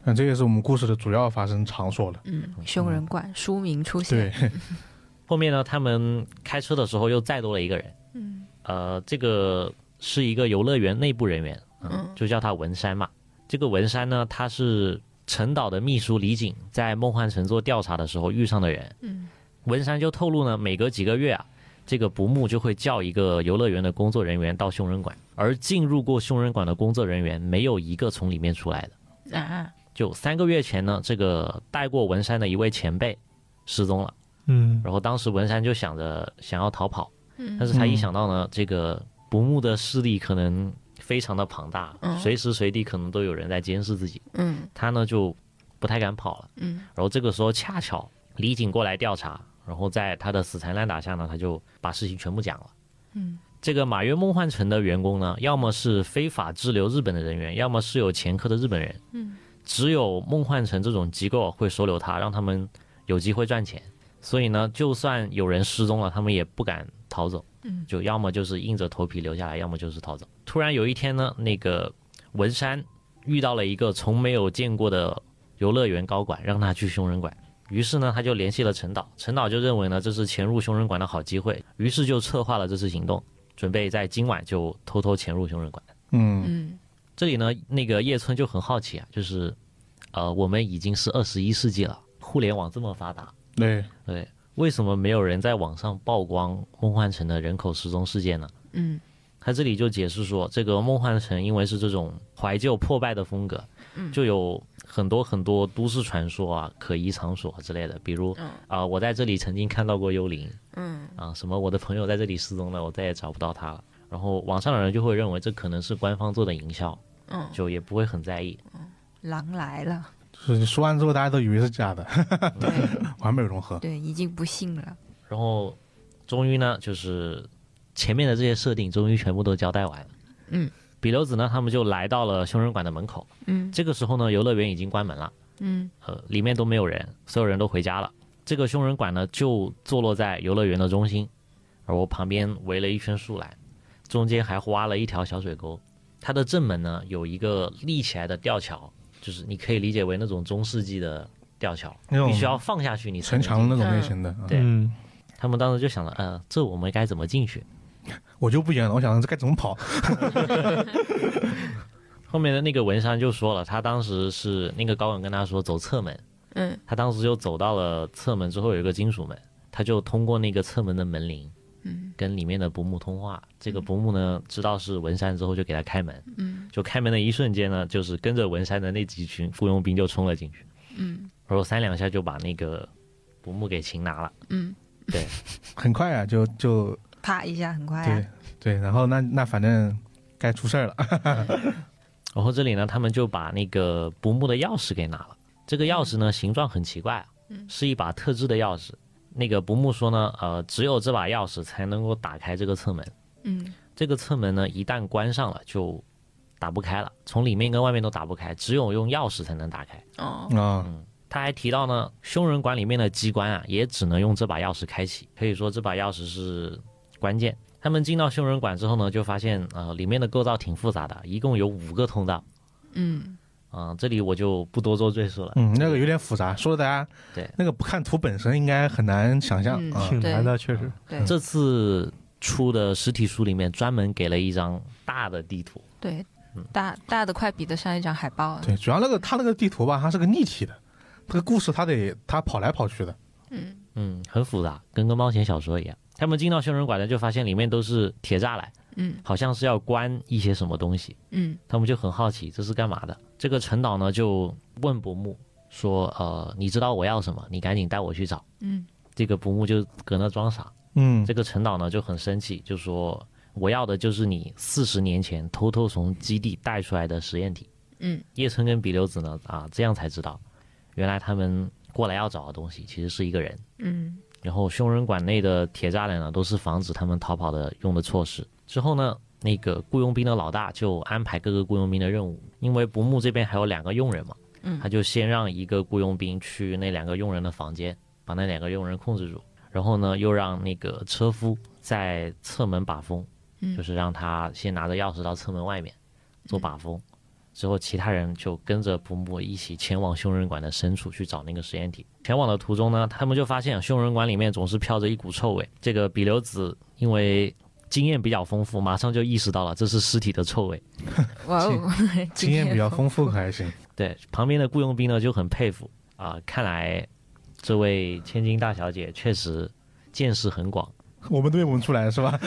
那这也是我们故事的主要发生场所了，
嗯，凶人馆书名出现
对，，
后面呢，他们开车的时候又再多了一个人，
嗯，
呃，这个是一个游乐园内部人员，嗯
嗯，
就叫他文山嘛。这个文山呢，他是陈导的秘书李锦在梦幻城做调查的时候遇上的人。
嗯，
文山就透露呢，每隔几个月啊，这个不木就会叫一个游乐园的工作人员到凶人馆，而进入过凶人馆的工作人员没有一个从里面出来的。
啊，
就三个月前呢，这个带过文山的一位前辈失踪了。
嗯，
然后当时文山就想着想要逃跑，
嗯
但是他一想到呢，这个不木的势力可能非常的庞大
嗯，
随时随地可能都有人在监视自己。
嗯
他呢就不太敢跑了。
嗯，
然后这个时候恰巧李警过来调查，然后在他的死缠烂打下呢，他就把事情全部讲了。
嗯，
这个马约梦幻城的员工呢，要么是非法滞留日本的人员，要么是有前科的日本人。嗯，只有梦幻城这种机构会收留他，让他们有机会赚钱。所以呢，就算有人失踪了，他们也不敢逃走。嗯，就要么就是硬着头皮留下来，要么就是逃走。突然有一天呢，那个文山遇到了一个从没有见过的游乐园高管，让他去凶人馆。于是呢，他就联系了陈导，陈导就认为呢这是潜入凶人馆的好机会，于是就策划了这次行动，准备在今晚就偷偷潜入凶人馆。
嗯
嗯
这里呢，那个叶村就很好奇啊，就是，呃，我们已经是二十一世纪了，互联网这么发达，
对，
对，为什么没有人在网上曝光梦幻城的人口失踪事件呢？
嗯
他这里就解释说，这个梦幻城因为是这种怀旧破败的风格，
嗯
就有很多很多都市传说啊、可疑场所之类的，比如啊、我在这里曾经看到过幽灵，
嗯
啊，什么我的朋友在这里失踪了，我再也找不到他了。然后网上的人就会认为这可能是官方做的营销，
嗯，
就也不会很在意。
狼来了，
就是你说完之后，大家都以为是假的，
对
完美融合。
对，已经不信了。
然后终于呢，就是前面的这些设定终于全部都交代完了。
嗯，
比留子呢，他们就来到了凶人馆的门口。
嗯
这个时候呢，游乐园已经关门了。
嗯
呃，里面都没有人，所有人都回家了。这个凶人馆呢，就坐落在游乐园的中心，而我旁边围了一圈树懒，中间还挖了一条小水沟。它的正门呢，有一个立起来的吊桥，就是你可以理解为那种中世纪的吊桥，
那种
必须要放下去你才
城
能
墙
进。
那种类型的，啊
对
嗯，
他们当时就想了，呃，这我们该怎么进去？
我就不演了。我想这该怎么跑？
后面的那个文山就说了，他当时是那个高管跟他说走侧门，
嗯
他当时就走到了侧门之后有一个金属门，他就通过那个侧门的门铃，
嗯
跟里面的伯母通话。这个伯母呢，知道是文山之后就给他开门，
嗯
就开门的一瞬间呢，就是跟着文山的那几群雇佣兵就冲了进去，
嗯
然后三两下就把那个伯母给擒拿了。
嗯
很快啊，就就
啪一下很快啊
对，对，然后那那反正该出事儿了。
然后这里呢，他们就把那个伯母的钥匙给拿了。这个钥匙呢，形状很奇怪啊，是一把特制的钥匙。那个伯母说呢，呃，只有这把钥匙才能够打开这个侧门。
嗯
这个侧门呢，一旦关上了就打不开了，从里面跟外面都打不开，只有用钥匙才能打开。
哦
啊，
他还提到呢，凶人馆里面的机关啊，也只能用这把钥匙开启，可以说这把钥匙是关键。他们进到凶人馆之后呢，就发现呃里面的构造挺复杂的，一共有五个通道。
嗯
嗯、这里我就不多做赘述了。
嗯，那个有点复杂，说的大家
对
那个不看图本身应该很难想象
嗯
啊。
挺难的，确实。
对
嗯这次出的实体书里面专门给了一张大的地图，
对，
嗯
大大的快比得上一张海报了。
对，主要那个它那个地图吧，它是个立体的，这个故事它得它跑来跑去的。
嗯，很复杂，跟个冒险小说一样。他们进到凶人馆呢，就发现里面都是铁栅栏，
嗯
好像是要关一些什么东西。
嗯
他们就很好奇这是干嘛的。这个陈导呢就问伯母说：“呃，你知道我要什么？你赶紧带我去找。
嗯”
这个伯母就搁那装傻。
嗯
这个陈导呢就很生气，就说：“我要的就是你四十年前偷偷从基地带出来的实验体。”
嗯，
叶村跟比留子呢啊，这样才知道，原来他们过来要找的东西其实是一个人。
嗯
然后凶人馆内的铁栅栏呢，都是防止他们逃跑的用的措施。之后呢，那个雇佣兵的老大就安排各个雇佣兵的任务，因为不木这边还有两个佣人嘛，
嗯
他就先让一个雇佣兵去那两个佣人的房间，把那两个佣人控制住，然后呢，又让那个车夫在侧门把风，
嗯
就是让他先拿着钥匙到侧门外面做把风。之后，其他人就跟着布木一起前往凶人馆的深处去找那个实验体。前往的途中呢，他们就发现凶人馆里面总是飘着一股臭味。这个比留子因为经验比较丰富，马上就意识到了这是尸体的臭味。
哇 哦，
哎
经验比较丰富，可还行。
对，旁边的雇佣兵呢就很佩服啊、看来这位千金大小姐确实见识很广。
我们都没闻出来是吧？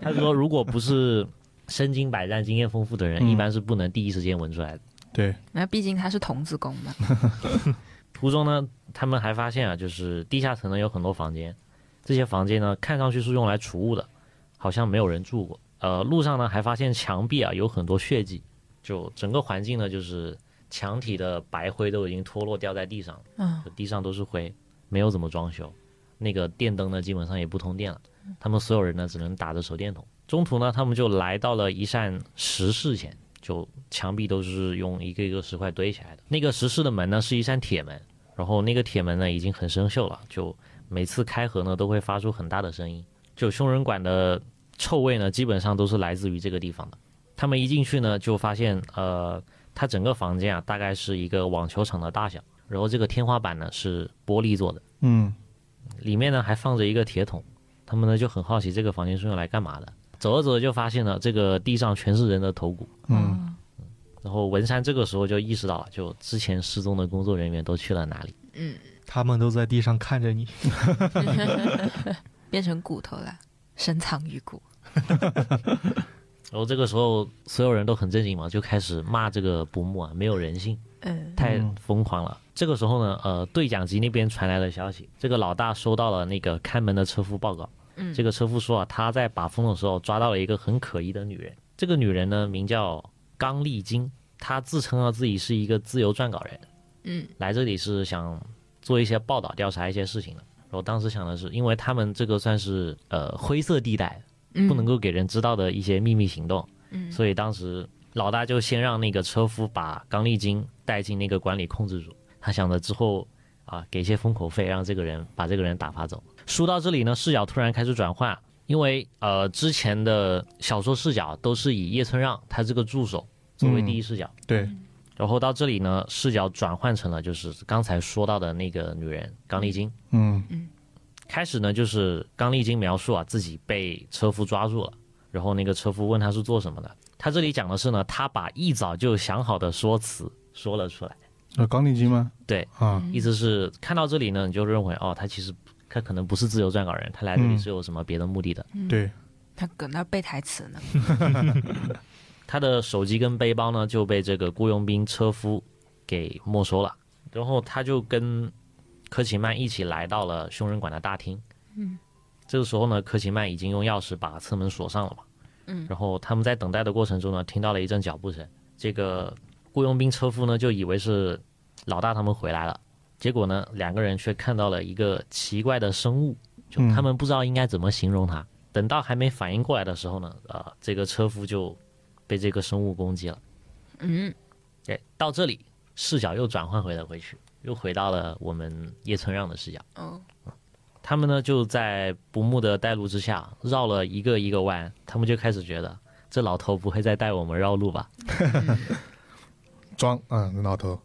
他说，如果不是身经百战、经验丰富的人，
嗯
一般是不能第一时间闻出来的。
对，
那毕竟他是童子功嘛。
途中呢，他们还发现啊，就是地下层呢有很多房间，这些房间呢看上去是用来储物的，好像没有人住过。呃，路上呢还发现墙壁啊有很多血迹，就整个环境呢就是墙体的白灰都已经脱落掉在地上了，
嗯
就地上都是灰，没有怎么装修。那个电灯呢基本上也不通电了，他们所有人呢只能打着手电筒。中途呢，他们就来到了一扇石室前，就墙壁都是用一个一个石块堆起来的。那个石室的门呢是一扇铁门，然后那个铁门呢已经很生锈了，就每次开合呢都会发出很大的声音。就凶人馆的臭味呢，基本上都是来自于这个地方的。他们一进去呢，就发现呃，它整个房间啊大概是一个网球场的大小，然后这个天花板呢是玻璃做的，
嗯，
里面呢还放着一个铁桶。他们呢就很好奇这个房间是用来干嘛的。走着走着就发现了这个地上全是人的头骨。
嗯
哦
然后文山这个时候就意识到了，就之前失踪的工作人员都去了哪里。
嗯，
他们都在地上看着你。
变成骨头了，深藏于骨。
然后哦这个时候所有人都很震惊嘛，就开始骂这个不木啊没有人性，
嗯
太疯狂了。这个时候呢，呃，对讲机那边传来了消息，这个老大收到了那个看门的车夫报告。
嗯，
这个车夫说啊，他在把风的时候抓到了一个很可疑的女人。这个女人呢，名叫刚丽晶，她自称啊自己是一个自由撰稿人。
嗯
来这里是想做一些报道、调查一些事情的。我当时想的是，因为他们这个算是呃灰色地带，
嗯
不能够给人知道的一些秘密行动，
嗯
所以当时老大就先让那个车夫把刚丽晶带进那个管理控制组，他想着之后啊给一些封口费，让这个人把这个人打发走。书到这里呢，视角突然开始转换，因为呃之前的小说视角都是以叶村让他这个助手作为第一视角，
对，
然后到这里呢，视角转换成了就是刚才说到的那个女人刚丽晶。
嗯
开始呢，就是刚丽晶描述啊自己被车夫抓住了，然后那个车夫问他是做什么的。他这里讲的是呢，他把一早就想好的说辞说了出来，
呃，钢力机吗？
对
啊，
意思是看到这里呢，你就认为哦，他其实他可能不是自由撰稿人，他来这里是有什么别的目的的。
对，
他搁那儿背台词呢。
他的手机跟背包呢就被这个雇佣兵车夫给没收了，然后他就跟科奇曼一起来到了凶人馆的大厅。嗯，这个时候呢，科奇曼已经用钥匙把侧门锁上了嘛。嗯，然后他们在等待的过程中呢，听到了一阵脚步声。这个雇佣兵车夫呢就以为是老大他们回来了，结果呢，两个人却看到了一个奇怪的生物，就他们不知道应该怎么形容它。等到还没反应过来的时候呢，呃，这个车夫就被这个生物攻击了。
嗯
哎，到这里视角又转换回了回去，又回到了我们叶村让的视角。
哦
他们呢就在不木的带路之下绕了一个一个弯，他们就开始觉得这老头不会再带我们绕路吧？
装啊，那老头，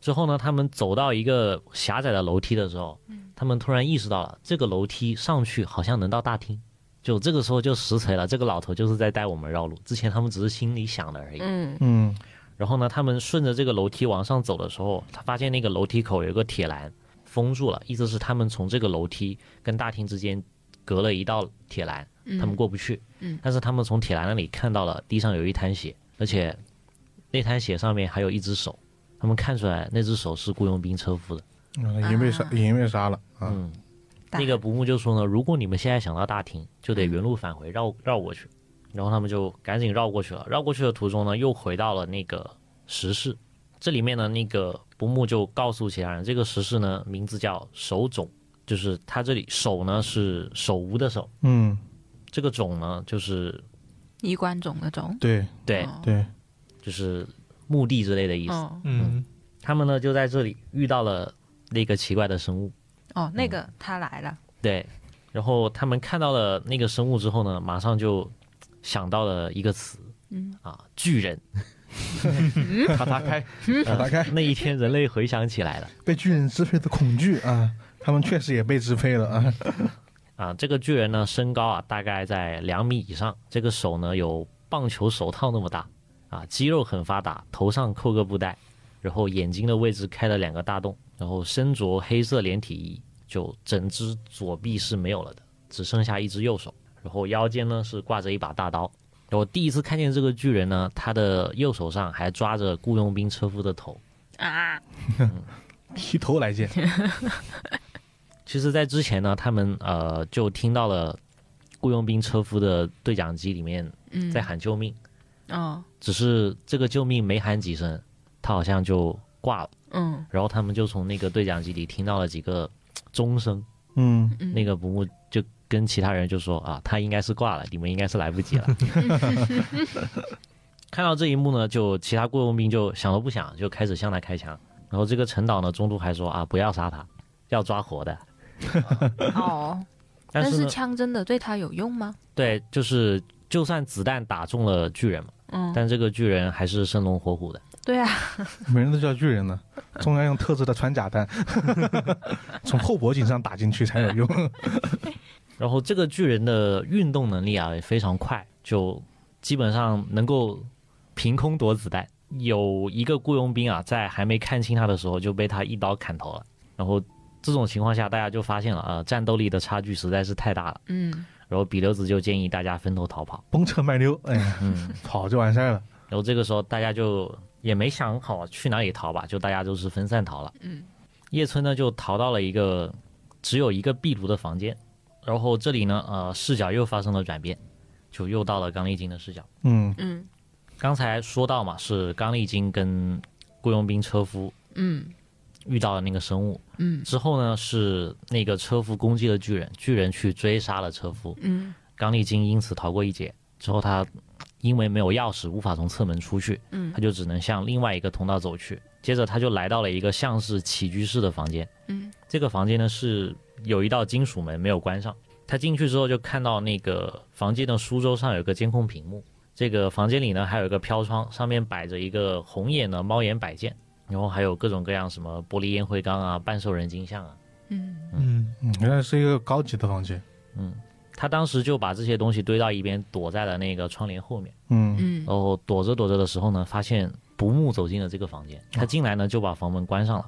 之后呢，他们走到一个狭窄的楼梯的时候，他们突然意识到了这个楼梯上去好像能到大厅。就这个时候就实锤了，这个老头就是在带我们绕路。之前他们只是心里想的而已。
嗯
嗯
然后呢，他们顺着这个楼梯往上走的时候，他发现那个楼梯口有一个铁栏封住了，意思是他们从这个楼梯跟大厅之间隔了一道铁栏，他们过不去。
嗯
但是他们从铁栏那里看到了地上有一滩血，而且那滩血上面还有一只手，他们看出来那只手是雇佣兵车夫的。
嗯，已经被杀，已经被杀了啊，
嗯，
大
那个不木就说呢，如果你们现在想到大厅，就得原路返回，
嗯
绕绕过去。然后他们就赶紧绕过去了。绕过去的途中呢，又回到了那个石室。这里面呢，那个不木就告诉其他人，这个石室呢，名字叫手冢，就是它这里手呢是手无的手，
嗯，
这个冢呢就是
衣冠冢的冢。
对
对，
哦
对，
就是墓地之类的意思。
哦
嗯，
他们呢就在这里遇到了那个奇怪的生物，
哦，那个他来了。
对，然后他们看到了那个生物之后呢，马上就想到了一个词，
嗯
啊，巨人。
他打开，
啊打开
那一天，人类回想起来了
被巨人支配的恐惧啊，他们确实也被支配了啊，
啊，这个巨人呢，身高啊大概在两米以上，这个手呢有棒球手套那么大啊，肌肉很发达，头上扣个布带，然后眼睛的位置开了两个大洞，然后身着黑色连体衣，就整只左臂是没有了的，只剩下一只右手，然后腰间呢是挂着一把大刀。然后第一次看见这个巨人呢，他的右手上还抓着雇佣兵车夫的头。
啊，
提头来见，
其实，在之前呢，他们呃就听到了雇佣兵车夫的对讲机里面
嗯，
在喊救命，
哦，
只是这个救命没喊几声，他好像就挂了。
嗯
然后他们就从那个对讲机里听到了几个嘖钟声，
嗯，
嗯，
那个不木就跟其他人就说啊，他应该是挂了，你们应该是来不及了。 看到这一幕呢，就其他雇佣兵就想都不想就开始向他开枪。然后这个陈导呢，中途还说啊，不要杀他，要抓活的。
哦，
但
但
是
是
呢，
枪真的对他有用吗？
对，就是就算子弹打中了巨人嘛，
嗯，
但这个巨人还是生龙活虎的。
对啊，
每人都叫巨人呢，中央用特制的穿甲弹，从后脖颈上打进去才有用。
然后这个巨人的运动能力啊也非常快，就基本上能够凭空躲子弹。有一个雇佣兵啊，在还没看清他的时候就被他一刀砍头了。然后这种情况下，大家就发现了啊、呃战斗力的差距实在是太大了。
嗯
然后比留子就建议大家分头逃跑。
崩车卖溜，哎呀，
嗯，
跑就完事儿了。
然后这个时候大家就也没想好去哪里逃吧，就大家都是分散逃了。
嗯，
叶村呢就逃到了一个只有一个壁炉的房间，然后这里呢呃视角又发生了转变，就又到了刚丽晶的视角。
嗯，
嗯
刚才说到嘛，是刚丽晶跟雇佣兵车夫
嗯
遇到了那个生物，
嗯
之后呢是那个车夫攻击了巨人，巨人去追杀了车夫，
嗯
刚丽晶因此逃过一劫。之后他因为没有钥匙，无法从侧门出去，
嗯
他就只能向另外一个通道走去。接着他就来到了一个像是起居室的房间，
嗯
这个房间呢是有一道金属门没有关上。他进去之后就看到那个房间的书桌上有个监控屏幕，这个房间里呢还有一个飘窗，上面摆着一个红眼的猫眼摆件，然后还有各种各样什么玻璃烟灰缸啊、半兽人金像啊。
嗯
嗯，
嗯原来是一个高级的房间。
他当时就把这些东西堆到一边，躲在了那个窗帘后面。
嗯，
嗯
然后躲着躲着的时候呢，发现不木走进了这个房间。他进来呢就把房门关上了，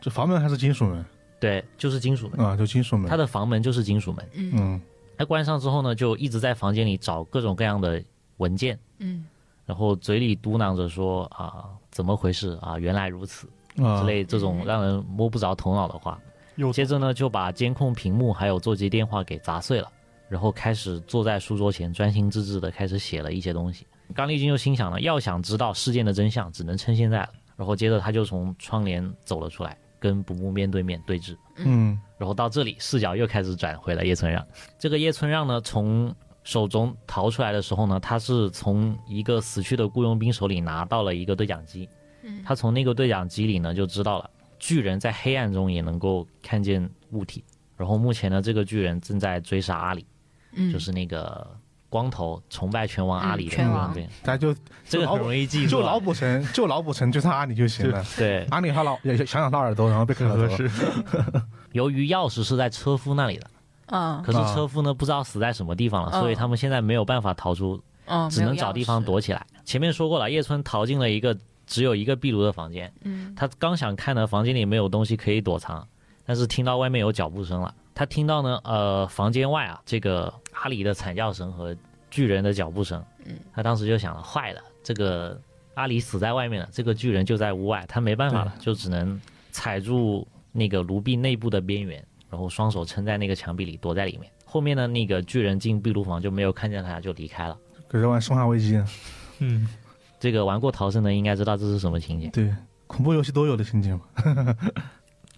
这房门还是金属门
对，就是金属门。
啊，就金属门。
他的房门就是金属门。
嗯
嗯，
他关上之后呢，就一直在房间里找各种各样的文件，
嗯
然后嘴里嘟囔着说啊，怎么回事啊，原来如此
啊
之，类这种让人摸不着头脑的话。
又
接着呢，就把监控屏幕还有座机电话给砸碎了，然后开始坐在书桌前专心致志的开始写了一些东西。刚丽君就心想了，要想知道事件的真相，只能趁现在了。然后接着他就从窗帘走了出来，跟不木面对面对峙。
嗯
然后到这里，视角又开始转回了叶村让。这个叶村让呢，从手中逃出来的时候呢，他是从一个死去的雇佣兵手里拿到了一个对讲机。
嗯
他从那个对讲机里呢，就知道了巨人在黑暗中也能够看见物体。然后目前呢，这个巨人正在追杀阿里，
嗯，
就是那个光头崇拜拳王阿里的
嗯拳
那
王
边，
大家就
这个很容易记住
就
啊。
老补成，就老补成，就他阿里就行了。
对，
阿里他老也想想他耳朵，然后被砍了
合
头。
适。
由于钥匙是在车夫那里的，
嗯
可是
啊
车夫呢不知道死在什么地方了，
嗯
所以他们现在没有办法逃出
哦
嗯，
只能找地方躲起来。前面说过了，叶村逃进了一个只有一个壁炉的房间，
嗯
他刚想看呢，房间里没有东西可以躲藏，但是听到外面有脚步声了。他听到呢，呃，房间外啊，这个阿里的惨叫声和巨人的脚步声。
嗯，
他当时就想了，坏了，这个阿里死在外面了，这个巨人就在屋外，他没办法了，就只能踩住那个炉壁内部的边缘，然后双手撑在那个墙壁里，躲在里面。后面呢，那个巨人进壁炉房就没有看见他，就离开了。
可是玩《生化危机》呢，
嗯，
这个玩过逃生的应该知道这是什么情节。
对，恐怖游戏都有的情节嘛。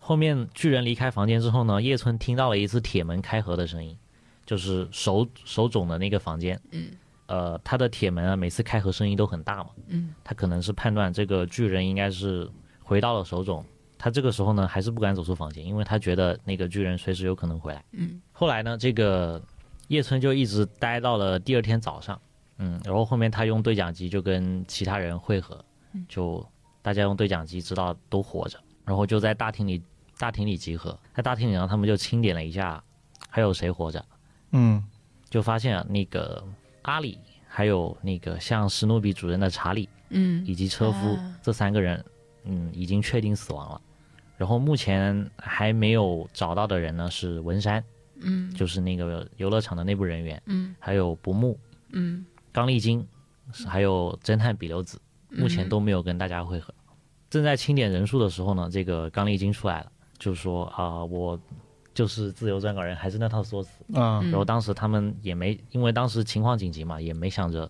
后面巨人离开房间之后呢，叶村听到了一次铁门开合的声音，就是手手冢的那个房间。
嗯，
呃，他的铁门啊，每次开合声音都很大嘛。
嗯，
他可能是判断这个巨人应该是回到了手冢。他这个时候呢，还是不敢走出房间，因为他觉得那个巨人随时有可能回来。
嗯，
后来呢，这个叶村就一直待到了第二天早上。嗯，然后后面他用对讲机就跟其他人汇合，就大家用对讲机知道都活着，然后就在大厅里大厅里集合，在大厅里呢，他们就清点了一下，还有谁活着，
嗯
就发现啊那个阿里，还有那个像史努比主任的查理
嗯
以及车夫、
啊
这三个人，嗯，已经确定死亡了。然后目前还没有找到的人呢是文山，
嗯
就是那个游乐场的内部人员，
嗯
还有不木、
嗯，
刚丽晶，还有侦探比留子，
嗯
目前都没有跟大家汇合。正在清点人数的时候呢，这个刚丽晶出来了，就说啊、我就是自由撰稿人，还是那套说辞。
啊
嗯
然后当时他们也没，因为当时情况紧急嘛，也没想着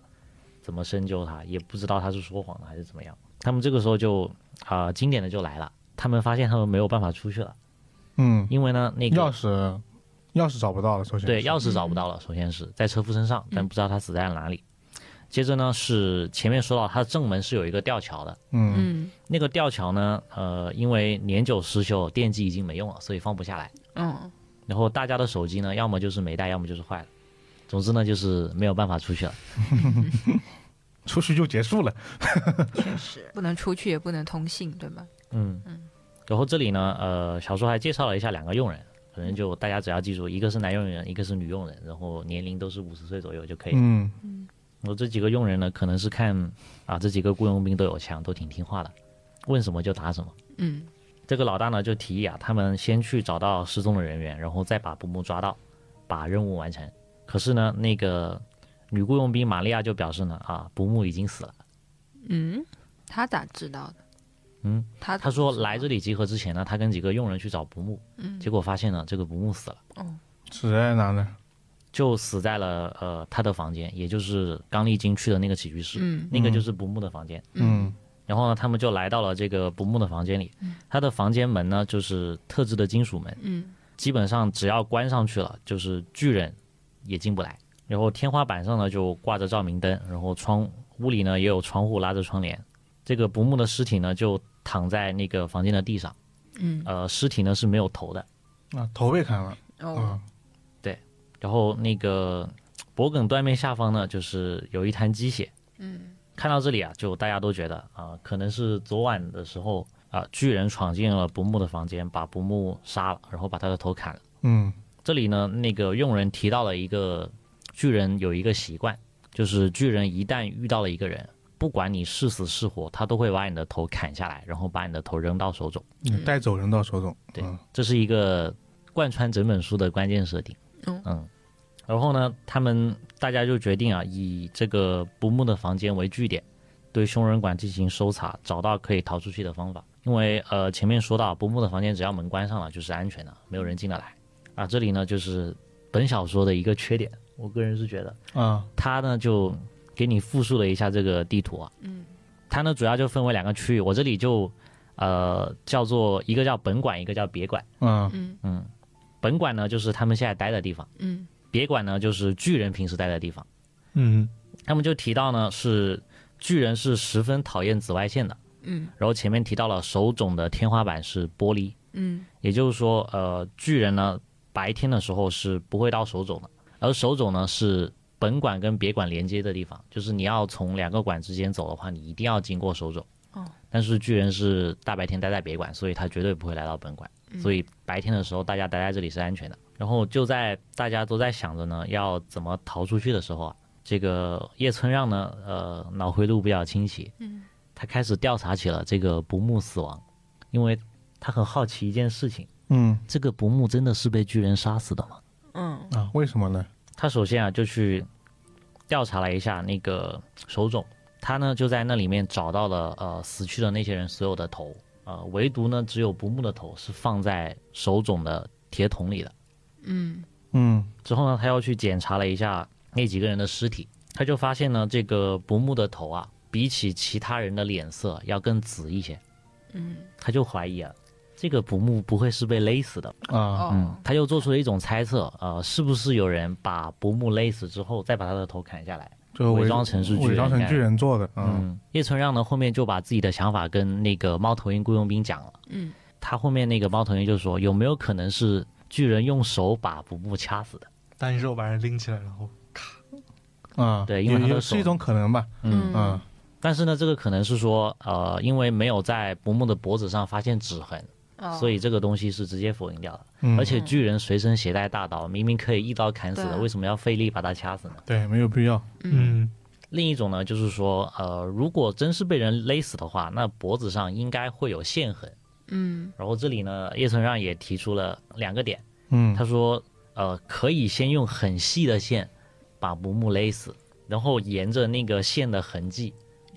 怎么深究他，也不知道他是说谎的还是怎么样。他们这个时候就啊、经典的就来了，他们发现他们没有办法出去了，
嗯，
因为呢那
钥
个
匙钥匙找不到了，首先
对
是
钥匙找不到了，首先是在车夫身上，但不知道他死在了哪里。接着呢是前面说到他的正门是有一个吊桥的，
嗯
嗯
那个吊桥呢，呃，因为年久失修，电机已经没用了，所以放不下来。
嗯，
然后大家的手机呢，要么就是没带，要么就是坏了。总之呢，就是没有办法出去了。
出去就结束了，
确实
不能出去，也不能通信，对吧？
嗯，然后这里呢，呃，小说还介绍了一下两个佣人，可能就大家只要记住，一个是男佣人，一个是女佣人，然后年龄都是五十岁左右就可以了。
嗯
然后这几个佣人呢，可能是看啊，这几个雇佣兵都有枪，都挺听话的，问什么就答什么。
嗯，
这个老大呢就提议啊，他们先去找到失踪的人员，然后再把布木抓到，把任务完成。可是呢，那个女雇佣兵玛利亚就表示呢，啊，布木已经死了。
嗯，他咋知道的？
嗯，
他
他说来这里集合之前呢，他跟几个佣人去找不木，结果发现呢，这个不木死了，
死在哪呢？
就死在了呃他的房间，也就是刚丽晶去的那个起居室，
嗯
那个就是不木的房间。
嗯
然后呢，他们就来到了这个不木的房间里，他的房间门呢就是特制的金属门，
嗯
基本上只要关上去了，就是巨人也进不来。然后天花板上呢就挂着照明灯，然后窗屋里呢也有窗户拉着窗帘。这个不木的尸体呢就躺在那个房间的地上，
嗯
呃，尸体呢是没有头的。
啊，头被砍了
哦
啊，
然后那个脖梗断面下方呢，就是有一滩鸡血。
嗯
看到这里啊，就大家都觉得啊、可能是昨晚的时候啊、巨人闯进了不木的房间，把不木杀了，然后把他的头砍了。
嗯
这里呢，那个佣人提到了一个巨人有一个习惯，就是巨人一旦遇到了一个人，不管你是死是活，他都会把你的头砍下来，然后把你的头扔到手冢。
嗯带走人到手中，
对
嗯，
这是一个贯穿整本书的关键设定。
嗯
然后呢，他们大家就决定啊，以这个不木的房间为据点，对凶人馆进行搜查，找到可以逃出去的方法。因为呃，前面说到不木的房间只要门关上了就是安全的，没有人进得来啊。这里呢就是本小说的一个缺点，我个人是觉得
啊
它呢就给你复述了一下这个地图啊，
嗯
它呢主要就分为两个区域，我这里就呃叫做一个叫本馆，一个叫别馆。
啊
嗯
嗯，本馆呢就是他们现在待的地方，
嗯
别馆呢就是巨人平时待的地方。
嗯，
他们就提到呢是巨人是十分讨厌紫外线的，
嗯
然后前面提到了手冢的天花板是玻璃，
嗯
也就是说，呃，巨人呢白天的时候是不会到手冢的，而手冢呢是本馆跟别馆连接的地方，就是你要从两个馆之间走的话，你一定要经过手冢。
哦，
但是巨人是大白天待在别馆，所以他绝对不会来到本馆，嗯所以白天的时候大家待在这里是安全的。然后就在大家都在想着呢要怎么逃出去的时候啊，这个叶村让呢，呃，脑回路比较清晰，
嗯，
他开始调查起了这个不木死亡，因为他很好奇一件事情。
嗯
这个伯木真的是被巨人杀死的吗？
嗯
啊，为什么呢？
他首先啊就去调查了一下那个手冢，他呢就在那里面找到了呃死去的那些人所有的头，呃唯独呢只有不木的头是放在手冢的铁桶里的。
嗯
嗯
之后呢，他又去检查了一下那几个人的尸体，他就发现呢这个不木的头啊，比起其他人的脸色要更紫一些，
嗯
他就怀疑啊这个不木不会是被勒死的吧。
啊
嗯
哦，
他又做出了一种猜测，呃，是不是有人把伯木勒死之后，再把他的头砍下来？
就
伪装成是巨人
呃伪装成
干的
巨人做的，嗯，
叶村让呢后面就把自己的想法跟那个猫头鹰雇佣兵讲了。
嗯，
他后面那个猫头鹰就说，有没有可能是巨人用手把伯木掐死的？
单手把人拎起来，然后
啊，
对因为
也
他的
也
手
是一种可能吧，
嗯
嗯
但是呢，这个可能是说，呃，因为没有在伯木的脖子上发现指痕，
哦
所以这个东西是直接否定掉的。
嗯，
而且巨人随身携带大刀，明明可以一刀砍死
对
的，
啊
为什么要费力把他掐死呢？
对没有必要，
嗯
另一种呢，就是说，呃，如果真是被人勒死的话，那脖子上应该会有线痕。
嗯
然后这里呢，叶村让也提出了两个点，
嗯
他说，呃，可以先用很细的线把木木勒死，然后沿着那个线的痕迹，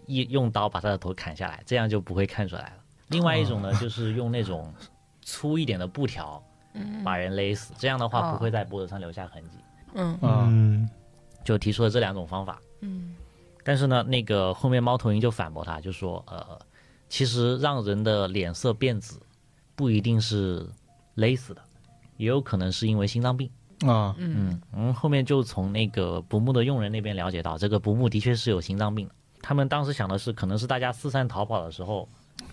一用刀把他的头砍下来，这样就不会看出来了。另外一种呢，就是用那种粗一点的布条把人勒死，这样的话不会在脖子上留下痕迹。
嗯
啊，
嗯
就提出了这两种方法。
嗯
但是呢，那个后面猫头鹰就反驳他，就说呃，其实让人的脸色变紫，不一定是勒死的，也有可能是因为心脏病。
啊，
嗯
嗯，后面就从那个不木的佣人那边了解到，这个不木的确是有心脏病的。他们当时想的是，可能是大家四散逃跑的时候，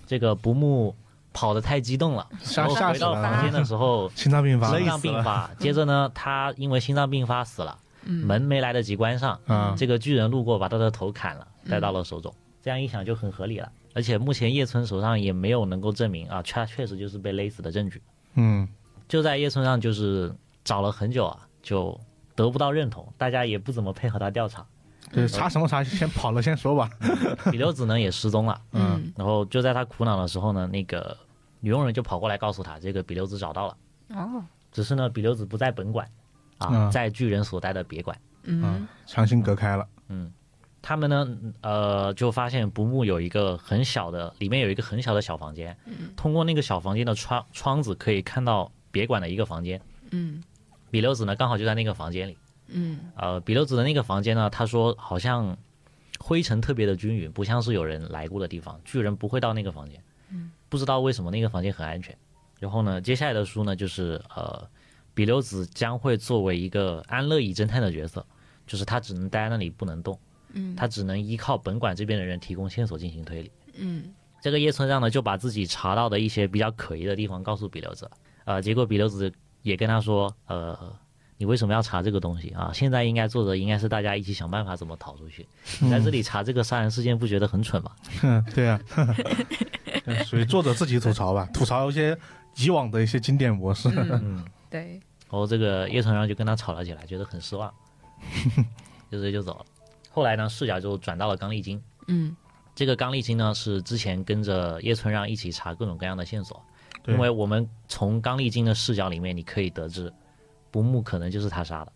这个不木跑得太激动了，
吓
然后
吓
回
死
到
了
房间
啊，
的时候
心脏病发了
心脏病 发，接着呢，他因为心脏病发死了，门没来得及关上，
啊，
这个巨人路过把他的头砍了，带到了手中。这样一想就很合理了，而且目前叶村手上也没有能够证明啊，确确实就是被勒死的证据。
嗯
就在叶村上就是找了很久啊，就得不到认同，大家也不怎么配合他调 查。嗯
对，查什么查？先跑了，先说吧。
比留子呢也失踪了，
嗯
然后就在他苦恼的时候呢，那个女佣人就跑过来告诉他，这个比留子找到了，
哦
只是呢比留子不在本馆，啊，
嗯
在巨人所在的别馆。
嗯
啊强行隔开了。
他们呢，呃，就发现不木有一个很小的，里面有一个很小的小房间，通过那个小房间的窗窗子可以看到别馆的一个房间。
嗯
比留子呢刚好就在那个房间里。
嗯
呃，比留子的那个房间呢，他说好像灰尘特别的均匀，不像是有人来过的地方，巨人不会到那个房间。
嗯
不知道为什么那个房间很安全。然后呢，接下来的书呢，就是呃，比留子将会作为一个安乐椅侦探的角色，就是他只能待在那里不能动，
嗯
他只能依靠本馆这边的人提供线索进行推理。
嗯
这个叶村让呢，就把自己查到的一些比较可疑的地方告诉比留子，呃，结果比留子也跟他说，呃，你为什么要查这个东西啊？现在应该做的应该是大家一起想办法怎么逃出去。你在这里查这个杀人事件，不觉得很蠢吗？
嗯，对啊，对属于作者自己吐槽吧，吐槽一些以往的一些经典模式。
嗯，
对，
然后这个叶村让就跟他吵了起来，觉得很失望，就直接就走了。后来呢，视角就转到了刚丽晶，
嗯
这个刚丽晶呢是之前跟着叶村让一起查各种各样的线索，
对
因为我们从刚丽晶的视角里面，你可以得知不木可能就是他杀的。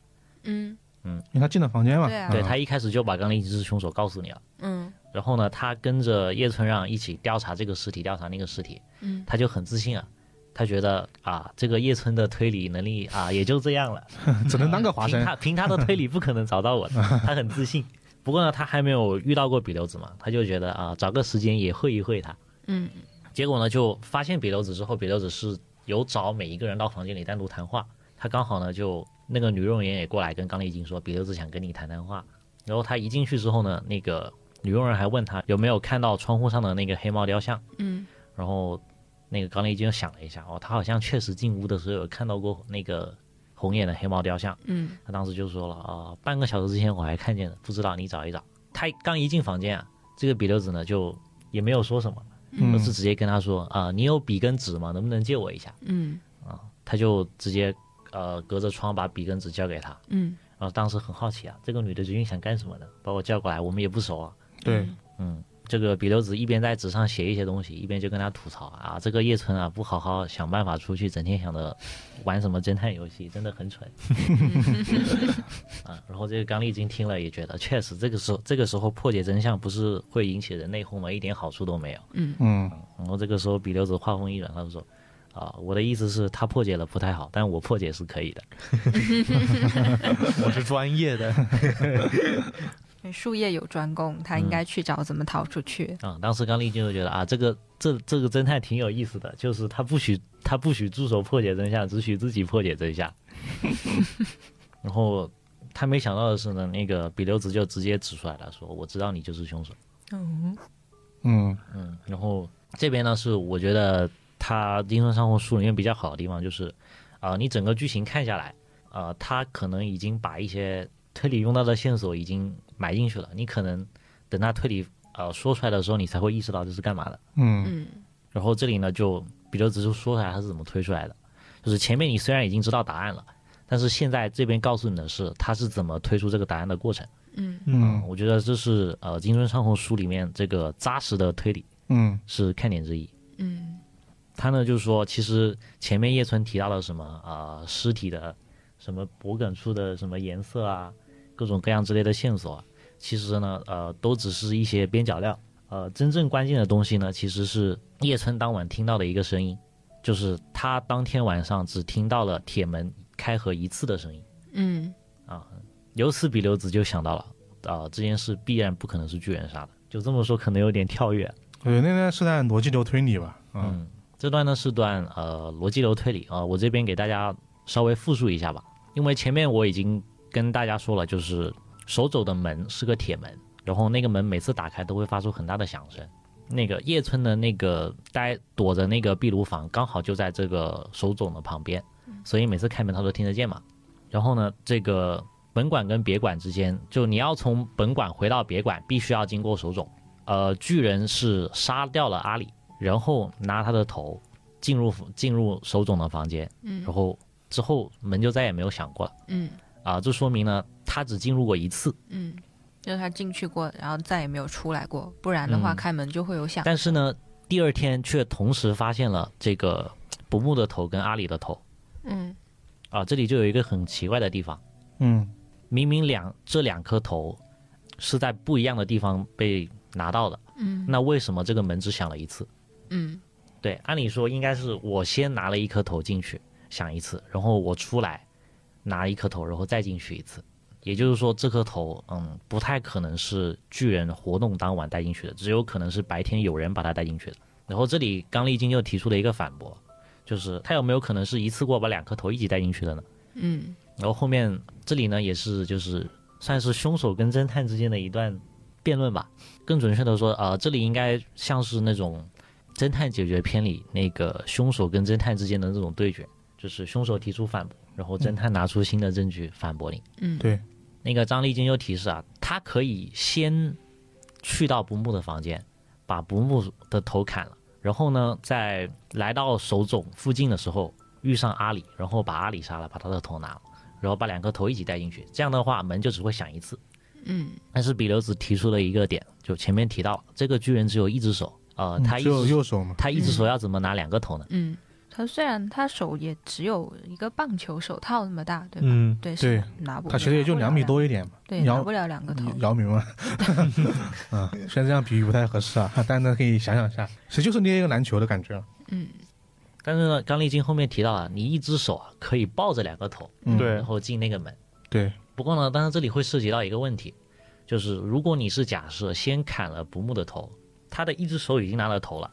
嗯
因为他进了房间嘛，
对啊
对
嗯
他一开始就把刚丽晶是凶手告诉你了，
嗯
然后呢，他跟着叶村让一起调查这个尸体，调查那个尸体，
嗯
他就很自信啊，他觉得啊，这个叶村的推理能力啊也就这样了，
只能当个华
凭
生。
他凭他的推理不可能找到 我的，他很自信。不过呢，他还没有遇到过比留子嘛，他就觉得啊，找个时间也会一会他。
嗯
结果呢，就发现比留子之后，比留子是有找每一个人到房间里单独谈话。他刚好呢，就那个女佣人也过来跟刚丽晶说，比留子想跟你谈谈话。然后他一进去之后呢，那个女佣人还问他有没有看到窗户上的那个黑猫雕像。
嗯
然后那个刚丽晶想了一下，哦，他好像确实进屋的时候有看到过那个红眼的黑猫雕像。
嗯
他当时就说了啊、半个小时之前我还看见了，不知道你找一找。他刚一进房间啊，这个笔留子呢就也没有说什么，
嗯
而是直接跟他说啊、你有笔跟纸吗？能不能借我一下？
嗯
他就直接呃隔着窗把笔跟纸交给他。
嗯
然后当时很好奇啊，这个女的究竟想干什么呢？把我叫过来，我们也不熟啊。
对，
嗯，这个笔留子一边在纸上写一些东西，一边就跟他吐槽啊，这个叶村啊不好好想办法出去，整天想着玩什么侦探游戏，真的很蠢。啊，然后这个刚丽晶听了也觉得，确实这个时候这个时候破解真相不是会引起人内讧吗？一点好处都没有。
嗯，
然后这个时候笔留子话锋一转，他就说。啊，我的意思是，他破解了不太好，但我破解是可以的。
我是专业的，
术业有专攻，他应该去找怎么逃出去。
啊、当时刚丽晶就觉得啊，这个这这个侦探挺有意思的，就是他不许他不许助手破解真相，只许自己破解真相。然后他没想到的是呢，那个比留子就直接指出来了，说我知道你就是凶手。
嗯
嗯，
嗯，然后这边呢是我觉得他《丁春上货》书里面比较好的地方，就是啊、你整个剧情看下来，啊，他可能已经把一些推理用到的线索已经埋进去了，你可能等他推理呃说出来的时候，你才会意识到这是干嘛的。
嗯，
嗯
然后这里呢，就比留只是说出来他是怎么推出来的，就是前面你虽然已经知道答案了，但是现在这边告诉你的是他是怎么推出这个答案的过程。啊
嗯
嗯，
我觉得这是呃《金春上红》书里面这个扎实的推理
嗯，
是看点之一。
嗯
他呢就是说，其实前面叶村提到了什么呃尸体的什么脖梗处的什么颜色啊，各种各样之类的线索啊，其实呢呃都只是一些边角料。呃，真正关键的东西呢，其实是叶村当晚听到的一个声音，就是他当天晚上只听到了铁门开合一次的声音。
嗯
啊，由此比留子就想到了啊，这件事必然不可能是巨人杀的。就这么说，可能有点跳跃。
对，那段是在逻辑流推理吧？嗯，
嗯，这段呢是段呃逻辑流推理啊、我这边给大家稍微复述一下吧，因为前面我已经跟大家说了，就是手肘的门是个铁门，然后那个门每次打开都会发出很大的响声。那个叶村的那个呆躲着那个壁炉房，刚好就在这个手冢的旁边，所以每次开门他都听得见嘛。然后呢，这个本馆跟别馆之间，就你要从本馆回到别馆，必须要经过手冢。呃，巨人是杀掉了阿里，然后拿他的头进入进入手冢的房间，
嗯
然后之后门就再也没有响过了
嗯
啊、这说明呢他只进入过一次，
嗯，就是他进去过，然后再也没有出来过，不然的话
嗯
开门就会有响。
但是呢，第二天却同时发现了这个不木的头跟阿里的头
嗯
啊、这里就有一个很奇怪的地方，
嗯，
明明两这两颗头是在不一样的地方被拿到的，
嗯
那为什么这个门只响了一次？
嗯
对，按理说应该是我先拿了一颗头进去想一次，然后我出来拿一颗头，然后再进去一次。也就是说，这颗头，嗯，不太可能是巨人活动当晚带进去的，只有可能是白天有人把它带进去的。然后这里刚丽晶就提出了一个反驳，就是他有没有可能是一次过把两颗头一起带进去的呢？
嗯
然后后面这里呢也是就是算是凶手跟侦探之间的一段辩论吧，更准确的说，呃，这里应该像是那种侦探解决片里那个凶手跟侦探之间的那种对决，就是凶手提出反驳，然后侦探拿出新的证据反驳你。
嗯
对，
那个张丽君又提示啊，他可以先去到不木的房间，把不木的头砍了，然后呢，在来到手冢附近的时候遇上阿里，然后把阿里杀了，把他的头拿了，然后把两颗头一起带进去，这样的话门就只会响一次。
嗯
但是比留子提出了一个点，就前面提到这个巨人只有一只手，呃，他一
嗯只有
只
右手嘛，
他一只手要怎么拿两个头呢？
嗯，他虽然他手也只有一个棒球手套那么大，对吧？
嗯，
对，
对
是拿不，
他其实也就
拿
两
不了
米，多一点嘛，
对，
摇
拿不了两个头。
姚明 嘛，嗯，虽然这样比喻不太合适啊，但是可以想想一下，其实就是捏一个篮球的感觉，啊
嗯
但是呢，刚丽晶后面提到了，你一只手啊可以抱着两个头，
嗯
对
然，后进那个门。
对，
不过呢，当然这里会涉及到一个问题，就是如果你是假设先砍了不木的头，他的一只手已经拿了头了，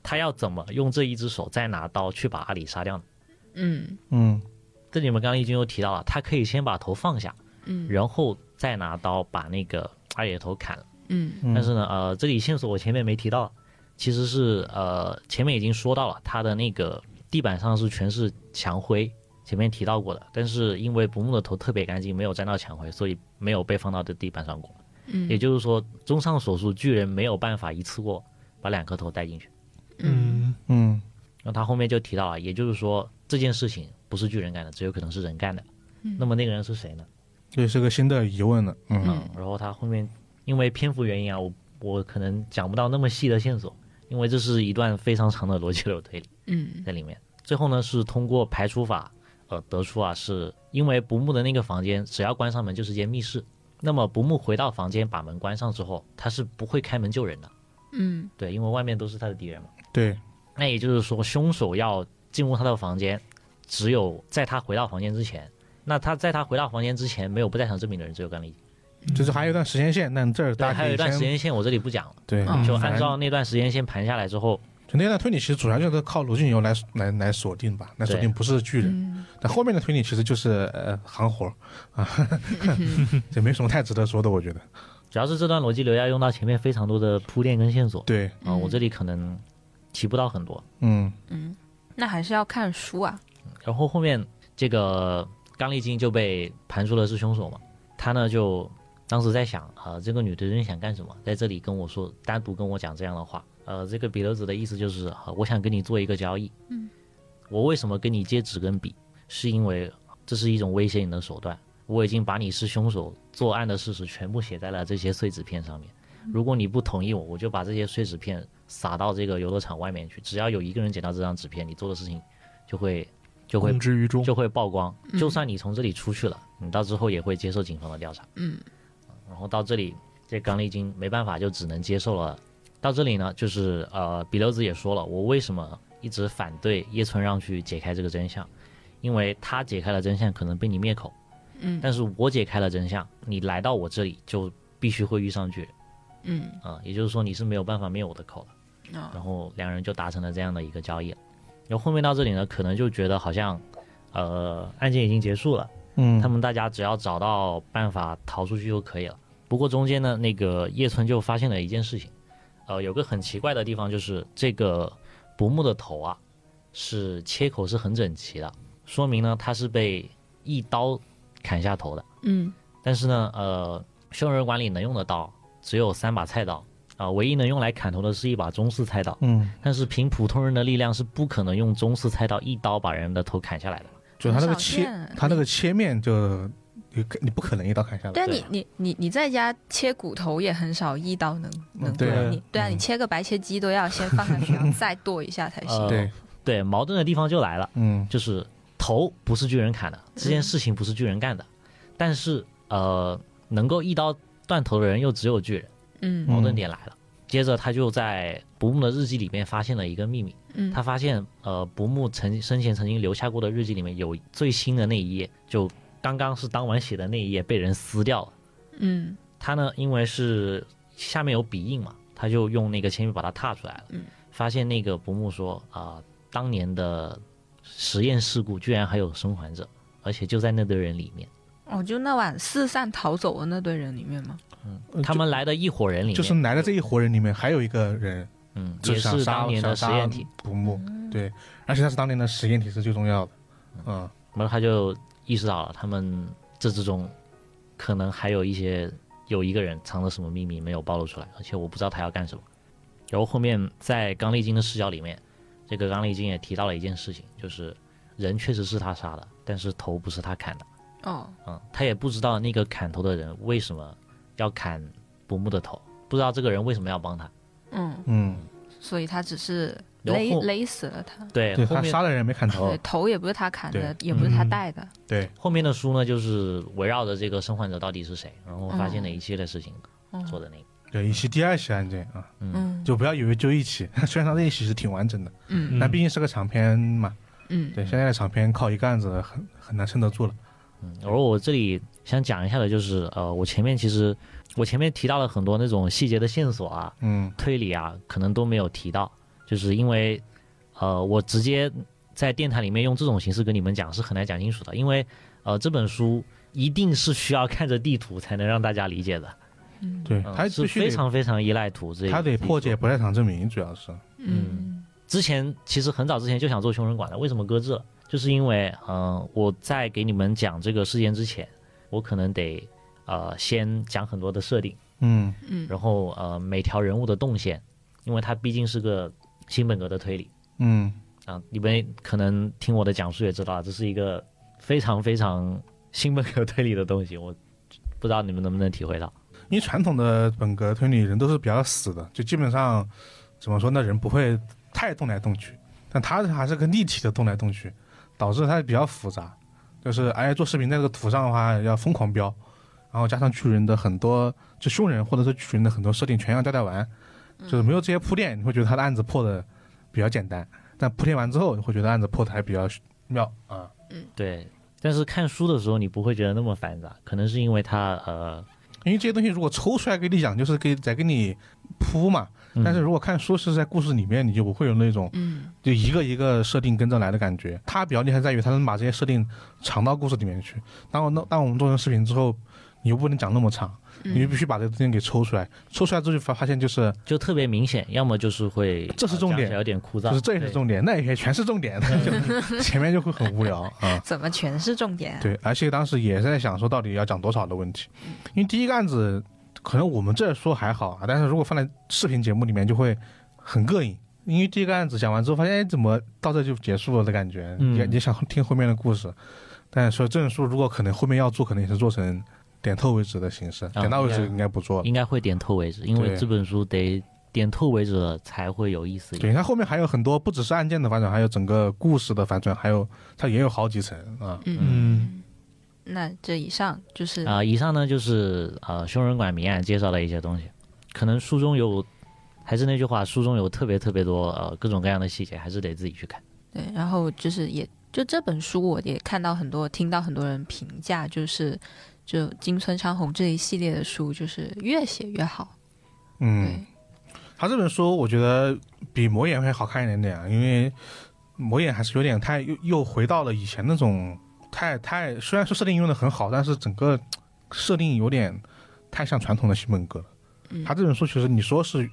他要怎么用这一只手再拿刀去把阿里杀掉呢？
嗯
嗯，
这里面刚刚丽君又提到了，他可以先把头放下，
嗯
然后再拿刀把那个阿里的头砍了。
嗯
嗯
但是呢，呃，这里线索我前面没提到，其实是呃前面已经说到了，它的那个地板上是全是墙灰，前面提到过的。但是因为不木的头特别干净，没有沾到墙灰，所以没有被放到这地板上过。
嗯，
也就是说，综上所述，巨人没有办法一次过把两颗头带进去。
嗯
嗯，
那他后面就提到了，也就是说这件事情不是巨人干的，只有可能是人干的。那么那个人是谁呢？
这是个新的疑问了，嗯，
嗯，然后他后面因为篇幅原因啊，我我可能讲不到那么细的线索，因为这是一段非常长的逻辑流推理
嗯
在里面。最后呢，是通过排除法，呃，得出啊，是因为不木的那个房间，只要关上门就是间密室。那么不木回到房间把门关上之后，他是不会开门救人的，
嗯
对，因为外面都是他的敌人嘛。
对，
那也就是说，凶手要进入他的房间，只有在他回到房间之前。那他在他回到房间之前，没有不在场证明的人，只有甘丽。
就是还有一段时间线，但这儿
对，
大家
还
可
有
以
一段时
先，
间线，我这里不讲了。
对，
嗯
就按
反正
照那段时间线盘下来之后，
就那段推理，其实主要就是靠逻辑牛来来来锁定吧，来锁定
对
不是巨人，
嗯
但后面的推理其实就是呃行活儿啊， 也没什么太值得说的，我觉得，
主要是这段逻辑流要用到前面非常多的铺垫跟线索
对，
啊、我这里可能提不到很多。
嗯，
嗯，那还是要看书啊。
然后后面这个刚丽晶就被盘出了是凶手嘛，他呢就当时在想啊、呃这个女的人想干什么，在这里跟我说单独跟我讲这样的话，呃，这个彼得子的意思就是、呃我想跟你做一个交易，嗯，我为什么跟你借纸跟笔，是因为这是一种威胁你的手段，我已经把你是凶手作案的事实全部写在了这些碎纸片上面。如果你不同意我，我就把这些碎纸片撒到这个游乐场外面去。只要有一个人捡到这张纸片，你做的事情就会就会
公之于众。
就会曝光。
嗯
就算你从这里出去了，你到之后也会接受警方的调查。啊
嗯，
然后到这里，这刚丽晶没办法，就只能接受了。到这里呢，就是呃，比留子也说了，我为什么一直反对叶村让去解开这个真相，因为他解开了真相可能被你灭口，
嗯
但是我解开了真相，你来到我这里就必须会遇上绝
嗯
啊、也就是说你是没有办法灭我的口的。
啊
然后两人就达成了这样的一个交易了。然后后面到这里呢，可能就觉得好像，呃，案件已经结束了，
嗯
他们大家只要找到办法逃出去就可以了。不过中间呢，那个叶村就发现了一件事情，呃，有个很奇怪的地方就是这个不木的头啊，是切口是很整齐的，说明呢他是被一刀砍下头的。
嗯
但是呢，呃，凶人馆里能用的刀只有三把菜刀啊、唯一能用来砍头的是一把中式菜刀。
嗯，
但是凭普通人的力量是不可能用中式菜刀一刀把人的头砍下来的。
就他那个
很少
切
见，
他那个切面就你你不可能一刀砍下来。
对啊，
对
你你你你在家切骨头也很少一刀能能
对
割
啊
你对啊，你切个白切鸡都要先放下去，然后再剁一下才行。
呃
对，
对，矛盾的地方就来了，
嗯，
就是头不是巨人砍的，这件事情不是巨人干的，但是呃，能够一刀断头的人又只有巨人，
嗯
矛盾点来了。接着他就在不木的日记里面发现了一个秘密，
嗯，
他发现呃不木曾生前曾经留下过的日记里面有最新的那一页，就刚刚是当晚写的那一页被人撕掉了。
嗯
他呢，因为是下面有笔印嘛，他就用那个铅笔把它踏出来了。
嗯
发现那个不木说啊、当年的实验事故居然还有生还者，而且就在那堆人里面，
哦，就那晚四散逃走的那堆人里面吗？
呃
他们来的一伙人里面，
就是来的这一伙人里面还有一个人，
嗯，
就
也
想
是
杀
当年的实
想杀
验体，
不木，
嗯
对，而且他是当年的实验体是最重要的。嗯，
然后他就意识到了他们这之中可能还有一些有一个人藏着什么秘密没有暴露出来，而且我不知道他要干什么。然后后面在刚丽晶的视角里面，这个刚丽晶也提到了一件事情，就是人确实是他杀的，但是头不是他砍的。
哦
嗯，他也不知道那个砍头的人为什么要砍不木的头，不知道这个人为什么要帮他。
嗯，
嗯，
所以他只是
然
勒
后
勒死了他，
对，
对
后
他
面
杀的人没砍头
对，，头也不是他砍的，也不是他带的，
对，
后面的书呢，就是围绕着这个生还者到底是谁，然后发现了一系列事情
哦
嗯
做的那个。
对，一起第二起案件啊，
嗯
就不要以为就一起， 虽然他这一起是挺完整的，
嗯
但毕竟是个长篇嘛，
嗯
对，现在的长篇靠一个案子很很难撑得住了。
然后我这里想讲一下的就是，呃，我前面其实我前面提到了很多那种细节的线索啊、
嗯
推理啊，可能都没有提到，就是因为，呃，我直接在电台里面用这种形式跟你们讲是很难讲清楚的，因为，呃，这本书一定是需要看着地图才能让大家理解的，
嗯
对，
嗯
他
是
必须
非
得
常非常依赖图这一。
他得破
这一
解
步。
不在场证明，主要是，
嗯
之前其实很早之前就想做熊人馆的，为什么搁置了？就是因为，嗯、我在给你们讲这个事件之前，我可能得，呃，先讲很多的设定。
嗯
嗯
然后呃每条人物的动线，因为它毕竟是个新本格的推理
嗯
啊，你们可能听我的讲述也知道，这是一个非常非常新本格推理的东西，我不知道你们能不能体会到。
因为传统的本格推理人都是比较死的，就基本上怎么说呢，人不会太动来动去，但他还是个立体的动来动去，导致他比较复杂。就是而且做视频在这个图上的话要疯狂飙，然后加上巨人的很多就凶人或者是巨人的很多设定全要交代完，就是没有这些铺垫，你会觉得他的案子破的比较简单，但铺垫完之后，你会觉得案子破的还比较妙啊。
对，但是看书的时候你不会觉得那么繁杂，可能是因为它呃，
因为这些东西如果抽出来给你讲，就是给在给你铺嘛。
嗯
但是如果看书是在故事里面，你就不会有那种
嗯
就一个一个设定跟着来的感觉。它比较厉害在于它能把这些设定藏到故事里面去。当我弄当我们做成视频之后，你又不能讲那么长，你就必须把这个东西给抽出来。抽出来之后就发发现就是
就特别明显，要么就是会
这是重
呃讲
点
起来有点枯燥，
就是这也是
对
重点，那也是全是重 点，就前面就会很无聊啊。
怎么全是重点、啊？
对，而且当时也在想说到底要讲多少的问题，因为第一个案子可能我们这说还好啊，但是如果放在视频节目里面就会很膈应，因为第一个案子讲完之后发现哎怎么到这就结束了的感觉，
嗯
也也想听后面的故事，但所以这本书如果可能后面要做，可能也是做成点透为止的形式，点到为止应该不做了。
应该会点透为止，因为
对
这本书得点透为止了才会有意思一点。
对，它后面还有很多，不只是案件的反转，还有整个故事的反转，还有它也有好几层啊。
嗯，
嗯，
那这以上就是
啊啊、以上呢就是呃《凶人馆谜案》介绍的一些东西，可能书中有还是那句话，书中有特别特别多呃各种各样的细节，还是得自己去看。
对，然后就是也就这本书，我也看到很多，听到很多人评价，就是就金村昌宏这一系列的书，就是越写越好。对，
嗯，他这本书我觉得比《魔眼》会好看一点点，因为《魔眼》还是有点太又又回到了以前那种太太，虽然说设定用的很好，但是整个设定有点太像传统的新本格了。
嗯
他这本书其实你说是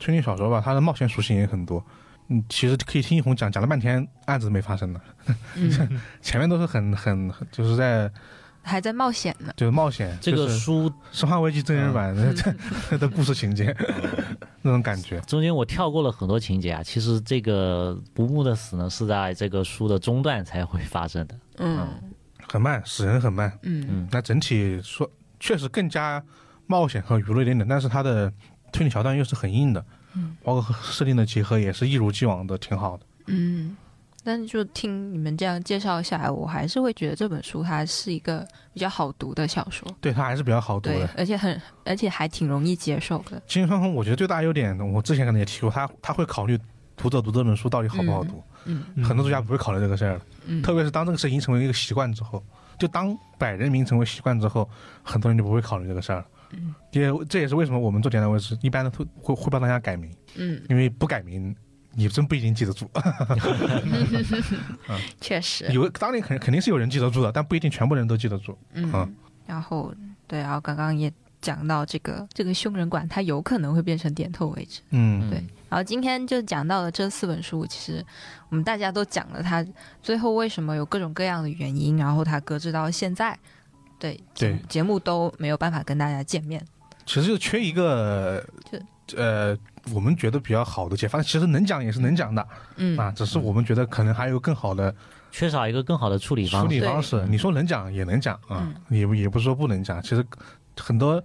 推理小说吧，它的冒险属性也很多。嗯，其实可以听一红讲讲了半天，案子没发生呢，
嗯，
前面都是很很很就是在
还在冒险呢。
就是冒险，
这个
就是《
书
生化危机》真人版
啊
的的 的故事情节，那种感觉。
中间我跳过了很多情节啊，其实这个不木的死呢是在这个书的中段才会发生的。
嗯
很慢，死人很慢。
嗯
嗯，
那整体说确实更加冒险和娱乐一点点，但是它的推理桥段又是很硬的，嗯，包括和设定的结合也是一如既往的挺好的。
嗯，但就听你们这样介绍下来，我还是会觉得这本书它是一个比较好读的小说。
对，它还是比较好读
对
的。，
而且很，而且还挺容易接受的。
金双红，我觉得最大优点，我之前可能也提过，他他会考虑读者读这本书到底好不好读。
嗯
很多作家不会考虑这个事儿了，
嗯
特别是当这个事已经成为一个习惯之后，就当百人名成为习惯之后，很多人就不会考虑这个事儿了。嗯，也这也是为什么我们做简单文字，一般的都会会帮大家改名，
嗯，
因为不改名。你真不一定记得住，
确实。
有当年肯肯定是有人记得住的，但不一定全部人都记得住。啊
嗯，然后对，然后刚刚也讲到这个这个凶人馆，它有可能会变成点透为止。
嗯，
对，然后今天就讲到了这四本书，其实我们大家都讲了它最后为什么有各种各样的原因，然后它搁置到现在，对
对
节节目都没有办法跟大家见面。
其实就缺一个
就，
呃，我们觉得比较好的解，反正其实能讲也是能讲的
嗯，
啊，只是我们觉得可能还有更好的
缺少一个更好的处理
处
方式。
理方式，你说能讲也能讲啊，也不也不是说不能讲。其实很多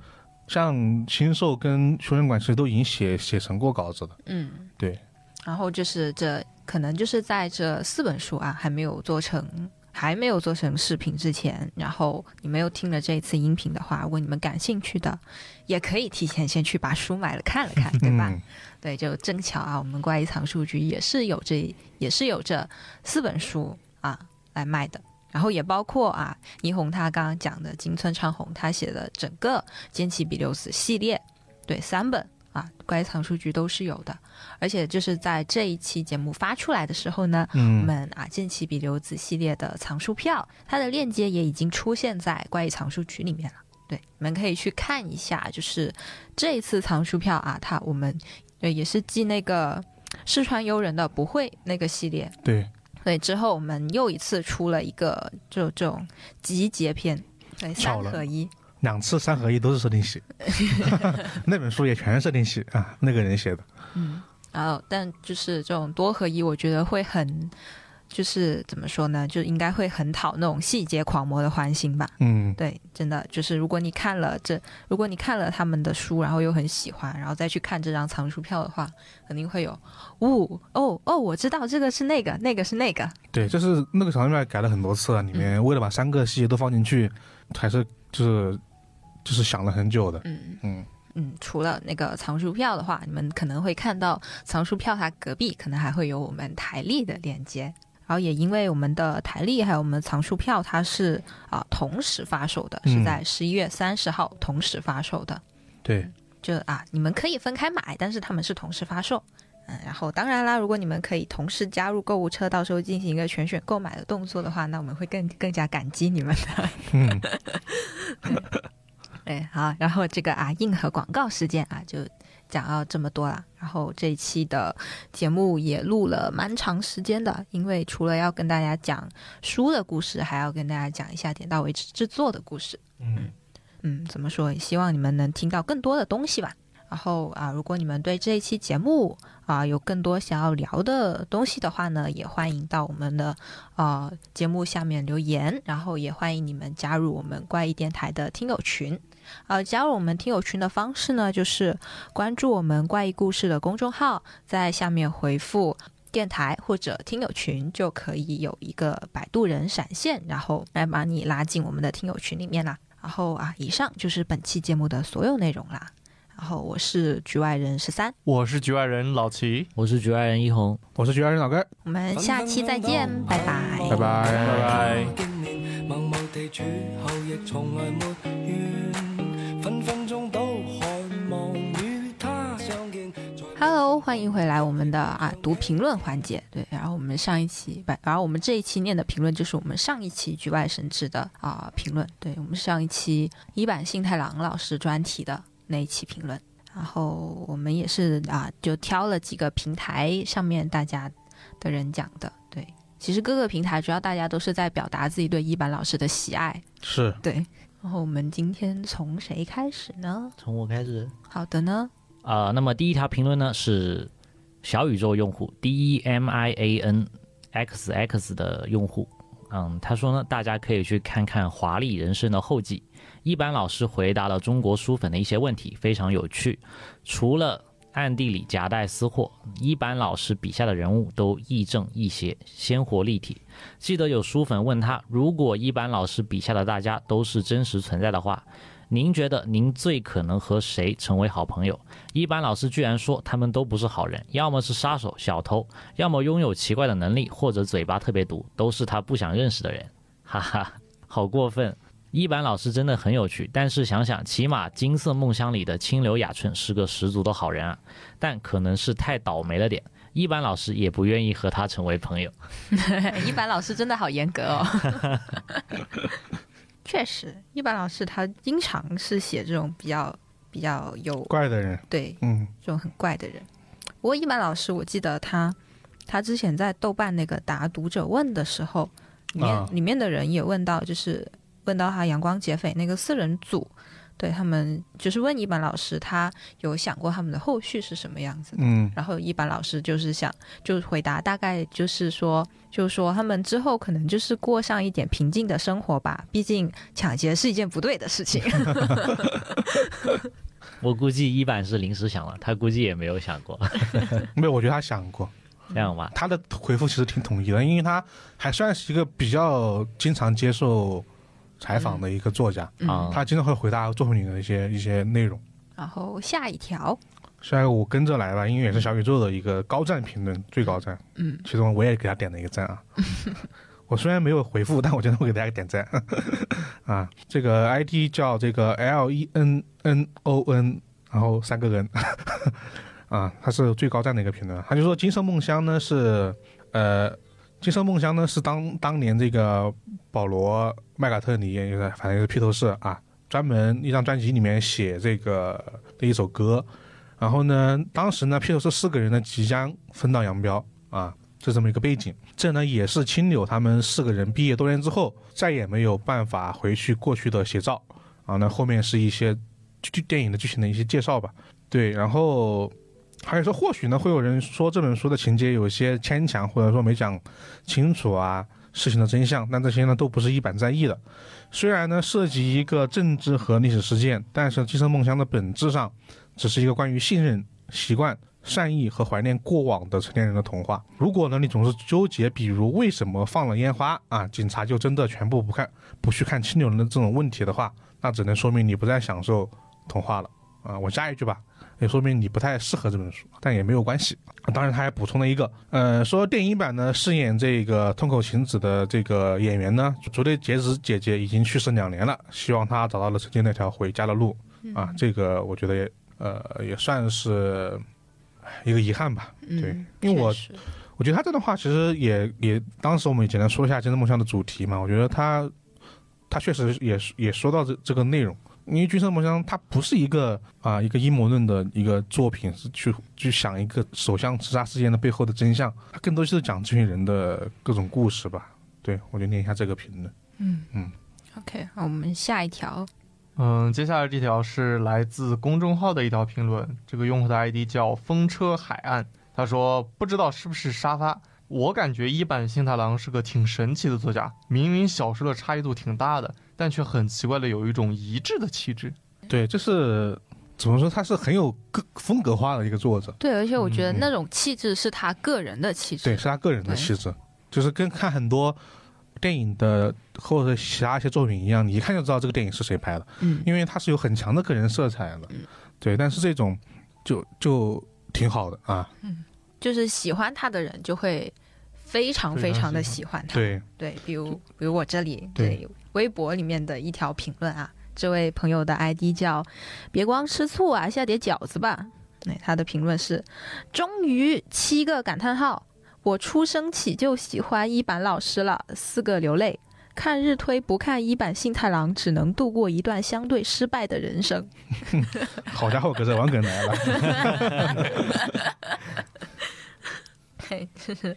像新兽跟修人馆其实都已经写写成过稿子了。
嗯，
对。
然后就是这，可能就是在这四本书啊，还没有做成，还没有做成视频之前，然后你们又听了这一次音频的话，如果你们感兴趣的，也可以提前先去把书买了看了看，对吧？
嗯，
对，就正巧啊，我们怪异藏书局也是有这，也是有这四本书啊来卖的。然后也包括啊，倪虹她刚刚讲的金村昌宏他写的整个《坚崎比留子》系列，对，三本啊，怪异藏书局都是有的。而且就是在这一期节目发出来的时候呢，我
嗯，
们啊《剑奇比留子》系列的藏书票，它的链接也已经出现在怪异藏书局里面了。对，你们可以去看一下。就是这一次藏书票啊，它我们对也是寄那个四川悠人的不会那个系列，
对，
对，之后我们又一次出了一个就这种集结篇，对，
巧
三
了
合一。
两次三合一都是设定系，那本书也全是设定系啊，那个人写的。
然后，但就是这种多合一，我觉得会很，就是怎么说呢，就应该会很讨那种细节狂魔的欢心吧。
嗯，
对，真的就是如果你看了这，如果你看了他们的书，然后又很喜欢，然后再去看这张藏书票的话，肯定会有，哦哦哦，我知道这个是那个，那个是那个，
对，就是那个长篇改了很多次了，啊里面为了把三个细节都放进去，还是就是就是想了很久的。
嗯
嗯，
嗯，除了那个藏书票的话，你们可能会看到藏书票它隔壁可能还会有我们台历的链接。然后也因为我们的台历还有我们的藏书票，它是啊、同时发售的，是
嗯
在十一月三十号同时发售的。
对，
就啊，你们可以分开买，但是他们是同时发售。嗯，然后当然啦，如果你们可以同时加入购物车，到时候进行一个全选购买的动作的话，那我们会更更加感激你们的。
嗯，
哎，好，然后这个啊，硬核广告时间啊，就讲到这么多啦。然后这一期的节目也录了蛮长时间的，因为除了要跟大家讲书的故事，还要跟大家讲一下点到为止制作的故事。
嗯，
嗯，怎么说？也希望你们能听到更多的东西吧。然后啊，如果你们对这一期节目啊有更多想要聊的东西的话呢，也欢迎到我们的呃节目下面留言，然后也欢迎你们加入我们怪异电台的听友群。呃，加入我们听友群的方式呢，就是关注我们怪异故事的公众号，在下面回复电台或者听友群，就可以有一个摆渡人闪现，然后来把你拉进我们的听友群里面啦。然后啊，以上就是本期节目的所有内容啦。然后我是局外人十三，
我是局外人老齐，
我是局外人一红，
我是局外人老根儿，
我们下期再见，拜拜。
拜拜。
拜拜。
经年，盲目地处後亦從來沒怨，分分鐘都渴望與他相見。
Hello，欢迎回来我们的啊读评论环节。对，然后我们上一期不，然后我们这一期念的评论就是我们上一期局外神志的啊、评论。对我们上一期一坂幸太郎老师专题的那一期评论。然后我们也是啊，就挑了几个平台上面大家的人讲的。对，其实各个平台主要大家都是在表达自己对一坂老师的喜爱。
是
对，然后我们今天从谁开始呢？
从我开始。
好的呢，
啊，那么第一条评论呢是小宇宙用户 D E M I A N X X 的用户，嗯，他说呢，大家可以去看看《华丽人生》的后记，一般老师回答了中国书粉的一些问题，非常有趣。除了暗地里夹带私货，一般老师笔下的人物都亦正亦邪，鲜活立体。记得有书粉问他，如果一般老师笔下的大家都是真实存在的话，您觉得您最可能和谁成为好朋友？一般老师居然说他们都不是好人，要么是杀手、小偷，要么拥有奇怪的能力，或者嘴巴特别毒，都是他不想认识的人。哈哈，好过分！一般老师真的很有趣，但是想想，起码《金色梦乡》里的清流雅春是个十足的好人啊，但可能是太倒霉了点。一般老师也不愿意和他成为朋友。
一凡老师真的好严格哦。 确实，一凡老师他经常是写这种比较比较有
怪的人，
对
嗯，
这种很怪的人。不过一凡老师，我记得他他之前在豆瓣那个答读者问的时候，里面、
啊
里面的人也问到，就是问到他阳光劫匪那个四人组。对他们就是问一凡老师，他有想过他们的后续是什么样子的
嗯，
然后一般老师就是想，就是回答大概就是说，就是说他们之后可能就是过上一点平静的生活吧，毕竟抢劫是一件不对的事 情。
我估计一版是临时想了，他估计也没有想过
没有，我觉得他想过，
这样吧。
他的回复其实挺统一的，因为他还算是一个比较经常接受采访的一个作家，
啊、
他经常会回答作品里的一些一些内容。
然后下一条，
下一个我跟着来吧，因为也是小宇宙的一个高赞评论，最高赞。
嗯，
其中我也给他点了一个赞啊。 我虽然没有回复，但我真的会给大家点赞 啊。这个 ID 叫这个 L E N N O N，然后三个人 啊，他是最高赞的一个评论，他就说《金色梦乡呢》是呃，《金色梦乡呢》是当当年这个保罗麦卡特尼，也就是反正就是披头士啊，专门一张专辑里面写这个的一首歌。然后呢，当时呢，披头士四个人呢即将分道扬镳啊，这这么一个背景。这呢也是青柳他们四个人毕业多年之后，再也没有办法回去过去的写照啊。那后面是一些剧剧电影的剧情的一些介绍吧。对，然后还有说，或许呢会有人说这本书的情节有些牵强，或者说没讲清楚啊事情的真相，但这些呢都不是一板在意的。虽然呢涉及一个政治和历史事件，但是《寄生梦乡》的本质上只是一个关于信任、习惯、善意和怀念过往的成年人的童话。如果呢，你总是纠结，比如为什么放了烟花啊，警察就真的全部不看不去看青柳人的这种问题的话，那只能说明你不再享受童话了啊。我加一句吧。也说明你不太适合这本书，但也没有关系。啊当然，他还补充了一个，呃，说电影版呢饰演这个通口晴子的这个演员呢，竹内结子姐姐已经去世两年了，希望她找到了曾经那条回家的路啊。这个我觉得也呃也算是唉一个遗憾吧。对
嗯，
因为我
确实
我觉得他这段话其实也也，当时我们也简单说一下《金色梦乡》的主题嘛。我觉得他他确实也也说到这这个内容，因为《金色梦乡》它不是一个啊、一个阴谋论的一个作品，是去去想一个首相自杀事件的背后的真相，它更多就是讲这群人的各种故事吧。对，我就念一下这个评论。
OK，好，我们下一条，
嗯，接下来这条是来自公众号的一条评论，这个用户的 ID 叫风车海岸，他说不知道是不是沙发，我感觉一坂幸太郎是个挺神奇的作家，明明小说的差异度挺大的，但却很奇怪的有一种一致的气质。
对，这是怎么说？他是很有个风格化的一个作者，
对，而且我觉得
嗯
那种气质是他个人的气质，
对，是他个人的
对
气质，就是跟看很多电影的或者其他一些作品一样，你一看就知道这个电影是谁拍的，
嗯
因为它是有很强的个人色彩的。对，但是这种就就挺好的啊。
就是喜欢他的人就会非常非常的喜欢他。
对，
对，比如比如我这里
对
这里微博里面的一条评论啊，这位朋友的 ID 叫“别光吃醋啊，下点饺子吧”。那他的评论是：终于七个感叹号！我出生起就喜欢一坂老师了，四个流泪。看日推不看一坂幸太郎，只能度过一段相对失败的人生。
好家伙，搁这玩梗来了。
对，就是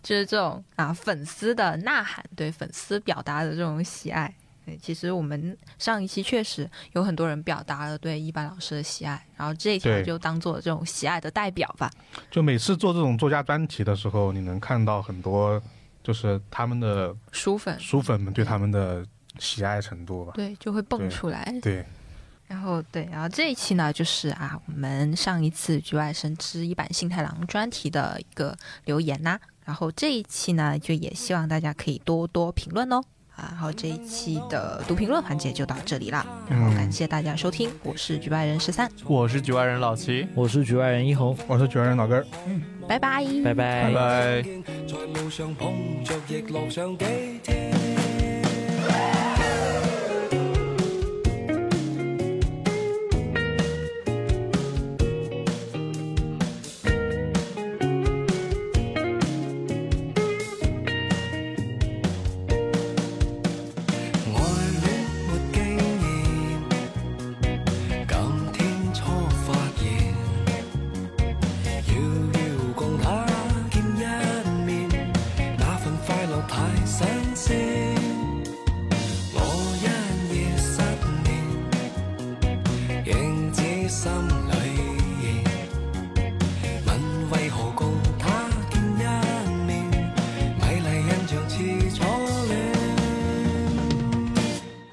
就是这种啊，粉丝的呐喊，对粉丝表达的这种喜爱。对，其实我们上一期确实有很多人表达了对一般老师的喜爱，然后这一条
对
就当做这种喜爱的代表吧。
就每次做这种作家专题的时候，你能看到很多就是他们的
书粉
书粉们对他们的喜爱程度吧。
对就会蹦
对
出来，
对，
然后对，然后这一期呢，就是啊，我们上一次《局外生之一版幸太郎》专题的一个留言啦、然后这一期呢，就也希望大家可以多多评论哦。啊，然后这一期的读评论环节就到这里啦，然后感谢大家收听，我是局外人十三，
我是局外人老齐，
我是局外人一红，
我是九人老根儿。
拜拜，
拜
拜
拜。
拜。
在路上碰着，亦路上幾天。愛戀沒經驗，今天初發現。遙遙共他見一面，那份快樂太新鮮。我一夜失眠，仍只心裏言，問為何共他見一面，美麗印象似初戀。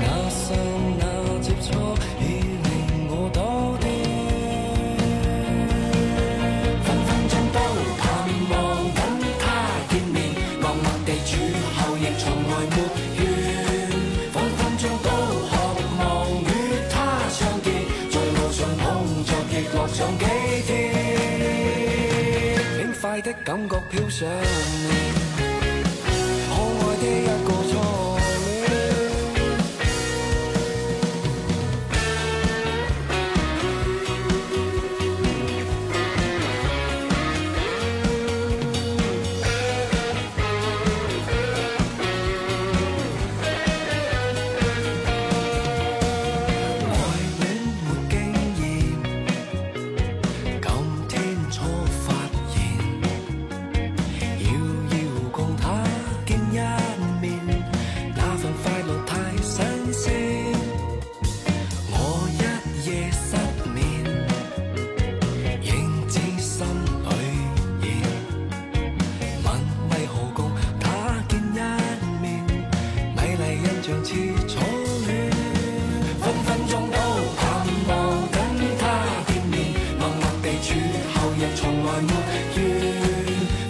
那刹那接觸已令我倒跌，分分鐘都盼望等他見面，默默地處後亦從來沒怨，分分鐘都渴望與他相見，在路上碰着亦樂上幾天，輕快的感覺飄上面，可愛的一個初戀。愛戀沒經驗，今天初發現，遙遙共他見一面，那份快樂太新鮮。我一夜失眠，仍知心裏言，問為何共他見一面，美麗印象似初戀。分分鐘都盼望等他見面，默默地處後日從來沒怨。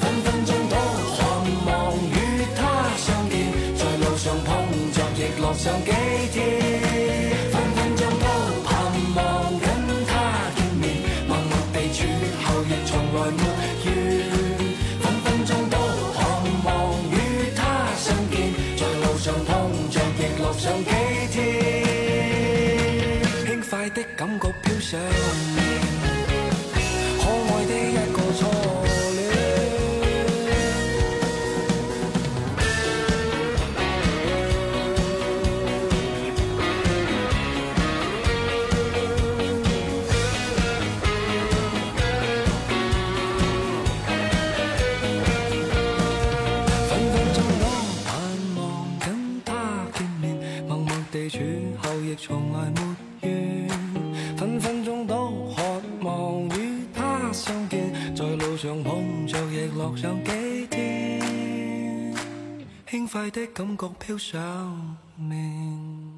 分分鐘都渴望與他相見，在路上碰着亦樂上幾天。分分鐘都盼望等他見面，默默地處後日從來沒怨。分分鐘都渴望與他相見，在路上碰着亦樂上幾天。輕快的感覺飄上面，可愛的一個初戀。分分鐘都盼望跟他見面，默默地處後亦從來沒怨。分分鐘都渴望與他相見，在路上碰着亦樂上幾天，輕快的感覺飄上面。